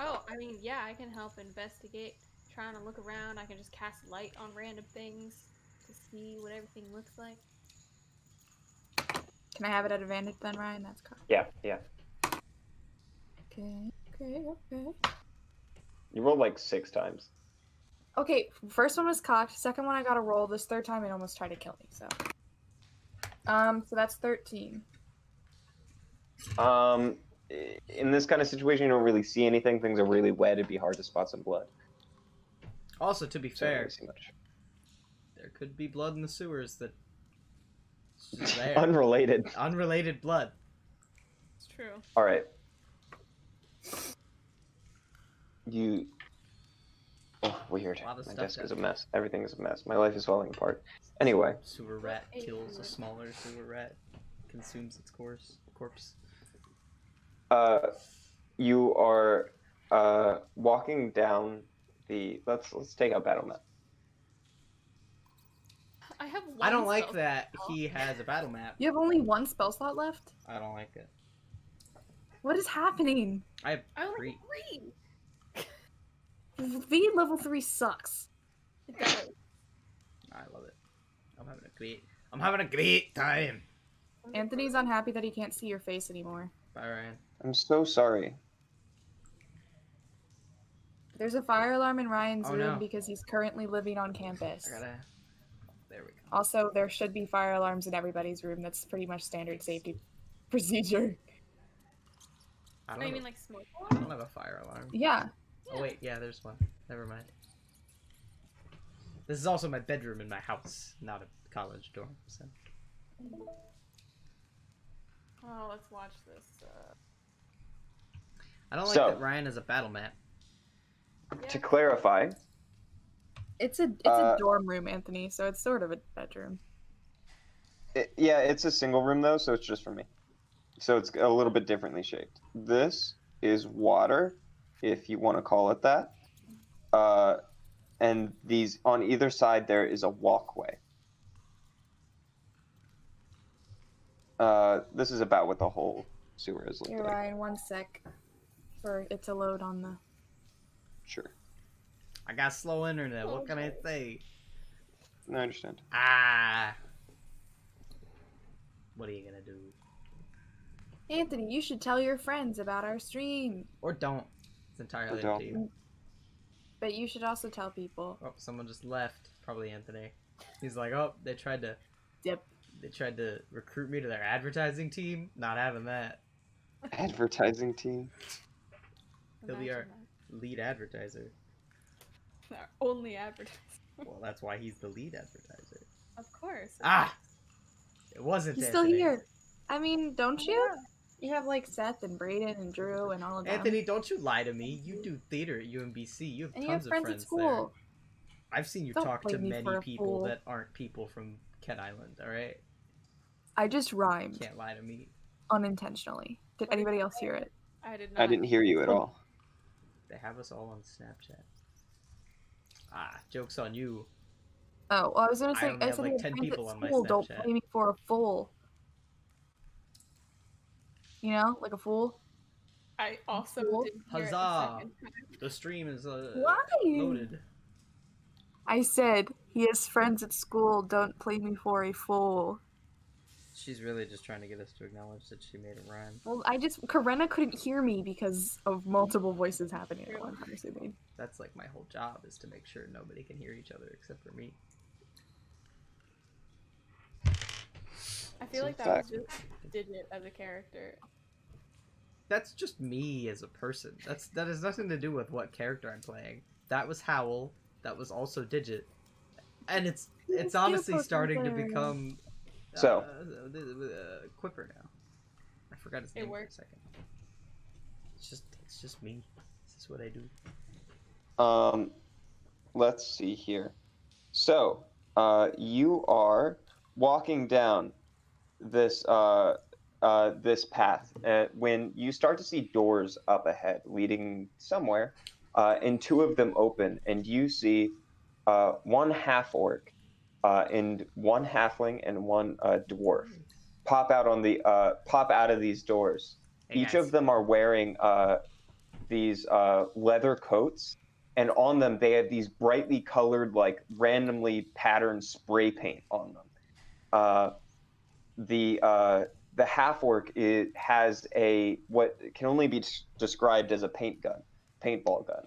Oh, I mean, yeah, I can help investigate. Trying to look around, I can just cast light on random things to see what everything looks like.
Can I have it at advantage then, Ryan? That's cool.
Yeah, yeah.
Okay, okay, okay.
You rolled like six times.
Okay, first one was cocked. Second one I got a roll. This third time it almost tried to kill me. So, um, so that's thirteen.
Um, i- in this kind of situation, you don't really see anything. Things are really wet. It'd be hard to spot some blood.
Also, to be
So you don't
fair,
really see much.
there could be blood in the sewers that. It's just there.
Unrelated.
Unrelated blood.
It's true.
All right. You. Oh, weird.
Lot of
My
stuff
desk is a
down
mess. Everything is a mess. My life is falling apart. Anyway,
Sewer rat
a
kills a
word.
smaller sewer rat, consumes its course, corpse.
uh, you are uh, walking down the. Let's let's take out battle map.
I have.
I don't
one
like
spell.
that he has a battle map.
You have only one spell slot left.
I don't like it.
What is happening?
I have
I only
three.
have three.
V level three sucks.
It does.
I love it. I'm having a great. I'm having a great time.
Anthony's unhappy that he can't see your face anymore.
Bye, Ryan.
I'm so sorry.
There's a fire alarm in Ryan's
Oh,
room
no.
because he's currently living on campus.
I gotta. There we go.
Also, there should be fire alarms in everybody's room. That's pretty much standard safety procedure.
I
I
don't,
Oh, mean,
have,
like smoke.
I don't have a fire alarm.
Yeah.
Oh wait, yeah, there's one. Never mind. This is also my bedroom in my house, not a college dorm. So
Oh, let's watch this. Uh,
I don't like
So-
that Ryan has a battle map.
To
yeah.
clarify,
It's a it's
Uh,
a dorm room, Anthony, so it's sort of a bedroom.
It, yeah, it's a single room though, so it's just for me. So it's a little bit differently shaped. This is water, if you want to call it that. Uh, and these on either side there is a walkway. Uh, this is about what the whole sewer is looking
Here,
like.
Ryan, one sec for it to load on the.
Sure,
I got slow internet. What can I say?
I understand.
Ah. What are you gonna do?
Anthony, you should tell your friends about our stream,
Or don't. It's entirely up
don't.
to you.
but you should also tell people.
Oh, someone just left. Probably Anthony. He's like, oh, they tried to.
Yep.
They tried to recruit me to their advertising team. Not having that.
Advertising team.
He'll be
Imagine
Lead advertiser.
that. Our only advertiser.
Well, that's why he's the lead advertiser.
Of course.
Ah. It wasn't.
He's still
Anthony.
here. I mean, don't you? You have like Seth and Brayden and Drew and all of them.
Anthony, don't you lie to me. You do theater at UMBC. You have
and
tons
you have friends,
of friends
at school.
there. I've seen you
Don't
talk to
blame me
many
for a
people
fool.
that aren't people from Cat Island. All right,
I just
you
rhymed
can't lie to me.
unintentionally. Did anybody else hear it?
I did not.
I didn't hear you at all.
They have us all on Snapchat. Ah, jokes on you.
Oh, well, I was gonna
I
say.
only have,
said
like,
you had
10
friends
people
at
on my
school. Don't
Snapchat.
play me for a fool. You know, like a fool.
I also
Cool.
didn't hear it the
Huzzah.
second time.
The stream is uh,
Why?
loaded.
I said he has friends at school. Don't play me for a fool.
She's really just trying to get us to acknowledge that she made a rhyme.
Well, I just Corinna couldn't hear me because of multiple voices happening at
True.
one time. So they-
That's like my whole job is to make sure nobody can hear each other except for me.
I feel like
It's a
that was just Digit as a character.
That's just me as a person. That's that has nothing to do with what character I'm playing. That was Howl. That was also Digit, and it's it's
It's still
honestly
fucking
starting to
hilarious.
become uh,
So.
uh, uh, Quipper now. I forgot his
It
name for a
worked.
second. It's just it's just me. This is what I do.
Um, let's see here. So, uh, you are walking down this uh, uh, this path uh, when you start to see doors up ahead leading somewhere, uh, and two of them open, and you see uh, one half orc, uh, and one halfling, and one uh, dwarf pop out on the uh, pop out of these doors.
Hey,
Each
guys.
of them are wearing uh, these uh, leather coats, and on them they have these brightly colored, like randomly patterned spray paint on them. Uh, the uh, the half orc i- has a what can only be des- described as a paint gun, paintball gun,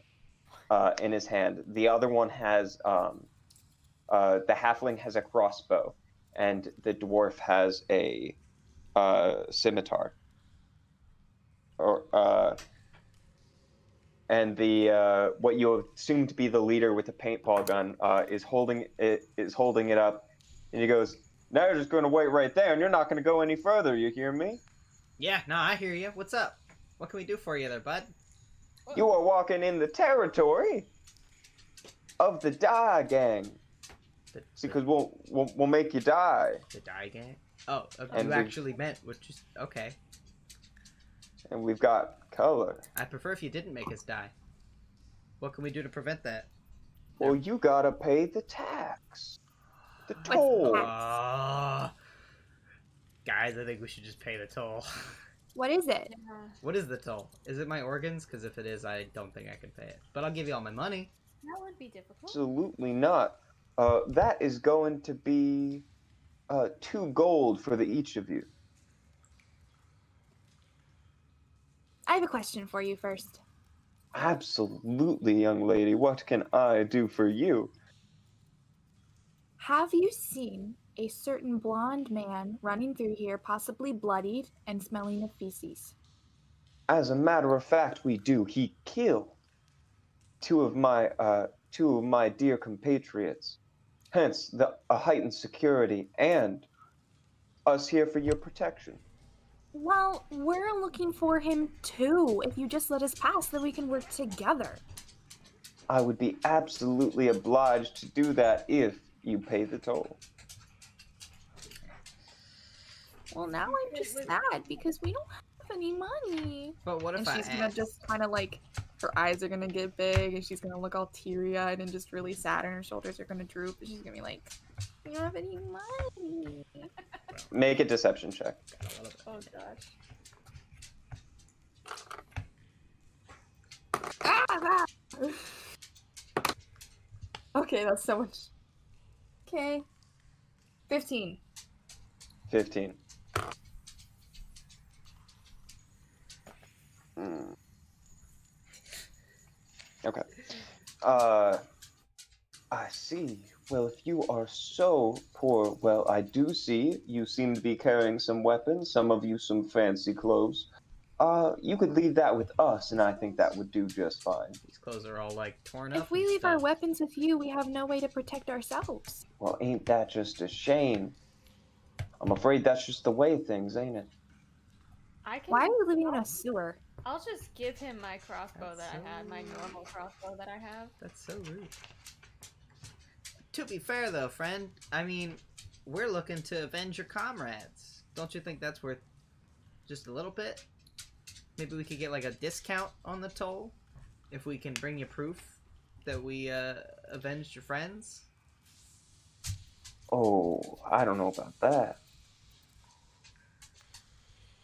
uh, in his hand. The other one has um, uh, the halfling has a crossbow, and the dwarf has a uh, scimitar or uh, and the uh, what you assume to be the leader with the paintball gun uh, is holding it is holding it up, and he goes, "Now you're just going to wait right there, and you're not going to go any further. You hear me?
Yeah, no, I hear you. What's up? What can we do for you there, bud?
You are walking in the territory of the die gang.
The,
See, because
the,
we'll, we'll we'll make you die."
the die gang. Oh, uh,
And
you
the-
actually meant what? Just okay.
And we've got color.
I prefer if you didn't make us die. What can we do to prevent that?
Well, you gotta pay the tax, the
What's
toll.
that?
Ah. guys, I think we should just pay the toll.
What is it?
what is the toll? Is it my organs? Because if it is, I don't think I can pay it. But I'll give you all my money.
That would be difficult.
Absolutely not. Uh, that is going to be uh, two gold for the each of you.
I have a question for you first.
Absolutely, young lady. What can I do for you?
Have you seen a certain blonde man running through here, possibly bloodied and smelling of feces?
As a matter of fact, we do. He killed two of my uh, two of my dear compatriots. Hence the a heightened security and us here for your protection.
Well, we're looking for him too. If you just let us pass, then we can work together.
I would be absolutely obliged to do that if you pay the toll.
Well, now I'm just sad because we don't have any money.
But what if
and
I
she's gonna
ask?
just kind of like her eyes are gonna get big and she's gonna look all teary eyed and just really sad and her shoulders are gonna droop and she's gonna be like, You don't have any money.
Make a deception check.
Got a lot of-
Oh gosh.
Ah, ah. okay, that's so much. Okay. 15.
15. Mm. Okay. Uh, I see. Well, if you are so poor, well, I do see you seem to be carrying some weapons, some of you some fancy clothes. Uh, you could leave that with us, and I think that would do just fine.
These clothes are all like torn up.
If we
and
leave our
stuff.
weapons with you, we have no way to protect ourselves.
Well, ain't that just a shame? I'm afraid that's just the way of things, ain't it?
I can.
Why are we living in a sewer?
I'll just give him my crossbow that I had, my
Absolutely.
normal crossbow that I have.
That's so rude. To be fair, though, friend, I mean, we're looking to avenge your comrades. Don't you think that's worth just a little bit? Maybe we could get like a discount on the toll if we can bring you proof that we uh, avenged your friends.
Oh, I don't know about that.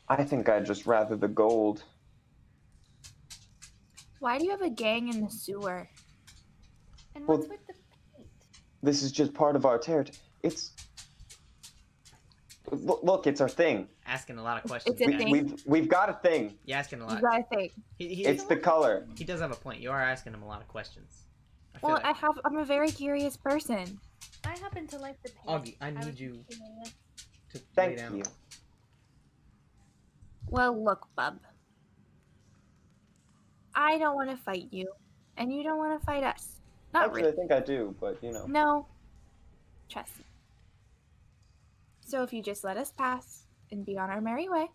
I think I'd just rather the gold.
Why do you have a gang in the sewer?
And
Well-
what's with the paint?
This is just part of our territory. It's. Look, look, it's our thing.
Asking a lot of questions.
It's a
guys.
thing.
We've we've got a thing.
You're asking a
You
lot.
gotta think.
He, he,
It's the color.
he does have a point. You are asking him a lot of questions. I feel
Well,
that.
I have. I'm a very curious person.
I happen to like the paint.
Augie, I need
was
you
curious.
to lay
Thank
down.
you.
Well, look, bub. I don't want to fight you, and you don't want to fight us. Not
Actually, I
really.
think I do, but you know.
No. Trust me. So if you just let us pass and be on our merry way,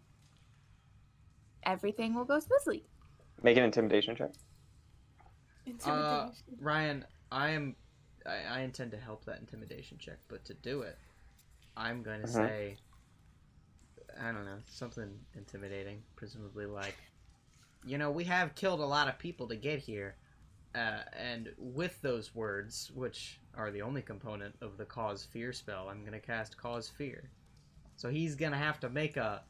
everything will go smoothly.
Make an intimidation check.
Uh,
Intimidation.
Ryan, I am. I, I intend to help that intimidation check, but to do it, I'm going to
Mhm.
say. I don't know, something intimidating. Presumably, like, you know, we have killed a lot of people to get here. Uh, and with those words, which are the only component of the cause fear spell, I'm going to cast cause fear. So he's going to have to make a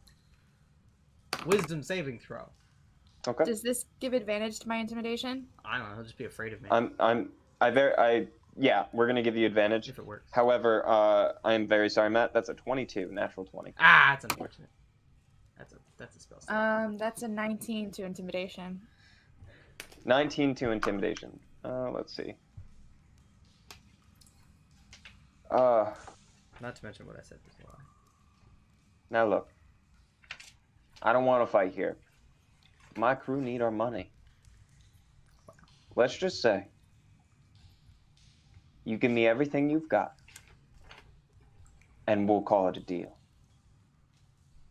wisdom saving throw.
Okay.
Does this give advantage to my intimidation?
I don't know, he'll just be afraid of me
I'm I'm I very I yeah. We're gonna give you advantage.
if it works.
However, uh, I'm very sorry, Matt. That's a 22, natural 20.
Ah, that's unfortunate. That's a that's a spell.
Uh,
slot.
Um, that's a 19 to intimidation.
19 to intimidation. Uh, let's see. Uh,
Not to mention what I said before.
now look. I don't want to fight here. My crew need our money. Let's just say you give me everything you've got, and we'll call it a deal.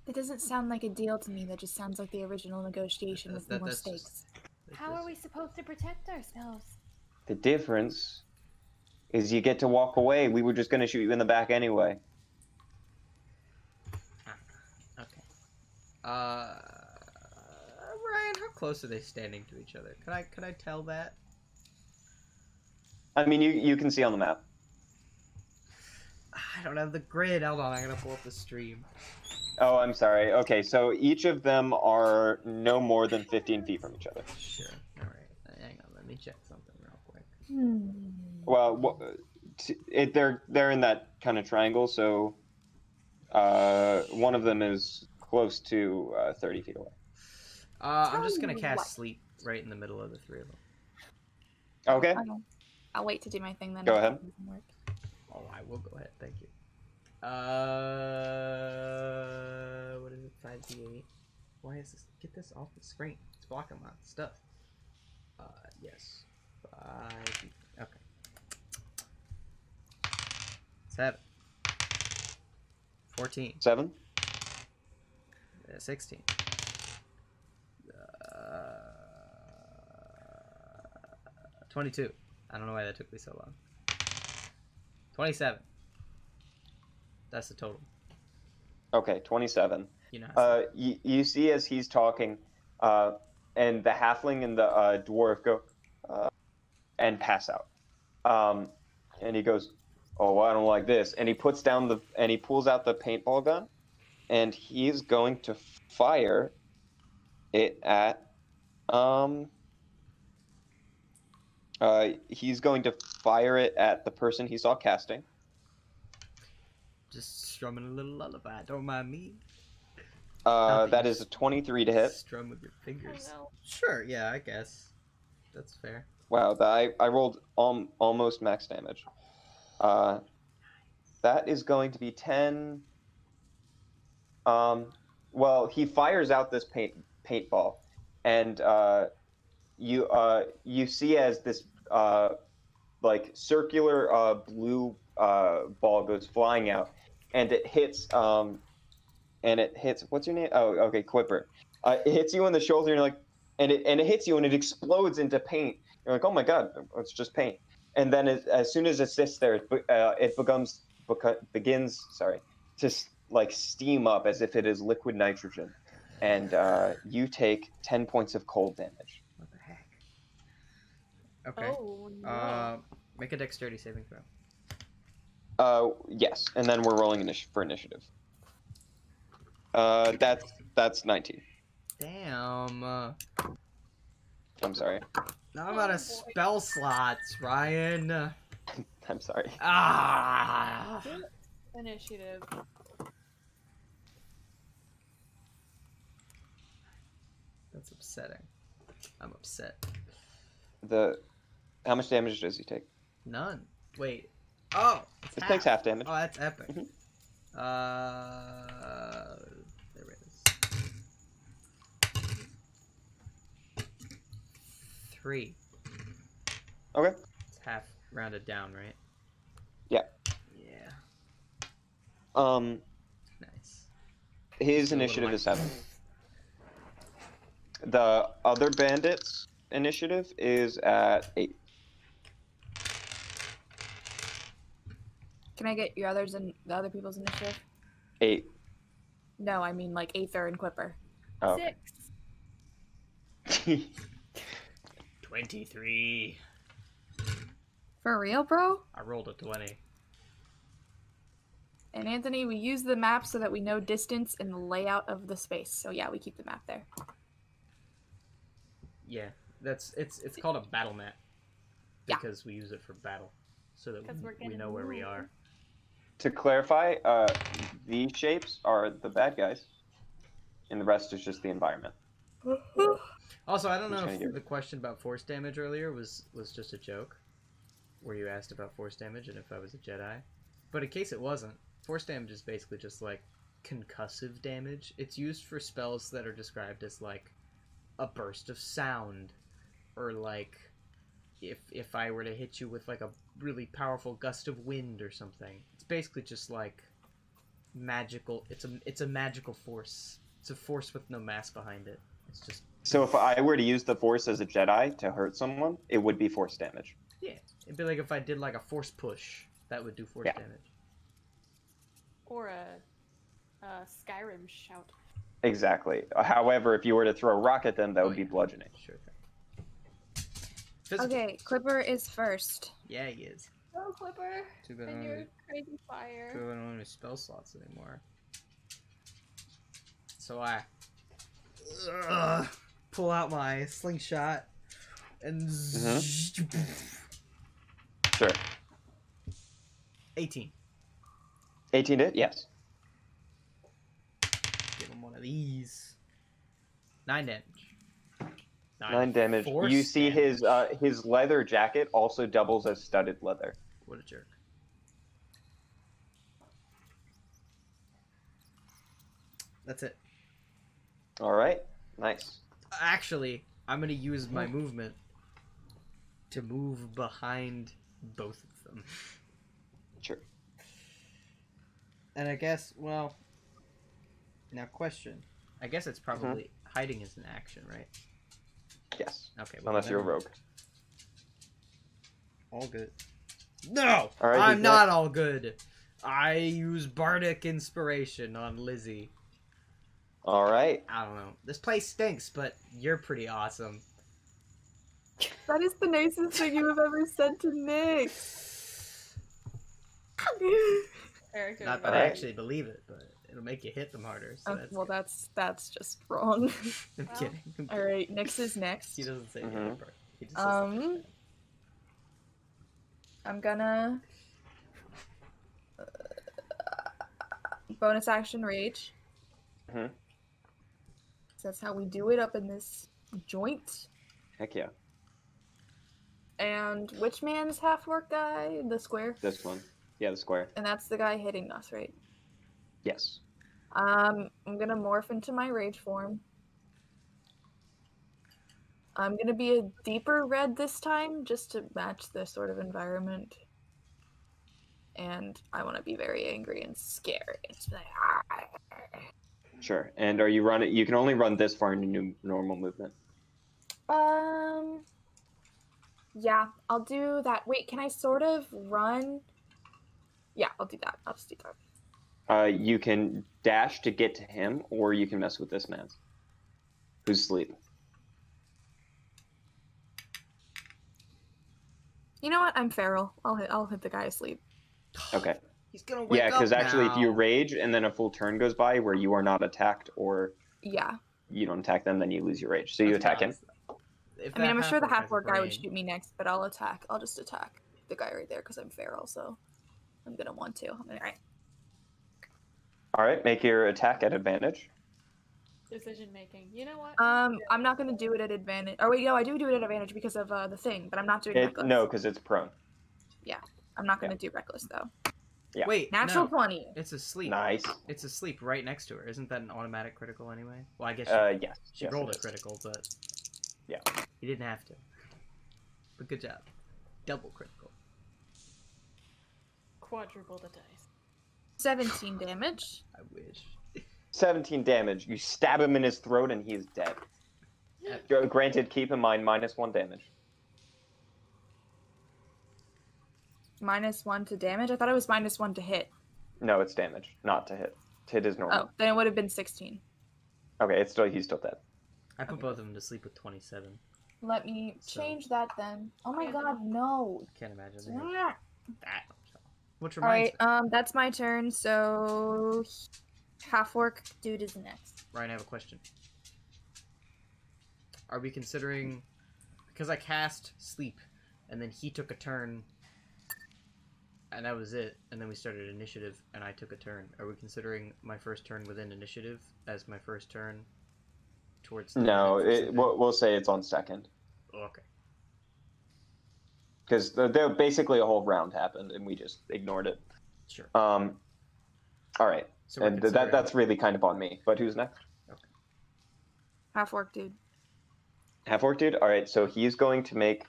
That doesn't sound like a deal to me. That just sounds like the original negotiation
That-
with
that-
more
that's
stakes.
just- It
How are
is-
we supposed to protect ourselves?
The difference is you get to walk away. We were just going to shoot you in the back anyway.
Okay. Uh, Ryan, how close are they standing to each other? Could I could I tell that?
I mean, you, you can see on the map.
I don't have the grid. Hold on, I gotta pull up the stream.
Oh, I'm sorry. Okay, so each of them are no more than 15 feet from each other.
Sure. All right. Hang on. Let me check something real quick.
Hmm.
Well, wh- t- it, they're they're in that kind of triangle, so uh, one of them is close to uh, 30 feet away.
Uh, I'm
Tell
just gonna
you
cast
what.
sleep right in the middle of the three of them.
Okay,
Okay. I'll wait to do my thing then.
Go
if that
ahead.
doesn't work.
Oh, I will go ahead. Thank you. Uh, what is it? Five D eight. Why is this? Get this off the screen. It's blocking my stuff. Uh, yes. Five. D- Okay. Seven. Fourteen.
seven.
Uh, Sixteen. Uh, Twenty-two. I don't know why that took me so long. Twenty-seven. That's the total.
Okay, 27.
You know.
Uh, you, you see as he's talking, uh, and the halfling and the uh, dwarf go uh, and pass out. Um, and he goes, "Oh, I don't like this." And he puts down the and he pulls out the paintball gun, and he's going to fire it at um. Uh, he's going to fire it at the person he saw casting.
Just strumming a little lullaby. Don't mind me.
Uh,
Nothing.
that is a 23 to hit.
Strum with your
I don't
fingers.
know.
Sure. Yeah, I guess that's fair.
Wow, that, I, I rolled al- almost max damage. Uh, that is going to be 10. Um, well, he fires out this paint paintball, and uh, you uh, you see as this uh, like circular uh, blue uh, ball goes flying out, and it hits um, and it hits what's your name? Oh, okay, Quipper. Uh, it hits you in the shoulder, and you're like, and it and it hits you, and it explodes into paint. You're like, oh my god, it's just paint. And then as, as soon as it sits there, it, be- uh, it becomes beca- begins sorry to s- like steam up as if it is liquid nitrogen, and uh, you take ten points of cold damage.
What the heck? Okay.
Oh no.
Uh, make a dexterity saving throw.
Uh, yes, and then we're rolling initi- for initiative. Uh, that's that's nineteen.
Damn. uh,
I'm sorry.
I'm out
Oh,
of
boy.
spell slots, Ryan. Uh,
I'm sorry.
Ah.
Initiative.
That's upsetting. I'm upset.
The how much damage does he take?
None. Wait. Oh. it's
It takes half damage.
Oh, that's epic.
Mhm.
Uh, there it is. Three.
Okay.
It's half rounded down, right?
Yeah.
Yeah.
Um,
Nice.
His
Still a little
initiative
light.
is seven. The other bandits' initiative is at eight.
Can I get your others and the other people's initiative?
Eight.
No, I mean like Aether and Quipper.
Oh.
Six.
Twenty-three.
For real, bro?
I rolled a twenty.
And Anthony, we use the map so that we know distance and the layout of the space. So yeah, we keep the map there.
Yeah. That's it's it's called a battle map
Yeah.
because we use it for battle, so that
'Cause we're
we
gonna
know where we
move.
are.
to clarify, uh, these shapes are the bad guys, and the rest is just the environment.
Also, I don't
Just
know
trying
if
to get-
the question about force damage earlier was was just a joke, where you asked about force damage and if I was a Jedi, but in case it wasn't, force damage is basically just like concussive damage. It's used for spells that are described as like a burst of sound, or like if if I were to hit you with like a really powerful gust of wind or something. It's basically just like magical. It's a it's a magical force. It's a force with no mass behind it. It's just
So if I were to use the force as a Jedi to hurt someone, it would be force damage.
It'd be like if I did like a force push, that would do force
Yeah.
damage.
Or a, a Skyrim shout.
Exactly. However, if you were to throw a rock at them, that would
Oh,
be
yeah.
bludgeoning.
Sure thing. Physical.
Okay, Quipper is first.
Yeah, he is.
Oh, Clipper.
Too bad I
And
don't
your
have-
crazy
too
fire.
bad I don't have any spell slots anymore. So I Ugh, pull out my slingshot and
Uh-huh. Sure.
18.
18 hit? Yes.
Give him one of these. Nine damage.
Nine damage.
force
You see his uh,
damage.
his leather jacket also doubles as studded leather.
What a jerk. That's it.
All right. Nice.
Actually, I'm gonna use my movement to move behind both of them.
Sure.
And I guess, well, now question. I guess it's
Mm-hmm.
probably hiding is an action, right?
Yes.
Okay. well,
Unless
then
you're a rogue.
All good. No,
All right,
I'm
you
not all good. I use bardic inspiration on Lizzie.
All right.
I don't know. This place stinks, but you're pretty awesome.
That is the nicest thing you have ever said to Nick.
Character
Not that I
Alright.
actually believe it, but it'll make you hit them harder. So
Oh,
Uh,
that's
well,
good.
that's that's just wrong.
I'm
Well.
kidding. I'm
All
kidding.
right, Nyx is next.
He doesn't say the
Mhm.
other part. He just says the first
Um,
part.
I'm gonna uh, bonus action rage.
Mhm.
So that's how we do it up in this joint.
Heck yeah.
And which man's half orc guy? The square.
This one. Yeah, the square.
And that's the guy hitting us, right?
Yes.
Um, I'm gonna morph into my rage form. I'm gonna be a deeper red this time, just to match the sort of environment. And I want to be very angry and scary. It's like, "Ah."
Sure. And are you running? You can only run this far in your new normal movement.
um, yeah, I'll do that. Wait, can I sort of run? Yeah, I'll do that. I'll just do that.
Uh, you can dash to get to him, or you can mess with this man, who's asleep.
You know what? I'm feral. I'll hit. I'll hit the guy asleep.
Okay.
He's gonna wake
Yeah,
up
because actually, if you
now.
rage and then a full turn goes by where you are not attacked or
Yeah.
you don't attack them, then you lose your rage. So you
That's
attack him.
nice. If
I mean,
that
I'm sure the half
half-orc
orc
has a
guy would
brain-
shoot me next, but I'll attack. I'll just attack the guy right there because I'm feral, so I'm gonna want to. I'm gonna, alright.
All right, make your attack at advantage.
decision making. You know
Uh,
what?
Um, I'm not gonna do it at advantage. Oh wait, no, I do do it at advantage because of uh, the thing, but I'm not doing
It,
reckless.
no, because it's prone.
I'm not gonna do reckless though.
Yeah.
Wait,
Natural
no.
twenty.
It's asleep.
Nice.
It's asleep right next to her. Isn't that an automatic critical anyway? Well, I guess she,
Uh, yes.
she
yes,
rolled a
it is.
critical, but
Yeah.
he didn't have to. But good job, double critical.
Quadruple the dice.
Seventeen damage.
I wish.
17 damage. You stab him in his throat and he is dead.
Yeah.
Gr- Granted, keep in mind minus one damage.
Minus one to damage. I thought it was minus one to hit.
No, it's damage, not to hit. To hit is normal.
Oh, then it would have been sixteen.
Okay, it's still he's still dead.
I put
Okay.
both of them to sleep with 27.
Let me
So-
change that then. Oh my
Yeah.
god, no.
Can't imagine they did
Yeah.
that. Which
All
reminds
right, um, that's my turn. So, half orc dude is next.
me, Ryan, I have a question. Are we considering because I cast sleep, and then he took a turn, and that was it, and then we started initiative, and I took a turn. Are we considering my first turn within initiative as my first turn towards? the
No,
defense or
it,
something?
we'll, we'll say it's on second
Oh, okay.
because there basically a whole round happened and we just ignored it.
Sure.
Um, all right,
So we're
and th- that
considering-
that's really kind of on me. But who's next?
Half orc dude.
Half orc dude. All right, so he's going to make.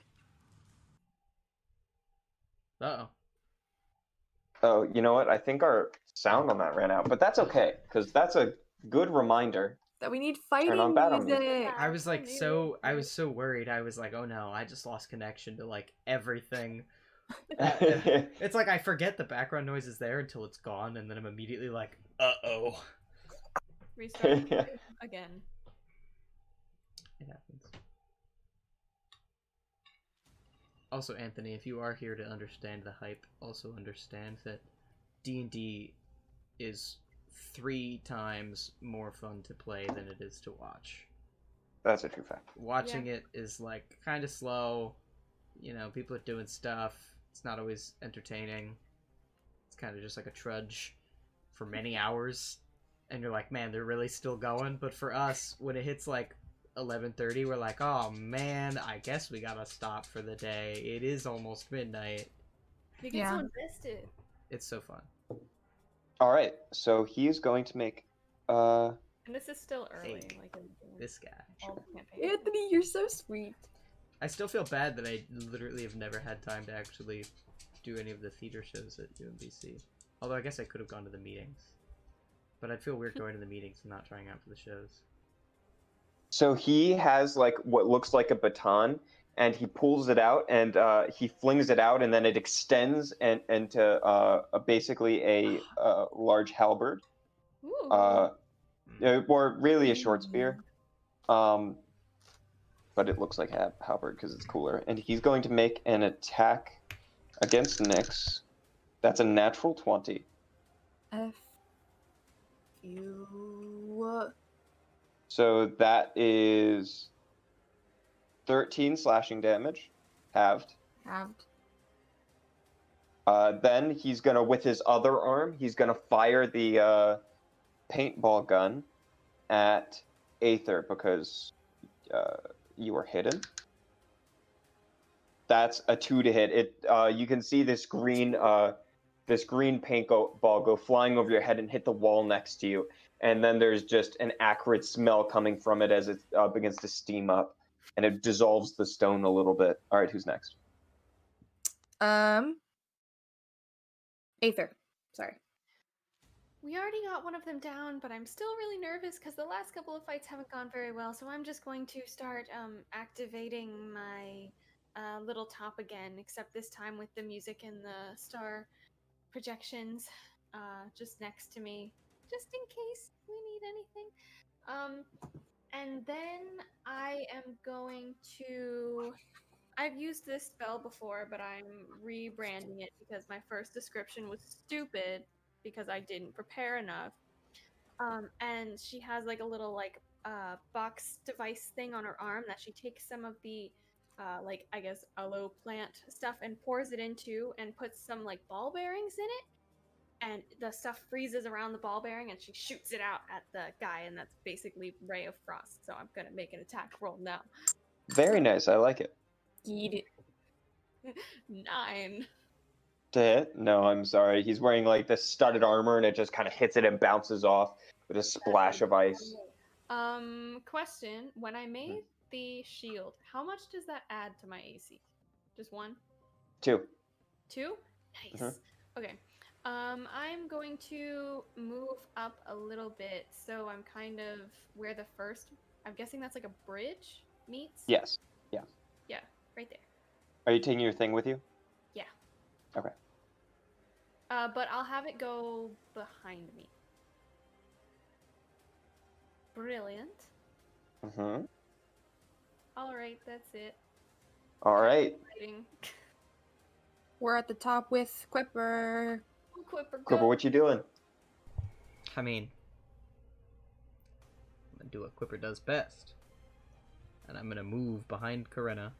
Uh-oh.
Oh, you know what? I think our sound on that ran out, but that's okay because that's a good reminder.
that we need fighting
on battle music.
music.
I was like
Maybe
so I
we-
was so worried. I was like, "Oh no, I just lost connection to like everything." It's like I forget the background noise is there until it's gone, and then I'm immediately like, uh oh.
Restart again.
It happens. Also, Anthony, if you are here to understand the hype, also understand that D and D is three times more fun to play than it is to watch.
that's a true fact.
watching it is like kind of slow. You know, people are doing stuff. It's not always entertaining. It's kind of just like a trudge for many hours, and you're like, man, they're really still going. But for us, when it hits like 11:30, we're like, oh man, I guess we gotta stop for the day. It is almost midnight.
You get
Yeah.
so invested.
It's so fun.
All right, so he's going to make. Uh,
And this is still early.
Fake.
Like in- in
This guy.
all the campaign.
Anthony, you're so sweet.
I still feel bad that I literally have never had time to actually do any of the theater shows at UMBC. Although I guess I could have gone to the meetings. But I'd feel weird going to the meetings and not trying out for the shows.
So he has like what looks like a baton, and he pulls it out and uh, he flings it out, and then it extends and into uh, a- basically a uh, large halberd.
Ooh.
Uh, Uh, or really a short spear. Um, but it looks like ha- halberd because it's cooler. And he's going to make an attack against Nyx. That's a natural 20.
F U.
So that is 13 slashing damage, halved.
Have
Uh, then he's gonna, with his other arm, he's gonna fire the uh, paintball gun at Aether because uh, you are hidden. That's a two to hit. It. Uh, you can see this green, uh, this green paintball ball go flying over your head and hit the wall next to you. And then there's just an acrid smell coming from it as it uh, begins to steam up, and it dissolves the stone a little bit. All right, who's next?
um. Aether. Sorry.
We already got one of them down, but I'm still really nervous because the last couple of fights haven't gone very well. So I'm just going to start um, activating my uh, little top again, except this time with the music and the star projections uh, just next to me, just in case we need anything. Um, and then I am going to. I've used this spell before, but I'm rebranding it because my first description was stupid because I didn't prepare enough. Um, and she has like a little like uh, box device thing on her arm that she takes some of the uh, like I guess aloe plant stuff and pours it into and puts some like ball bearings in it. And the stuff freezes around the ball bearing and she shoots it out at the guy, and that's basically Ray of Frost. So I'm gonna make an attack roll now.
Very nice. I like it.
Yeet it.
Nine.
to hit. No, I'm sorry. He's wearing like this studded armor, and it just kind of hits it and bounces off with a splash of ice.
Um, question: When I made the shield, how much does that add to my AC? Just one,
Two.
two. Nice.
Mhm.
Okay. Um, I'm going to move up a little bit, so I'm kind of where the first. I'm guessing that's like a bridge meets.
Yes.
Right there.
Are you taking your thing with you?
Uh, but I'll have it go behind me. Brilliant.
Mm-hmm.
All right, that's it.
All right.
Lighting.
We're at the top with Quipper.
Quipper, go.
Quipper, what you doing?
I mean, I'm gonna do what Quipper does best, and I'm gonna move behind Corinna.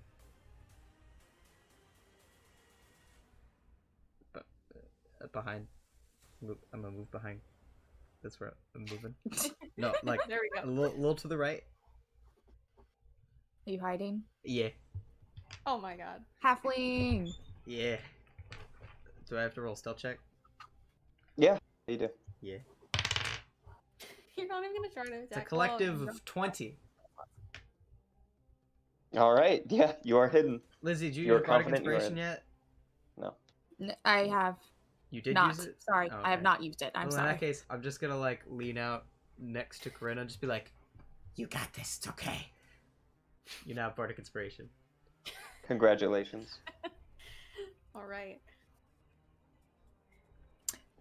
But uh, behind, move, I'm gonna move behind. That's where I'm moving. no, like
There we
a
go.
little, little to the right.
Are you hiding?
Yeah,
Oh my god.
Halfling.
yeah. Do I have to roll stealth check?
How you do?
You're not even gonna try to attack.
It's a
Oh,
collective
no.
of twenty.
All right. Yeah, you are hidden.
Lizzie, did you
You're
use Bardic
confident you're
Inspiration
in.
yet?
N- I have
You did
not.
use it.
Sorry,
Oh,
I have
okay.
not used it. I'm
well,
sorry.
in that case, I'm just gonna like lean out next to Corinna and just be like, "You got this. It's okay." You now have bardic inspiration.
Congratulations.
All right.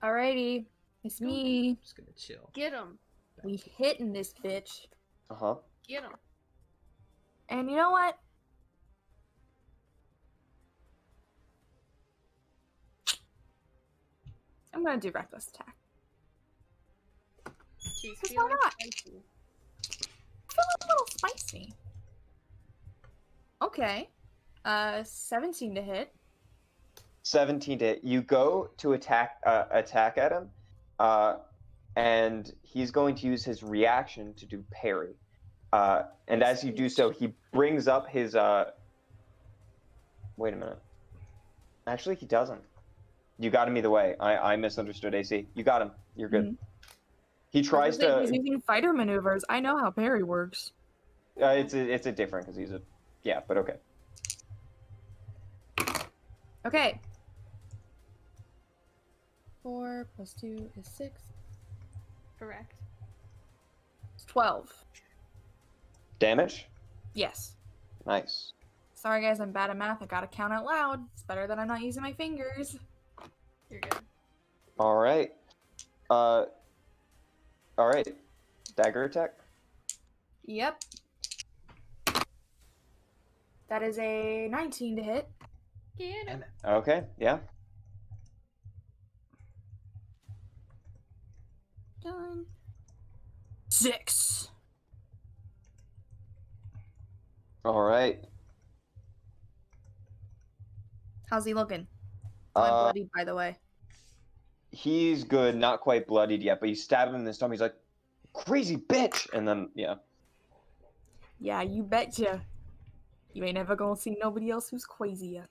Alrighty, it's me.
I'm just gonna chill.
Get him.
We hitting this bitch.
Uh huh.
Get him.
And you know what? I'm gonna do reckless attack.
She's
Why
feeling
not?
spicy.
Feeling a little spicy. Okay. Uh, 17 to hit.
17 to hit. You go to attack uh, attack at him, uh, and he's going to use his reaction to do parry. Uh, and as you do so, he brings up his. Uh... Wait a minute. Actually, he doesn't. You got him either way. I, I misunderstood AC. You got him. You're good.
Mhm.
He tries
Looks like He's
to.
using fighter maneuvers. I know how parry works.
Uh, it's a, it's a different because he's a. Yeah, but okay.
Okay. Four plus two is six.
Correct.
It's Twelve.
Damage.
Yes.
Nice.
Sorry, guys, I'm bad at math. I gotta count out loud. It's better that I'm not using my fingers.
You're good.
All right. Uh. All right. Dagger attack?
Yep. That is a 19 to hit.
Get him.
Okay, yeah.
Done. Six.
All right.
How's he looking? I'm
Uh,
bloody, by the way.
he's good, not quite bloodied yet, but you stab him in the stomach. He's like, crazy bitch! And then, yeah.
Yeah, you betcha. You ain't ever gonna see nobody else who's crazier.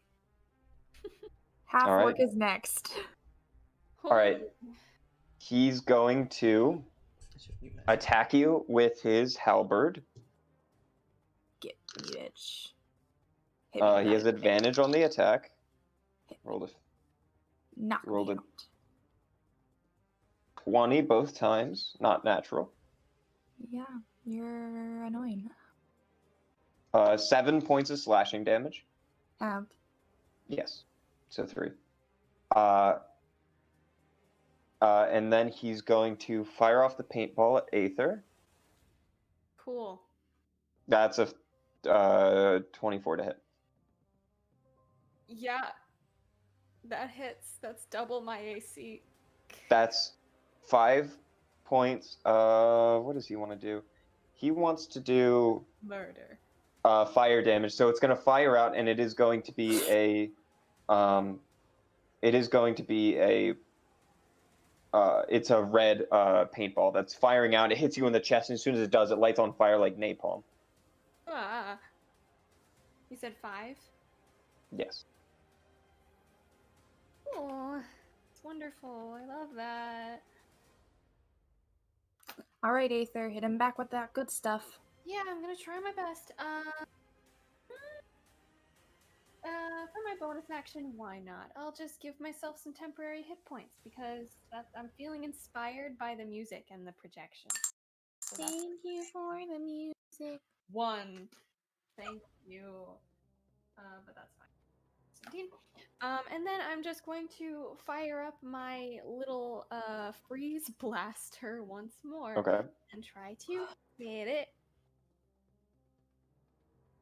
Half
All right.
orc is next.
All right. He's going to attack you with his halberd.
Get me, bitch. Hit me
Uh,
with
he
that.
has advantage on the attack. Rolled a
Knock me
rolled a-
out.
20 both times. Not natural.
Yeah, you're annoying.
Uh, seven points of slashing damage.
Um,
Yes. So three. Uh, uh, and then he's going to fire off the paintball at Aether.
Cool.
That's a uh, 24 to hit.
Yeah. That hits. That's double my AC.
That's five points. Uh, what does he want to do? He wants to do
Murder.
uh, fire damage. So it's going to fire out, and it is going to be a, um, it is going to be a, uh, it's a red uh, paintball that's firing out. It hits you in the chest, and as soon as it does, it lights on fire like napalm.
Ah. You said five?
Yes.
Cool. It's wonderful. I love that.
all right, Aether, hit him back with that good stuff.
Yeah, I'm gonna try my best. Um, uh, for my bonus action, why not? I'll just give myself some temporary hit points because that, I'm feeling inspired by the music and the projection. So that's
Thank you for the music.
one. Thank you. Uh, but that's fine. 17. Um, and then I'm just going to fire up my little uh, freeze blaster once more
Okay.
and try to hit it.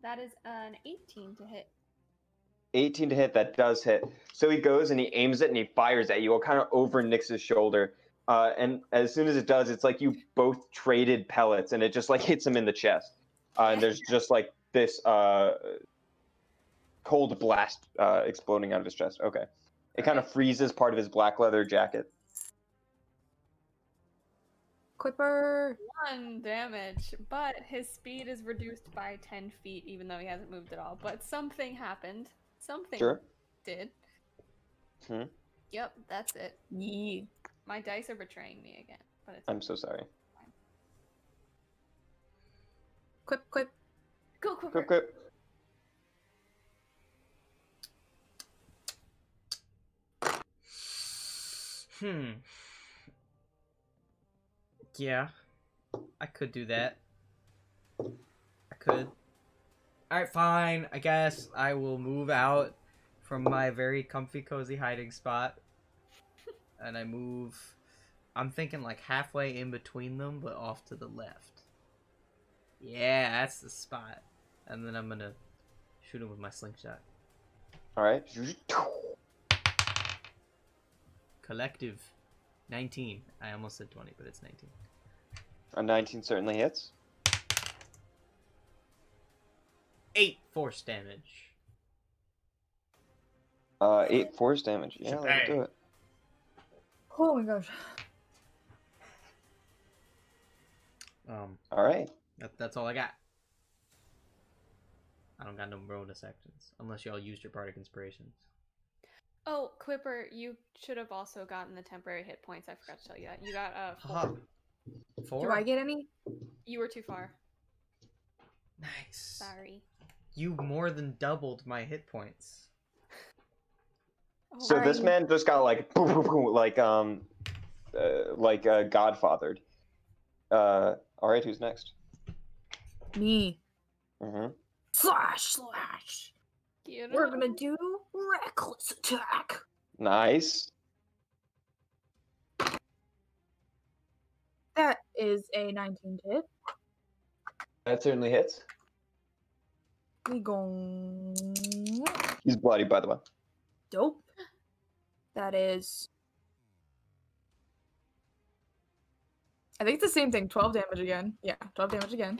That is an 18 to hit.
18 to hit. That does hit. So he goes and he aims it and he fires at you, kind of over Nix's shoulder. Uh, and as soon as it does, it's like you both traded pellets, and it just like hits him in the chest. Uh, and there's just like this uh, cold blast uh, exploding out of his chest. Okay, it kind of freezes part of his black leather jacket.
Quipper.
One damage, but his speed is reduced by 10 feet, even though he hasn't moved at all. But something happened. Something
Sure.
did.
Hmm.
Yep, that's it.
Yeah.
My dice are betraying me again. But it's
I'm so sorry.
Quip, quip.
go quicker.
Quip, quip.
Hmm. Yeah. I could do that. I could. Alright, fine. I guess I will move out from my very comfy, cozy hiding spot. And I move. I'm thinking like halfway in between them, but off to the left. Yeah, that's the spot. And then I'm gonna shoot him with my slingshot.
All right.
Collective 19. I almost said 20, but it's 19.
A 19 certainly hits.
eight force damage.
Uh, eight force damage. Yeah, that'll do it.
Oh my gosh.
Um,
All right.
that, that's all I got. I don't got no bonus actions unless y'all used your bardic inspirations.
Oh, Quipper, you should have also gotten the temporary hit points. I forgot to tell you that. You got uh, four.
Haha. Four.
Do I get any?
You were too far.
Nice.
Sorry.
You more than doubled my hit points.
Oh,
So
wow.
this man just got like boom, boom, boom, like um uh, like uh, godfathered. Uh, all right, who's next?
Me.
hmm
Slash, slash.
Get
We're gonna
him.
do reckless attack.
Nice.
That is a 19 to hit.
That certainly hits.
We go
He's bloody, by the way.
dope. That is. I think it's the same thing. 12 damage again. Yeah, 12 damage again.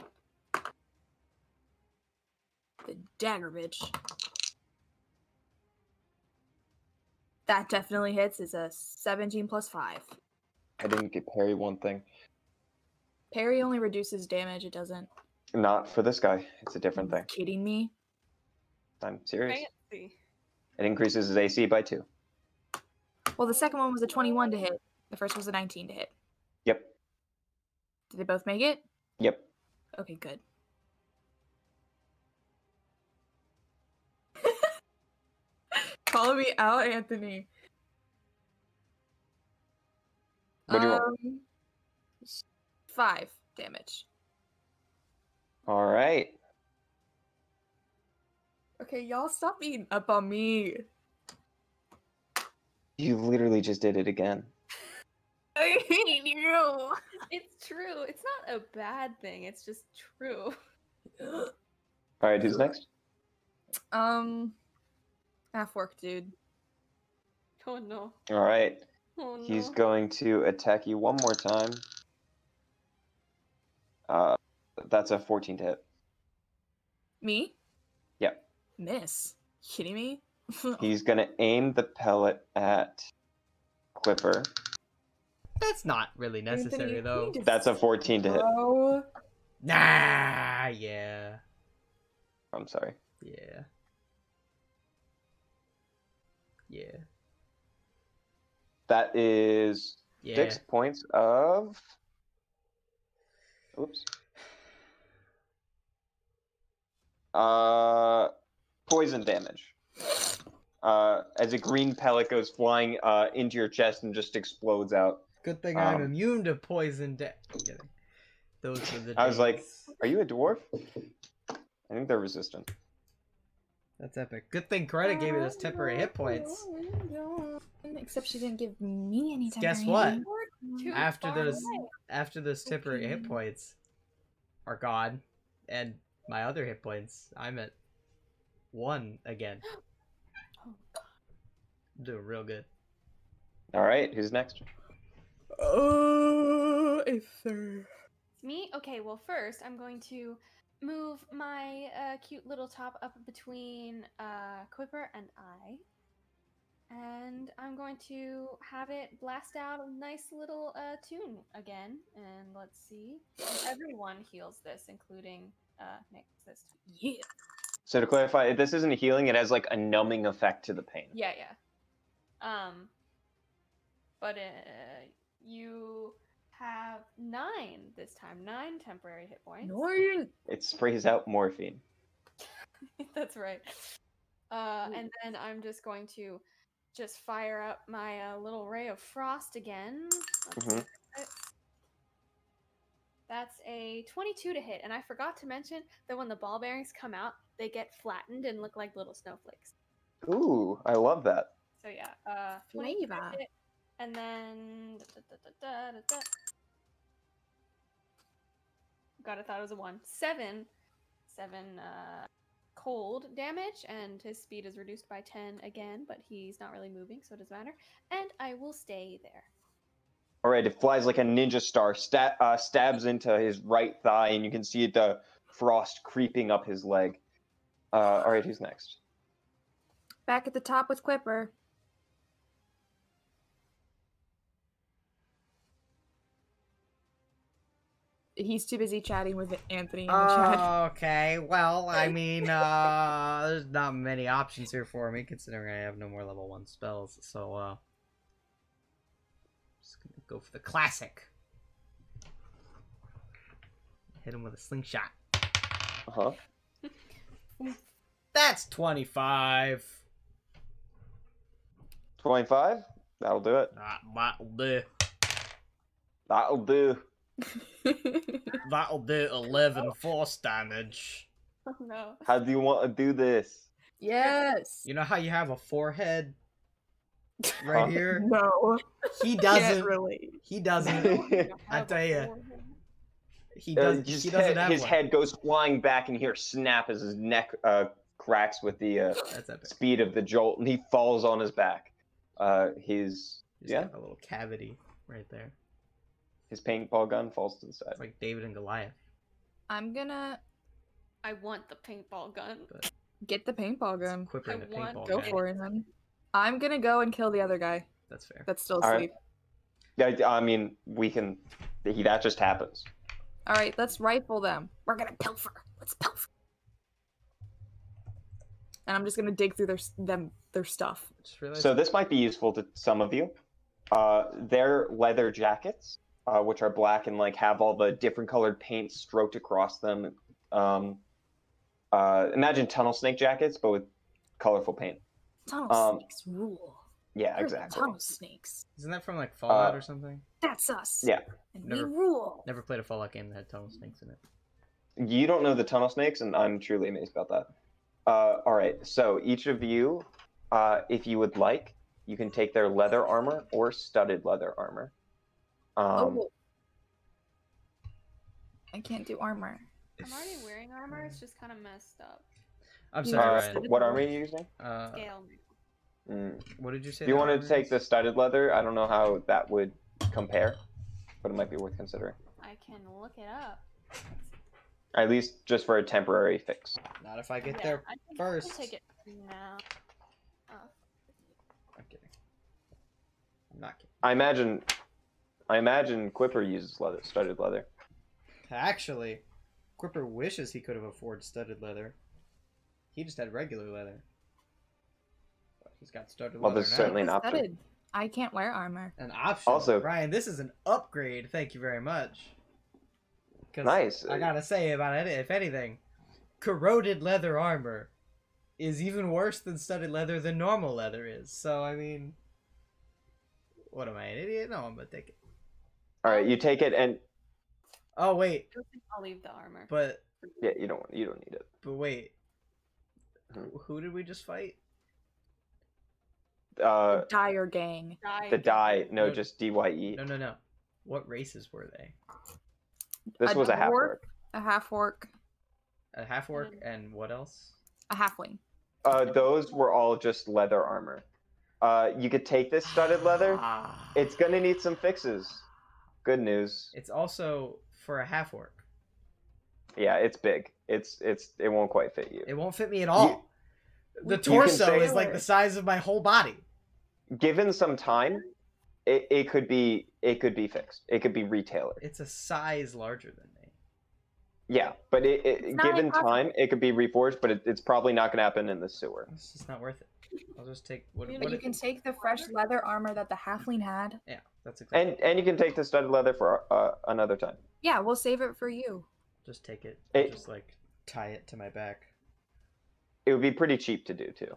The dagger, bitch. That definitely hits. It's a 17 plus 5.
I didn't get parry one thing.
Parry only reduces damage. It doesn't.
Not for this guy. It's a different thing.
Kidding me?
I'm serious.
Fancy.
It increases his AC by two.
Well, the second one was a 21 to hit. The first was a 19 to hit.
Yep.
Did they both make it?
Yep.
Okay, good. Follow me out, Anthony.
What do you want?
Um, s- Five damage.
All right.
Okay, y'all stop beating up on me.
You literally just did it again.
I hate you.
It's true. It's not a bad thing. It's just true.
All right, who's next?
Um, half work, dude.
Oh no.
All right.
Oh no.
He's going to attack you one more time. Uh, that's a 14 to hit.
Me?
Yep.
Miss. Kidding me?
He's going to aim the pellet at Clipper.
That's not really necessary though.
That's a 14 to hit.
Oh,
Nah, yeah,
I'm sorry.
yeah, yeah,
That is
yeah.
six points of. Oops. Uh, poison damage. Uh, as a green pellet goes flying uh, into your chest and just explodes out.
Good thing
Um,
I'm immune to poison. Da- I'm kidding. Those were the.
I was like-
days.
Are you a dwarf? I think they're resistant.
that's epic. Good thing Coretta gave me those temporary hit points.
Except she didn't give me any time.
Guess what?
Mm-hmm.
Too
After
far
those-
away.
After those temporary hit
Okay.
points are gone, and my other hit points, I'm at one again. Doing real good.
All right, who's next?
Oh, if there.
Me? Okay, well, first I'm going to move my uh, cute little top up between uh, Quipper and I. And I'm going to have it blast out a nice little uh, tune again. And let's see. And everyone heals this, including uh, Nick this time.
Yeah.
So to clarify, this isn't a healing; it has like a numbing effect to the pain.
Yeah, yeah. Um, but uh, you have nine this time, nine temporary hit points.
Norton.
It sprays out morphine.
That's right. Uh,
Ooh.
and then I'm just going to just fire up my uh, little ray of frost again. Let's see
Mhm.
if it hits. That's a 22 to hit, and I forgot to mention that when the ball bearings come out, they get flattened and look like little snowflakes.
Ooh, I love that.
So yeah, uh, 22 to
Flavor.
hit, and then da, da, da, da, da, da. God, I thought it was a one. Seven, seven uh, cold damage, and his speed is reduced by ten again. But he's not really moving, so it doesn't matter. And I will stay there.
All right, it flies like a ninja star, sta- uh, stabs into his right thigh, and you can see the frost creeping up his leg. Uh, all right, who's next?
Back at the top with Quipper. He's too busy chatting with Anthony in the
Oh,
chat.
okay. Well, I mean, uh, there's not many options here for me, considering I have no more level one spells. So, uh, just gonna go for the classic. Hit him with a slingshot.
Uh huh.
That's twenty-five.
25? That'll do it.
That, that'll do.
That'll do.
That'll do eleven force damage.
Oh no!
How do you want to do this?
yes.
You know how you have a forehead right
Huh?
here.
No,
He
can't
doesn't.
relate.
He doesn't.
Uh,
I tell ya. He doesn't.
his
He doesn't
head,
have
his
one.
head goes flying back and here snap as his neck uh, cracks with the uh,
That's epic.
speed of the jolt and he falls on his back. Uh, his
Just
Yeah.
got a little cavity right there.
his paintball gun falls to the
It's
side.
like David and Goliath.
I'm gonna
I want the paintball gun.
get the paintball
It's
gun.
quicker
Um, I
than a
want-
paintball
Go
gun.
for it, man. I'm gonna go and kill the other guy
That's fair.
that's still
All right.
asleep.
I, I mean, we can. He, that just happens.
All right, let's rifle them. We're gonna pilfer. Let's pilfer. And I'm just gonna dig through their s- them their stuff.
Just realized
So this might be useful to some of you. Uh, their leather jackets, uh, which are black and like have all the different colored paint stroked across them. Um, uh, imagine tunnel snake jackets, but with colorful paint.
Tunnel
Um,
snakes rule.
Yeah,
We're the
exactly.
Tunnel snakes.
isn't that from like Fallout
uh,
or something?
That's us.
Yeah.
And
Never-
we rule.
Never played a Fallout game that had tunnel snakes in it.
You don't know the tunnel snakes, and I'm truly amazed about that. Uh, all right, so each of you, uh, if you would like, you can take their leather armor or studded leather armor. Um,
oh. I can't do armor.
I'm already wearing armor. It's just kind of messed up.
I'm
You
sorry,
uh,
know,
Ryan.
what armor are you using?
Uh,
Scale me.
Mm.
what did you say?
If you
that
wanted
armor
to take
is?
the studded leather, I don't know how that would compare, but it might be worth considering.
I can look it up.
At least just for a temporary fix.
Not if I get
Yeah,
there.
I can- I
first.
can take it now. Oh,
I'm kidding. I'm not kidding.
I imagine, I imagine Quipper uses leather, studded leather.
Actually, Quipper wishes he could have afforded studded leather. He just had regular leather. But he's got studded
Well,
leather
there's
now.
certainly an
It's
option.
studded. I can't wear armor.
an option.
Also-
Ryan, this is an upgrade. Thank you very much. 'Cause
Nice.
I gotta say about it, if anything, corroded leather armor is even worse than studded leather than normal leather is. So I mean, what am I an idiot? No, I'm gonna take it.
All right, you take it, and
Oh wait,
I don't think I'll leave the armor.
but
yeah, you don't, you don't need it.
but wait,
Hmm.
who, who did we just fight?
Uh,
Dire gang.
Die.
the die, no,
No.
just D Y E.
No, no, no. What races were they?
This
A
was a half
dwarf?
orc.
A half orc.
A half orc
Mm.
and what else?
A halfling.
Uh, those were all just leather armor. Uh, you could take this studded leather.
Ah.
It's gonna need some fixes. Good news.
It's also for a half orc.
Yeah, it's big. It's it's it won't quite fit you.
It won't fit me at all.
you
the
can
torso
say-
is like the size of my whole body.
given some time, it, it could be it could be fixed. It could be retailored.
It's a size larger than me.
Yeah, but it, it,
It's not
given
impossible.
time, it could be reforged. But it, it's probably not going to happen in the sewer.
It's just not worth it. I'll just take what.
You know,
what
But you
it-
can take the fresh leather armor that the halfling had.
Yeah, that's exactly.
And and you can take the studded leather for uh, another time.
Yeah, we'll save it for you.
just take it.
It-
Just like tie it to my back.
It would be pretty cheap to do too.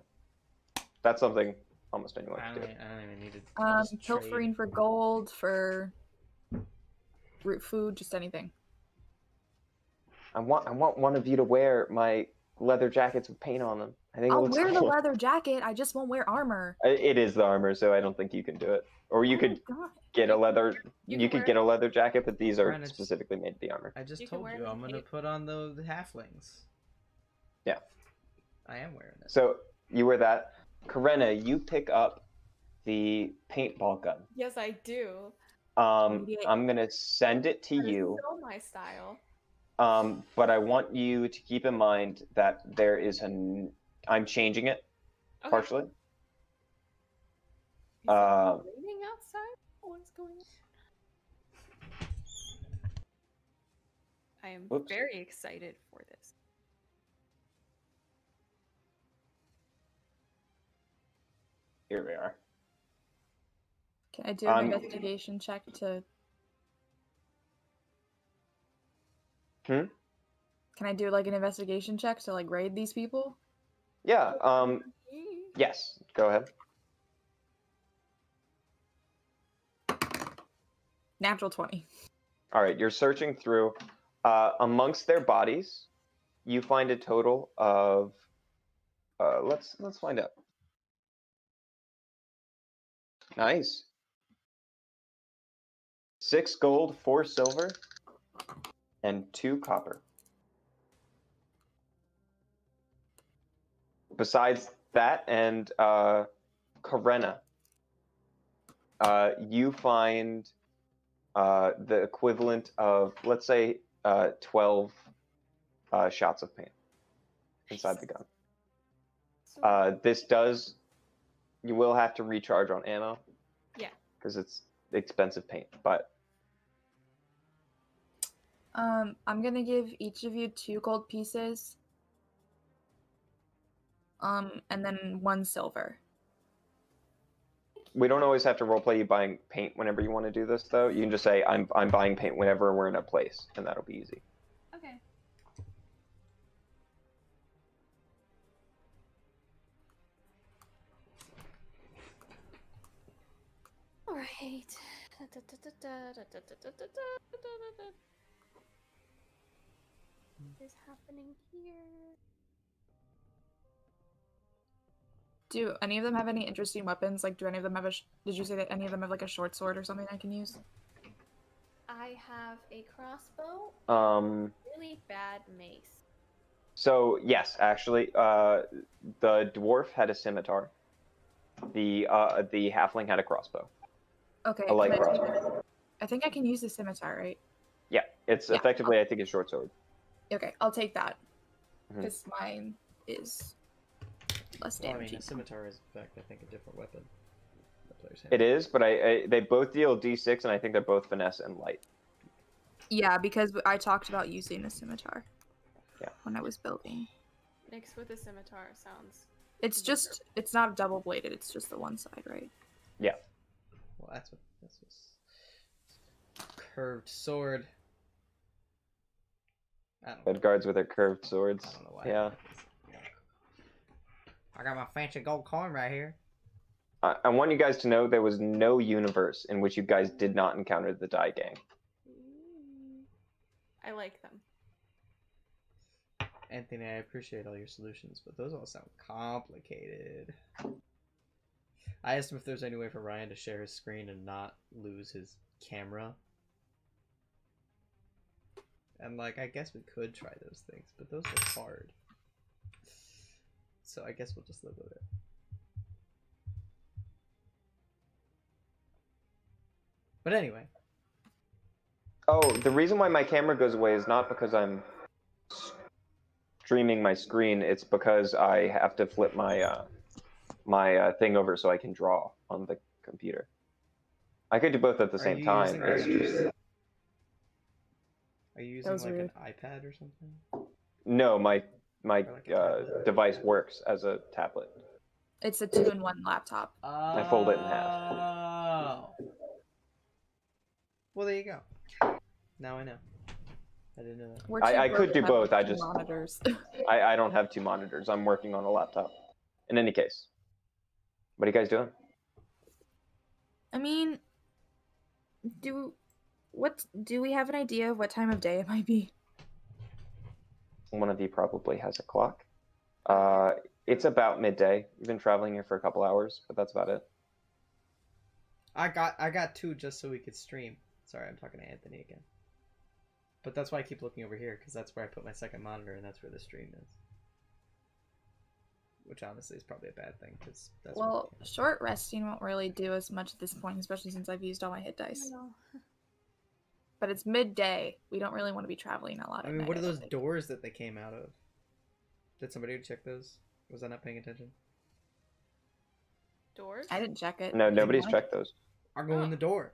That's something almost anyone
I
can
don't,
do.
e- I don't even need it.
Um, pilfering for gold, for root food, just anything.
I want I want one of you to wear my leather jackets with paint on them. I think it
I'll
looks
wear the
cool.
leather jacket. I just won't wear armor.
I- It is the armor, so I don't think you can do it. Or you
Oh
could
my God.
get a leather.
You
You,
can
could
wear
get
it.
a leather jacket, but these are
Ryan, it's-
specifically made to be armor.
I just
You can
told
wear
you
it
I'm
and
gonna
tape.
put on the, the halflings.
Yeah.
I am wearing this.
So you wear that. Karenna, you pick up the paintball gun.
Yes, I do.
Um,
Yay.
I'm gonna send it to
That is
you,
So my style.
um, but I want you to keep in mind that there is an. I'm changing it
Okay.
partially.
Is it
uh,
raining outside? What's going on? I am
Whoops.
very excited for this.
Here we are.
Can I do an
Um,
investigation check to?
Hmm?
Can I do like an investigation check to like raid these people?
Yeah. Um,
Yee.
yes. Go ahead.
Natural twenty.
All right. You're searching through uh, amongst their bodies. You find a total of. Uh, let's let's find out. Nice. Six gold, four silver, and two copper. Besides that and uh, Karenna, uh, you find uh, the equivalent of, let's say, uh, 12 uh, shots of paint inside the gun.
So,
Uh, this does. You will have to recharge on ammo.
Yeah.
Because it's expensive paint, but
Um, I'm gonna give each of you two gold pieces. Um, and then one silver.
we don't always have to roleplay you buying paint whenever you want to do this, though. You can just say, "I'm I'm buying paint whenever we're in a place," and that'll be easy.
okay.
All right.
What is happening here?
Do any of them have any interesting weapons? Like, do any of them have a? Sh- Did you say that any of them have like a short sword or something I can use?
I have a crossbow,
Um.
really bad mace.
So yes, actually, uh, the dwarf had a scimitar. The uh, the halfling had a crossbow.
Okay.
A light
can I take-
crossbow.
I think I can use the scimitar, right?
Yeah, it's
Yeah.
effectively, I think, a short sword.
Okay, I'll take that.
Mhm.
Because mine is less
Well, I
damage.
mean, a scimitar is, in fact, I think, a different weapon. The player's hand.
It is, but I, I they both deal d6, and I think they're both finesse and light.
yeah, because I talked about using a scimitar.
Yeah.
When I was building.
Mixed with a scimitar sounds.
It's just it's not double bladed, it's just the one side, right?
Well, that's what that's what's curved sword. I don't,
Red guards with their curved swords.
I don't know why.
Yeah.
I got my fancy gold coin right here.
I, Uh, I want you guys to know there was no universe in which you guys did not encounter the Die Gang.
I like them.
Anthony, I appreciate all your solutions, but those all sound complicated. I asked him if there's any way for Ryan to share his screen and not lose his camera. And like, I guess we could try those things, but those are hard. So I guess we'll just live with it. But anyway,
Oh, the reason why my camera goes away is not because I'm streaming my screen. It's because I have to flip my uh, my uh, thing over so I can draw on the computer. I could do both at the
Are
same
you
time.
using-
It's just-
are you using
was
like an
weird.
iPad or something?
no, my my
Or like a
uh,
tablet?
device works as a tablet.
It's a two in one laptop.
I
fold it in half.
Oh. Well, there you go. Now I know. I didn't know that.
We're
I-
too
I could
broke
do
up
both,
with
I
two
just-
monitors.
I, I don't have two monitors. I'm working on a laptop. In any case, what are you guys doing?
I mean do what do we have an idea of what time of day it might be?
One of you probably has a clock. Uh, it's about midday. You've been traveling here for a couple hours, but that's about it.
I got I got two just so we could stream. Sorry, I'm talking to Anthony again. But that's why I keep looking over here because that's where I put my second monitor and that's where the stream is. Which honestly is probably a bad thing because that's where
well,
the camera-
short resting won't really do as much at this point, especially since I've used all my hit dice. But it's midday. We don't really want to be traveling a lot.
I
at
mean,
night,
what are
don't
those
think.
doors that they came out of? Did somebody check those? Was I not paying attention?
Doors?
I didn't check it.
No,
Did
nobody's
anyone?
checked those.
I go
Oh.
in the door.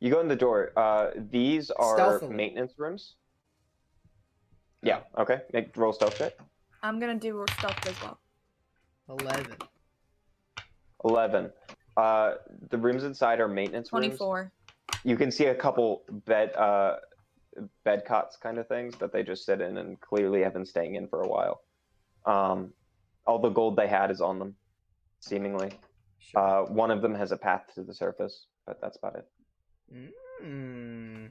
You go in the door. Uh, these are
Stealthily.
maintenance rooms.
Oh.
Yeah. Okay. Make roll stealth check.
I'm gonna do stealth as well.
Eleven.
Eleven. Uh, the rooms inside are maintenance rooms.
Twenty-four.
You can see a couple bed uh, bed cots kind of things that they just sit in and clearly have been staying in for a while. Um, all the gold they had is on them, seemingly.
Sure.
Uh, one of them has a path to the surface, but that's about it.
Hmm.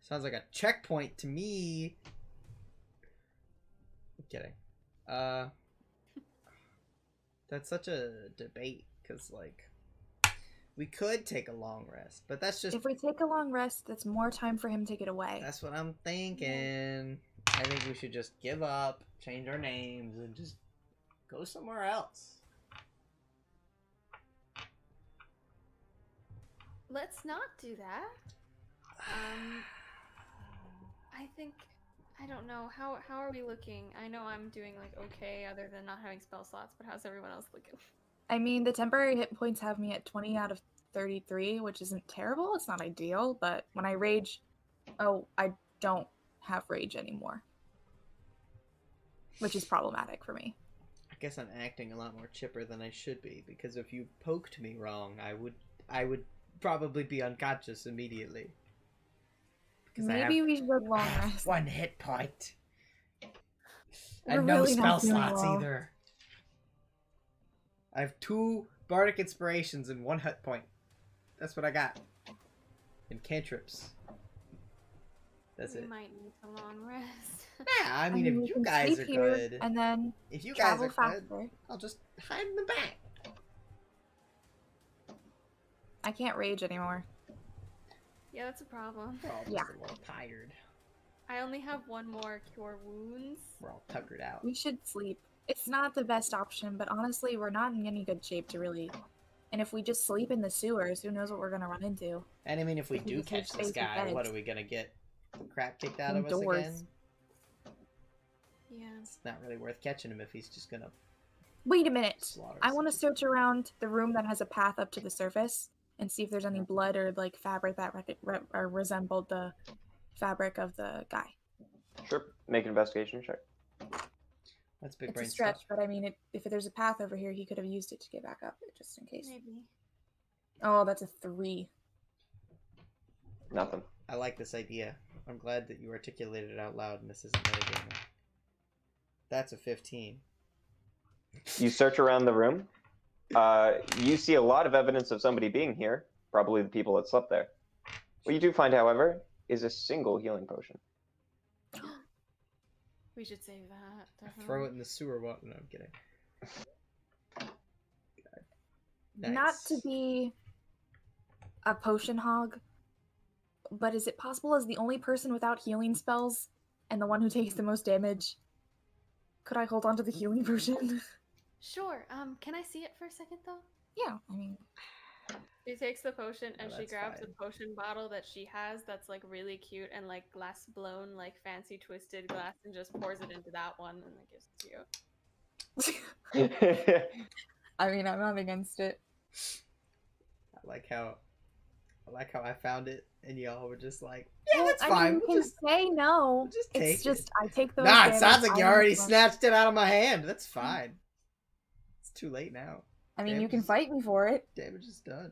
Sounds like a checkpoint to me. I'm kidding. Uh, that's such a debate because like we could take a long rest, but that's just
If we take a long rest, that's more time for him to get away.
that's what I'm thinking. I think we should just give up, change our names, and just go somewhere else.
Let's not do that. Um,
I think I don't know how how are we looking? I know I'm doing like okay other than not having spell slots, but how's everyone else looking?
I mean, the temporary hit points have me at 20 out of 33, which isn't terrible. It's not ideal, but when I rage, oh, I don't have rage anymore, which is problematic for me.
I guess I'm acting a lot more chipper than I should be because if you poked me wrong, I would I would probably be unconscious immediately. Because I have
Maybe we should long rest.
one hit point.
We're
and no
really
spell
not doing
slots
well.
either. I have two bardic inspirations and one hit point. That's what I got. And cantrips. That's
we
it.
might need a long rest.
Yeah, I mean, if
we
you
can
guys are
sleep here
good,
and then
if you guys
travel
are
faster.
good, I'll just hide in the back.
I can't rage anymore.
yeah, that's a problem.
We're all just
Yeah.
a little tired.
I only have one more cure wounds.
We're all tuckered out.
We should sleep. It's not the best option, but honestly, we're not in any good shape to really. And if we just sleep in the sewers, who knows what we're gonna run into?
And I mean, if we
We
do
just have
catch this
space with
guy, what
beds.
are we gonna get? The crap kicked out of us
Indoors.
again?
Yeah.
It's not really worth catching him if he's just gonna
Wait a minute.
slaughter
I
us.
want to search around the room that has a path up to the surface and see if there's any blood or like fabric that re- re- or resembled the fabric of the guy.
Sure. Make an investigation check.
That's big
it's
brain stuff.
a stretch, but I mean, it, if there's a path over here, he could have used it to get back up just in case.
Maybe.
Oh, that's a three.
Nothing.
I like this idea. I'm glad that you articulated it out loud and this isn't metagame. That's a 15.
You search around the room. Uh, you see a lot of evidence of somebody being here. Probably the people that slept there. What you do find, however, is a single healing potion.
We should save that. definitely.
Throw it in the sewer water. No, I'm kidding.
Not to
Nice.
be a potion hog, but is it possible as the only person without healing spells and the one who takes the most damage, could I hold on to the healing potion?
Sure. Um, can I see it for a second though?
yeah, I mean,
she takes the potion
No,
and she
that's
grabs
fine.
a potion bottle that she has that's like really cute and like glass blown, like fancy twisted glass, and just pours it into that one and like gives it to you.
I mean, I'm not against it.
I like how. I like how I found it, and y'all were just like,
Well,
that's
I
fine,
Mean, you
we'll
can
just-
say no.
we'll just take
It's
it.
just I take the.
"Nah, it sounds like you already
snapped.
snatched it out of my hand. That's fine. It's too late now.
I mean, you can
damages.
fight me for it.
Damage is done.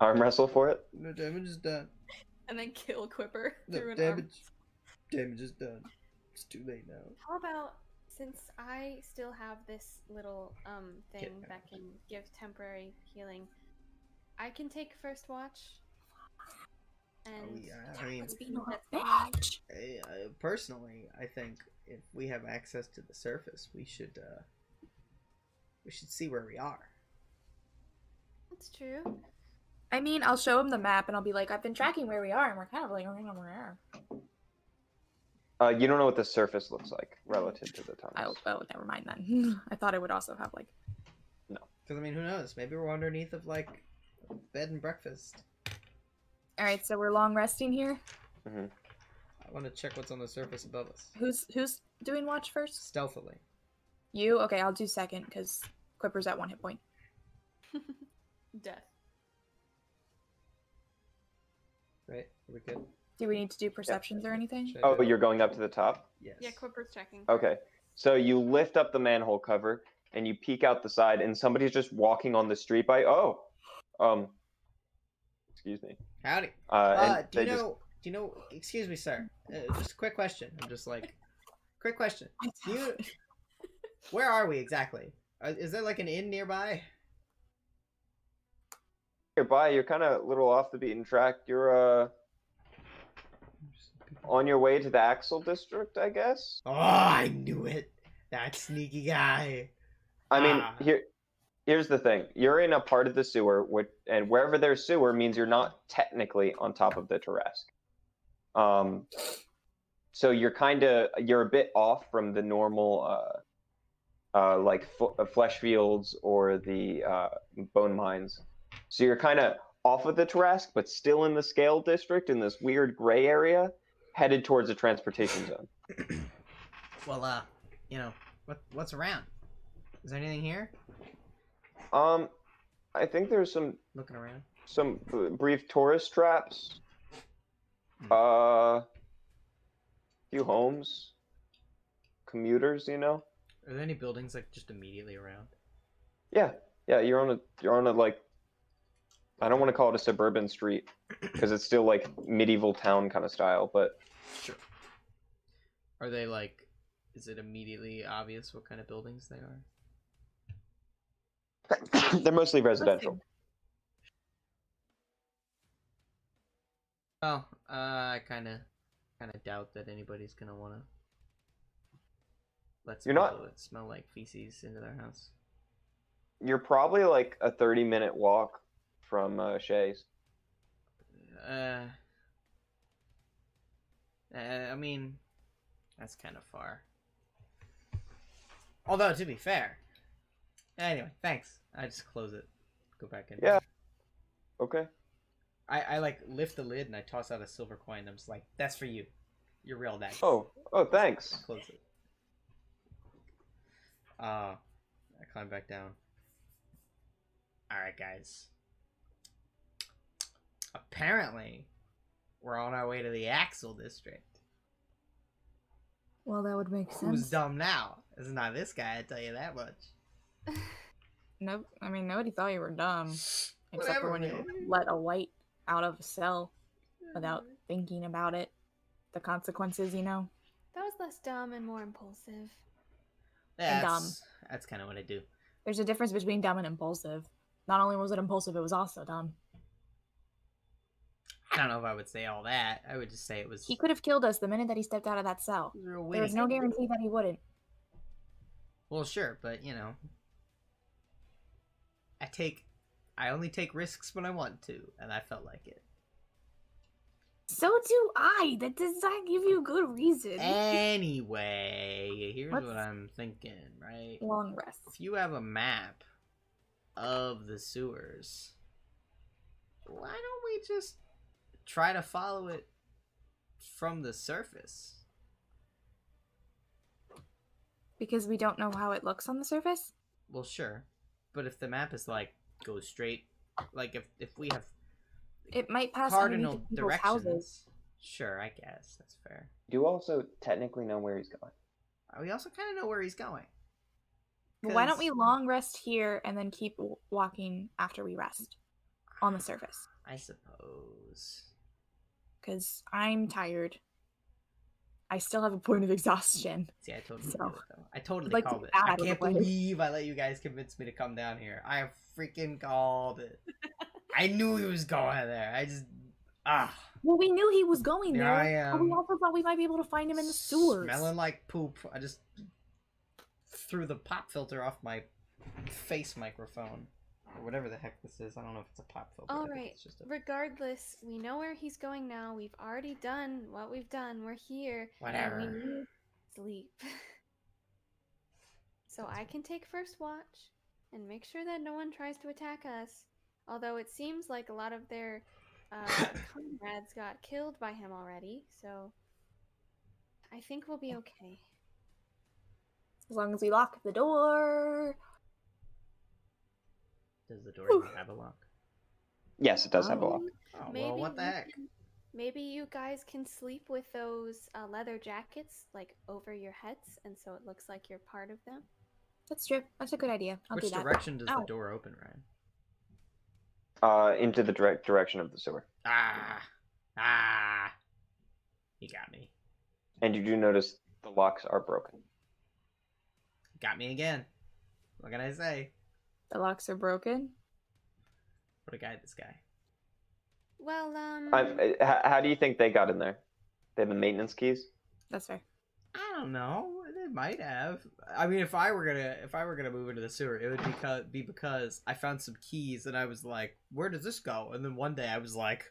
Arm wrestle for it.
No damage is done.
And then kill Quipper through
No
an arm.
damage. Damage is done. It's too late now.
How about since I still have this little um thing
back.
that can give temporary healing, I can take first watch.
Oh,
And
yeah, I mean,
Let's be
Being
not
a
bad.
bitch.
I- I- uh, personally, I think if we have access to the surface, we should uh, we should see where we are.
That's true.
I mean, I'll show him the map and I'll be like, I've been tracking where we are, and we're kind of like, we're where.
Uh, you don't know what the surface looks like relative to the
Oh,
tunnels.
oh, never mind then. I thought I would also have like.
Because I mean, who knows? Maybe we're underneath of like bed and breakfast.
All right, so we're long resting here.
I want to check what's on the surface above us
Who's who's doing watch first?
stealthily.
You? Okay, I'll do second because Quipper's at one hit point.
Death.
Right? Are we good?
Do we need to do perceptions or anything?
Should I
Oh,
do it?
you're going up to the top.
yes.
Yeah, Quipper's checking.
Okay. So you lift up the manhole cover and you peek out the side, and somebody's just walking on the street by. Oh, um, excuse me.
Howdy.
Uh,
Uh,
and
do you
they
know?
just
Do you know? Excuse me, sir. Uh, just a quick question. I'm just like, quick question. Do you? Where are we exactly? Uh, Is there like an inn nearby?
nearby. You're kind of a little off the beaten track. You're uh on your way to the Axel district, I guess.
Oh, I knew it. That sneaky guy.
I mean,
Ah.
here here's the thing: you're in a part of the sewer, which, and wherever there's sewer means you're not technically on top of the Tarrasque. Um, so you're kind of you're a bit off from the normal, uh, uh, like f- uh, flesh fields or the uh, bone mines. So you're kind of off of the Tarrasque, but still in the scale district in this weird gray area, headed towards the transportation zone.
Well, uh, you know, what what's around? Is there anything here?
Um, I think there's some
Looking around.
some b- brief tourist traps. Uh, few homes, commuters. You know,
Are there any buildings like just immediately around?
yeah, yeah. You're on a you're on a like. I don't want to call it a suburban street because it's still like medieval town kind of style, but
Sure. Are they like? Is it immediately obvious what kind of buildings they are?
they're mostly residential.
Well, uh, I kind of, kind of doubt that anybody's gonna wanna. Let's
You're not-
smell like feces into their house.
You're probably like a 30 minute walk from uh, Shay's.
Uh, uh, I mean, that's kind of far. Although to be fair, anyway, thanks. I just close it, go back in.
Yeah. Okay.
I, I like lift the lid and I toss out a silver coin. I'm just like, that's for you. You're real nice.
Oh, oh, thanks.
Close it. Uh, I climb back down. Alright, guys. Apparently, we're on our way to the Axel District.
Well, that would make
Who's
sense.
dumb now? It's not this guy, I tell you that much.
No, I mean nobody thought you were dumb, except
Whatever,
for when you
man.
let a light out of a cell
Hmm.
without thinking about it. The consequences, you know.
That was less dumb and more impulsive.
And dumb.
That's, that's kind of what I do.
There's a difference between dumb and impulsive. Not only was it impulsive, it was also dumb.
I don't know if I would say all that. I would just say it was.
He could have killed us the minute that he stepped out of that cell.
it was real
There's
witty.
no guarantee that he wouldn't.
Well, sure, but you know, I take, I only take risks when I want to, and I felt like it.
So do I. That does not give you good reason.
Eh, Anyway, here's
Let's-
what I'm thinking, right?
Long rest.
If you have a map of the sewers, why don't we just try to follow it from the surface?
Because we don't know how it looks on the surface.
Well, sure, but if the map is like go straight, like if if we have
It might pass
cardinal
underneath people's houses.
directions, sure, I guess that's fair.
You also technically know where he's going.
We also kind of know where he's going.
But why don't
'Cause-
we long rest here and then keep w- walking after we rest on the surface?
I suppose.
Because I'm tired. I still have a point of exhaustion.
See, I totally
So,
knew it, though. I totally
like to
called it.
get that
I
out of the
can't
way.
believe I let you guys convince me to come down here. I freaking called it. I knew he was going there. I just ah
Well, we knew he was going
Here
there,
I
but we
am.
also thought we might be able to find him in the sewers.
smelling like poop. I just threw the pop filter off my face microphone or whatever the heck this is. I don't know if it's a pop filter. I
All
think
right.
It's just a
Regardless, we know where he's going now. We've already done what we've done. We're here. and
whatever.
we need sleep. so I can take first watch and make sure that no one tries to attack us. Although it seems like a lot of their uh, comrades got killed by him already, so I think we'll be okay.
As long as we lock the door.
Does the door even have a lock?
Yes, it does have a lock.
Oh well, what the
you
heck?
can- maybe you guys can sleep with those uh, leather jackets like over your heads, and so it looks like you're part of them.
That's true. That's a good idea. I'll
Which
do that.
direction does the
Ow.
door open, Ryan?
Uh, into the direct direction of the sewer.
Ah, ah, he got me.
And you do notice the locks are broken.
Got me again. What can I say?
The locks are broken.
What a guy, this guy.
Well, um,
I'm, uh, h- how do you think they got in there? They have the maintenance keys?
That's fair.
I don't know. They might have. I mean, if I were gonna, if I were gonna move into the sewer, it would be because, be because I found some keys and I was like, "Where does this go?" And then one day I was like,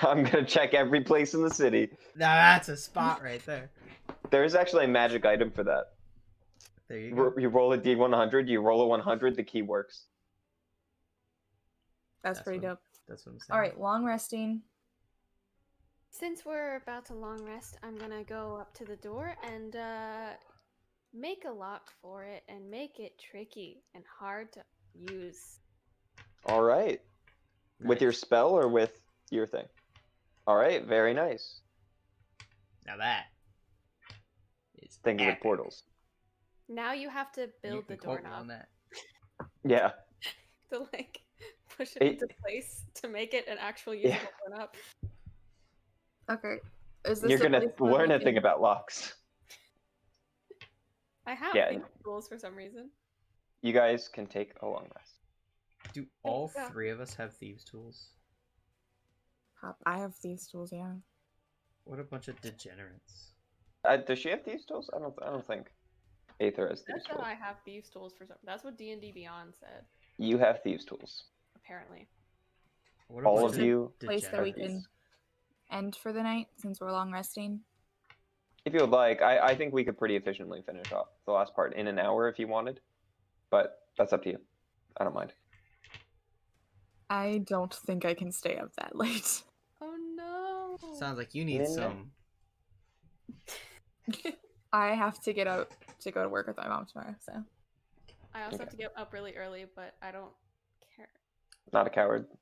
I'm gonna check every place in the city.
"Now that's a spot right there."
There is actually a magic item for that.
There you go.
You you roll a d100, you roll a 100, the key works.
That's
That's
pretty
one.
dope.
That's what I'm saying.
All right, long resting.
Since we're about to long rest, I'm gonna go up to the door and uh, make a lock for it and make it tricky and hard to use.
All right. With your spell or with your thing? All right, very nice.
Now that is
Thinking of
epic.
portals.
Now you have to
You
build the
can quote me on
doorknob
that.
Yeah.
to like push it
Hey.
into place to make it an actual usable doorknob.
Okay. Is
You're
the
gonna
place where
learn
we
a thing
can-
about locks.
I have
Yeah.
these rules for some reason.
You guys can take a long rest.
Do all
Yeah.
three of us have thieves' tools?
Pop- I have thieves tools, yeah.
What a bunch of degenerates!
Uh, does she have thieves tools? I don't. I don't think. Aether has thieves
That's that
tools.
I have thieves tools for some. That's what D and D Beyond said.
You have thieves tools.
Apparently,
What a
All
bunch
of you.
Place that we can
degenerates.
end for the night since we're long resting.
If you would like, I, I think we could pretty efficiently finish off the last part in an hour if you wanted, but that's up to you. I don't mind.
I don't think I can stay up that late.
Oh no.
Sounds like you need
Midnight.
some.
I have to get up to go to work with my mom tomorrow, so
I also
Okay.
have to get up really early, but I don't care.
Not a coward.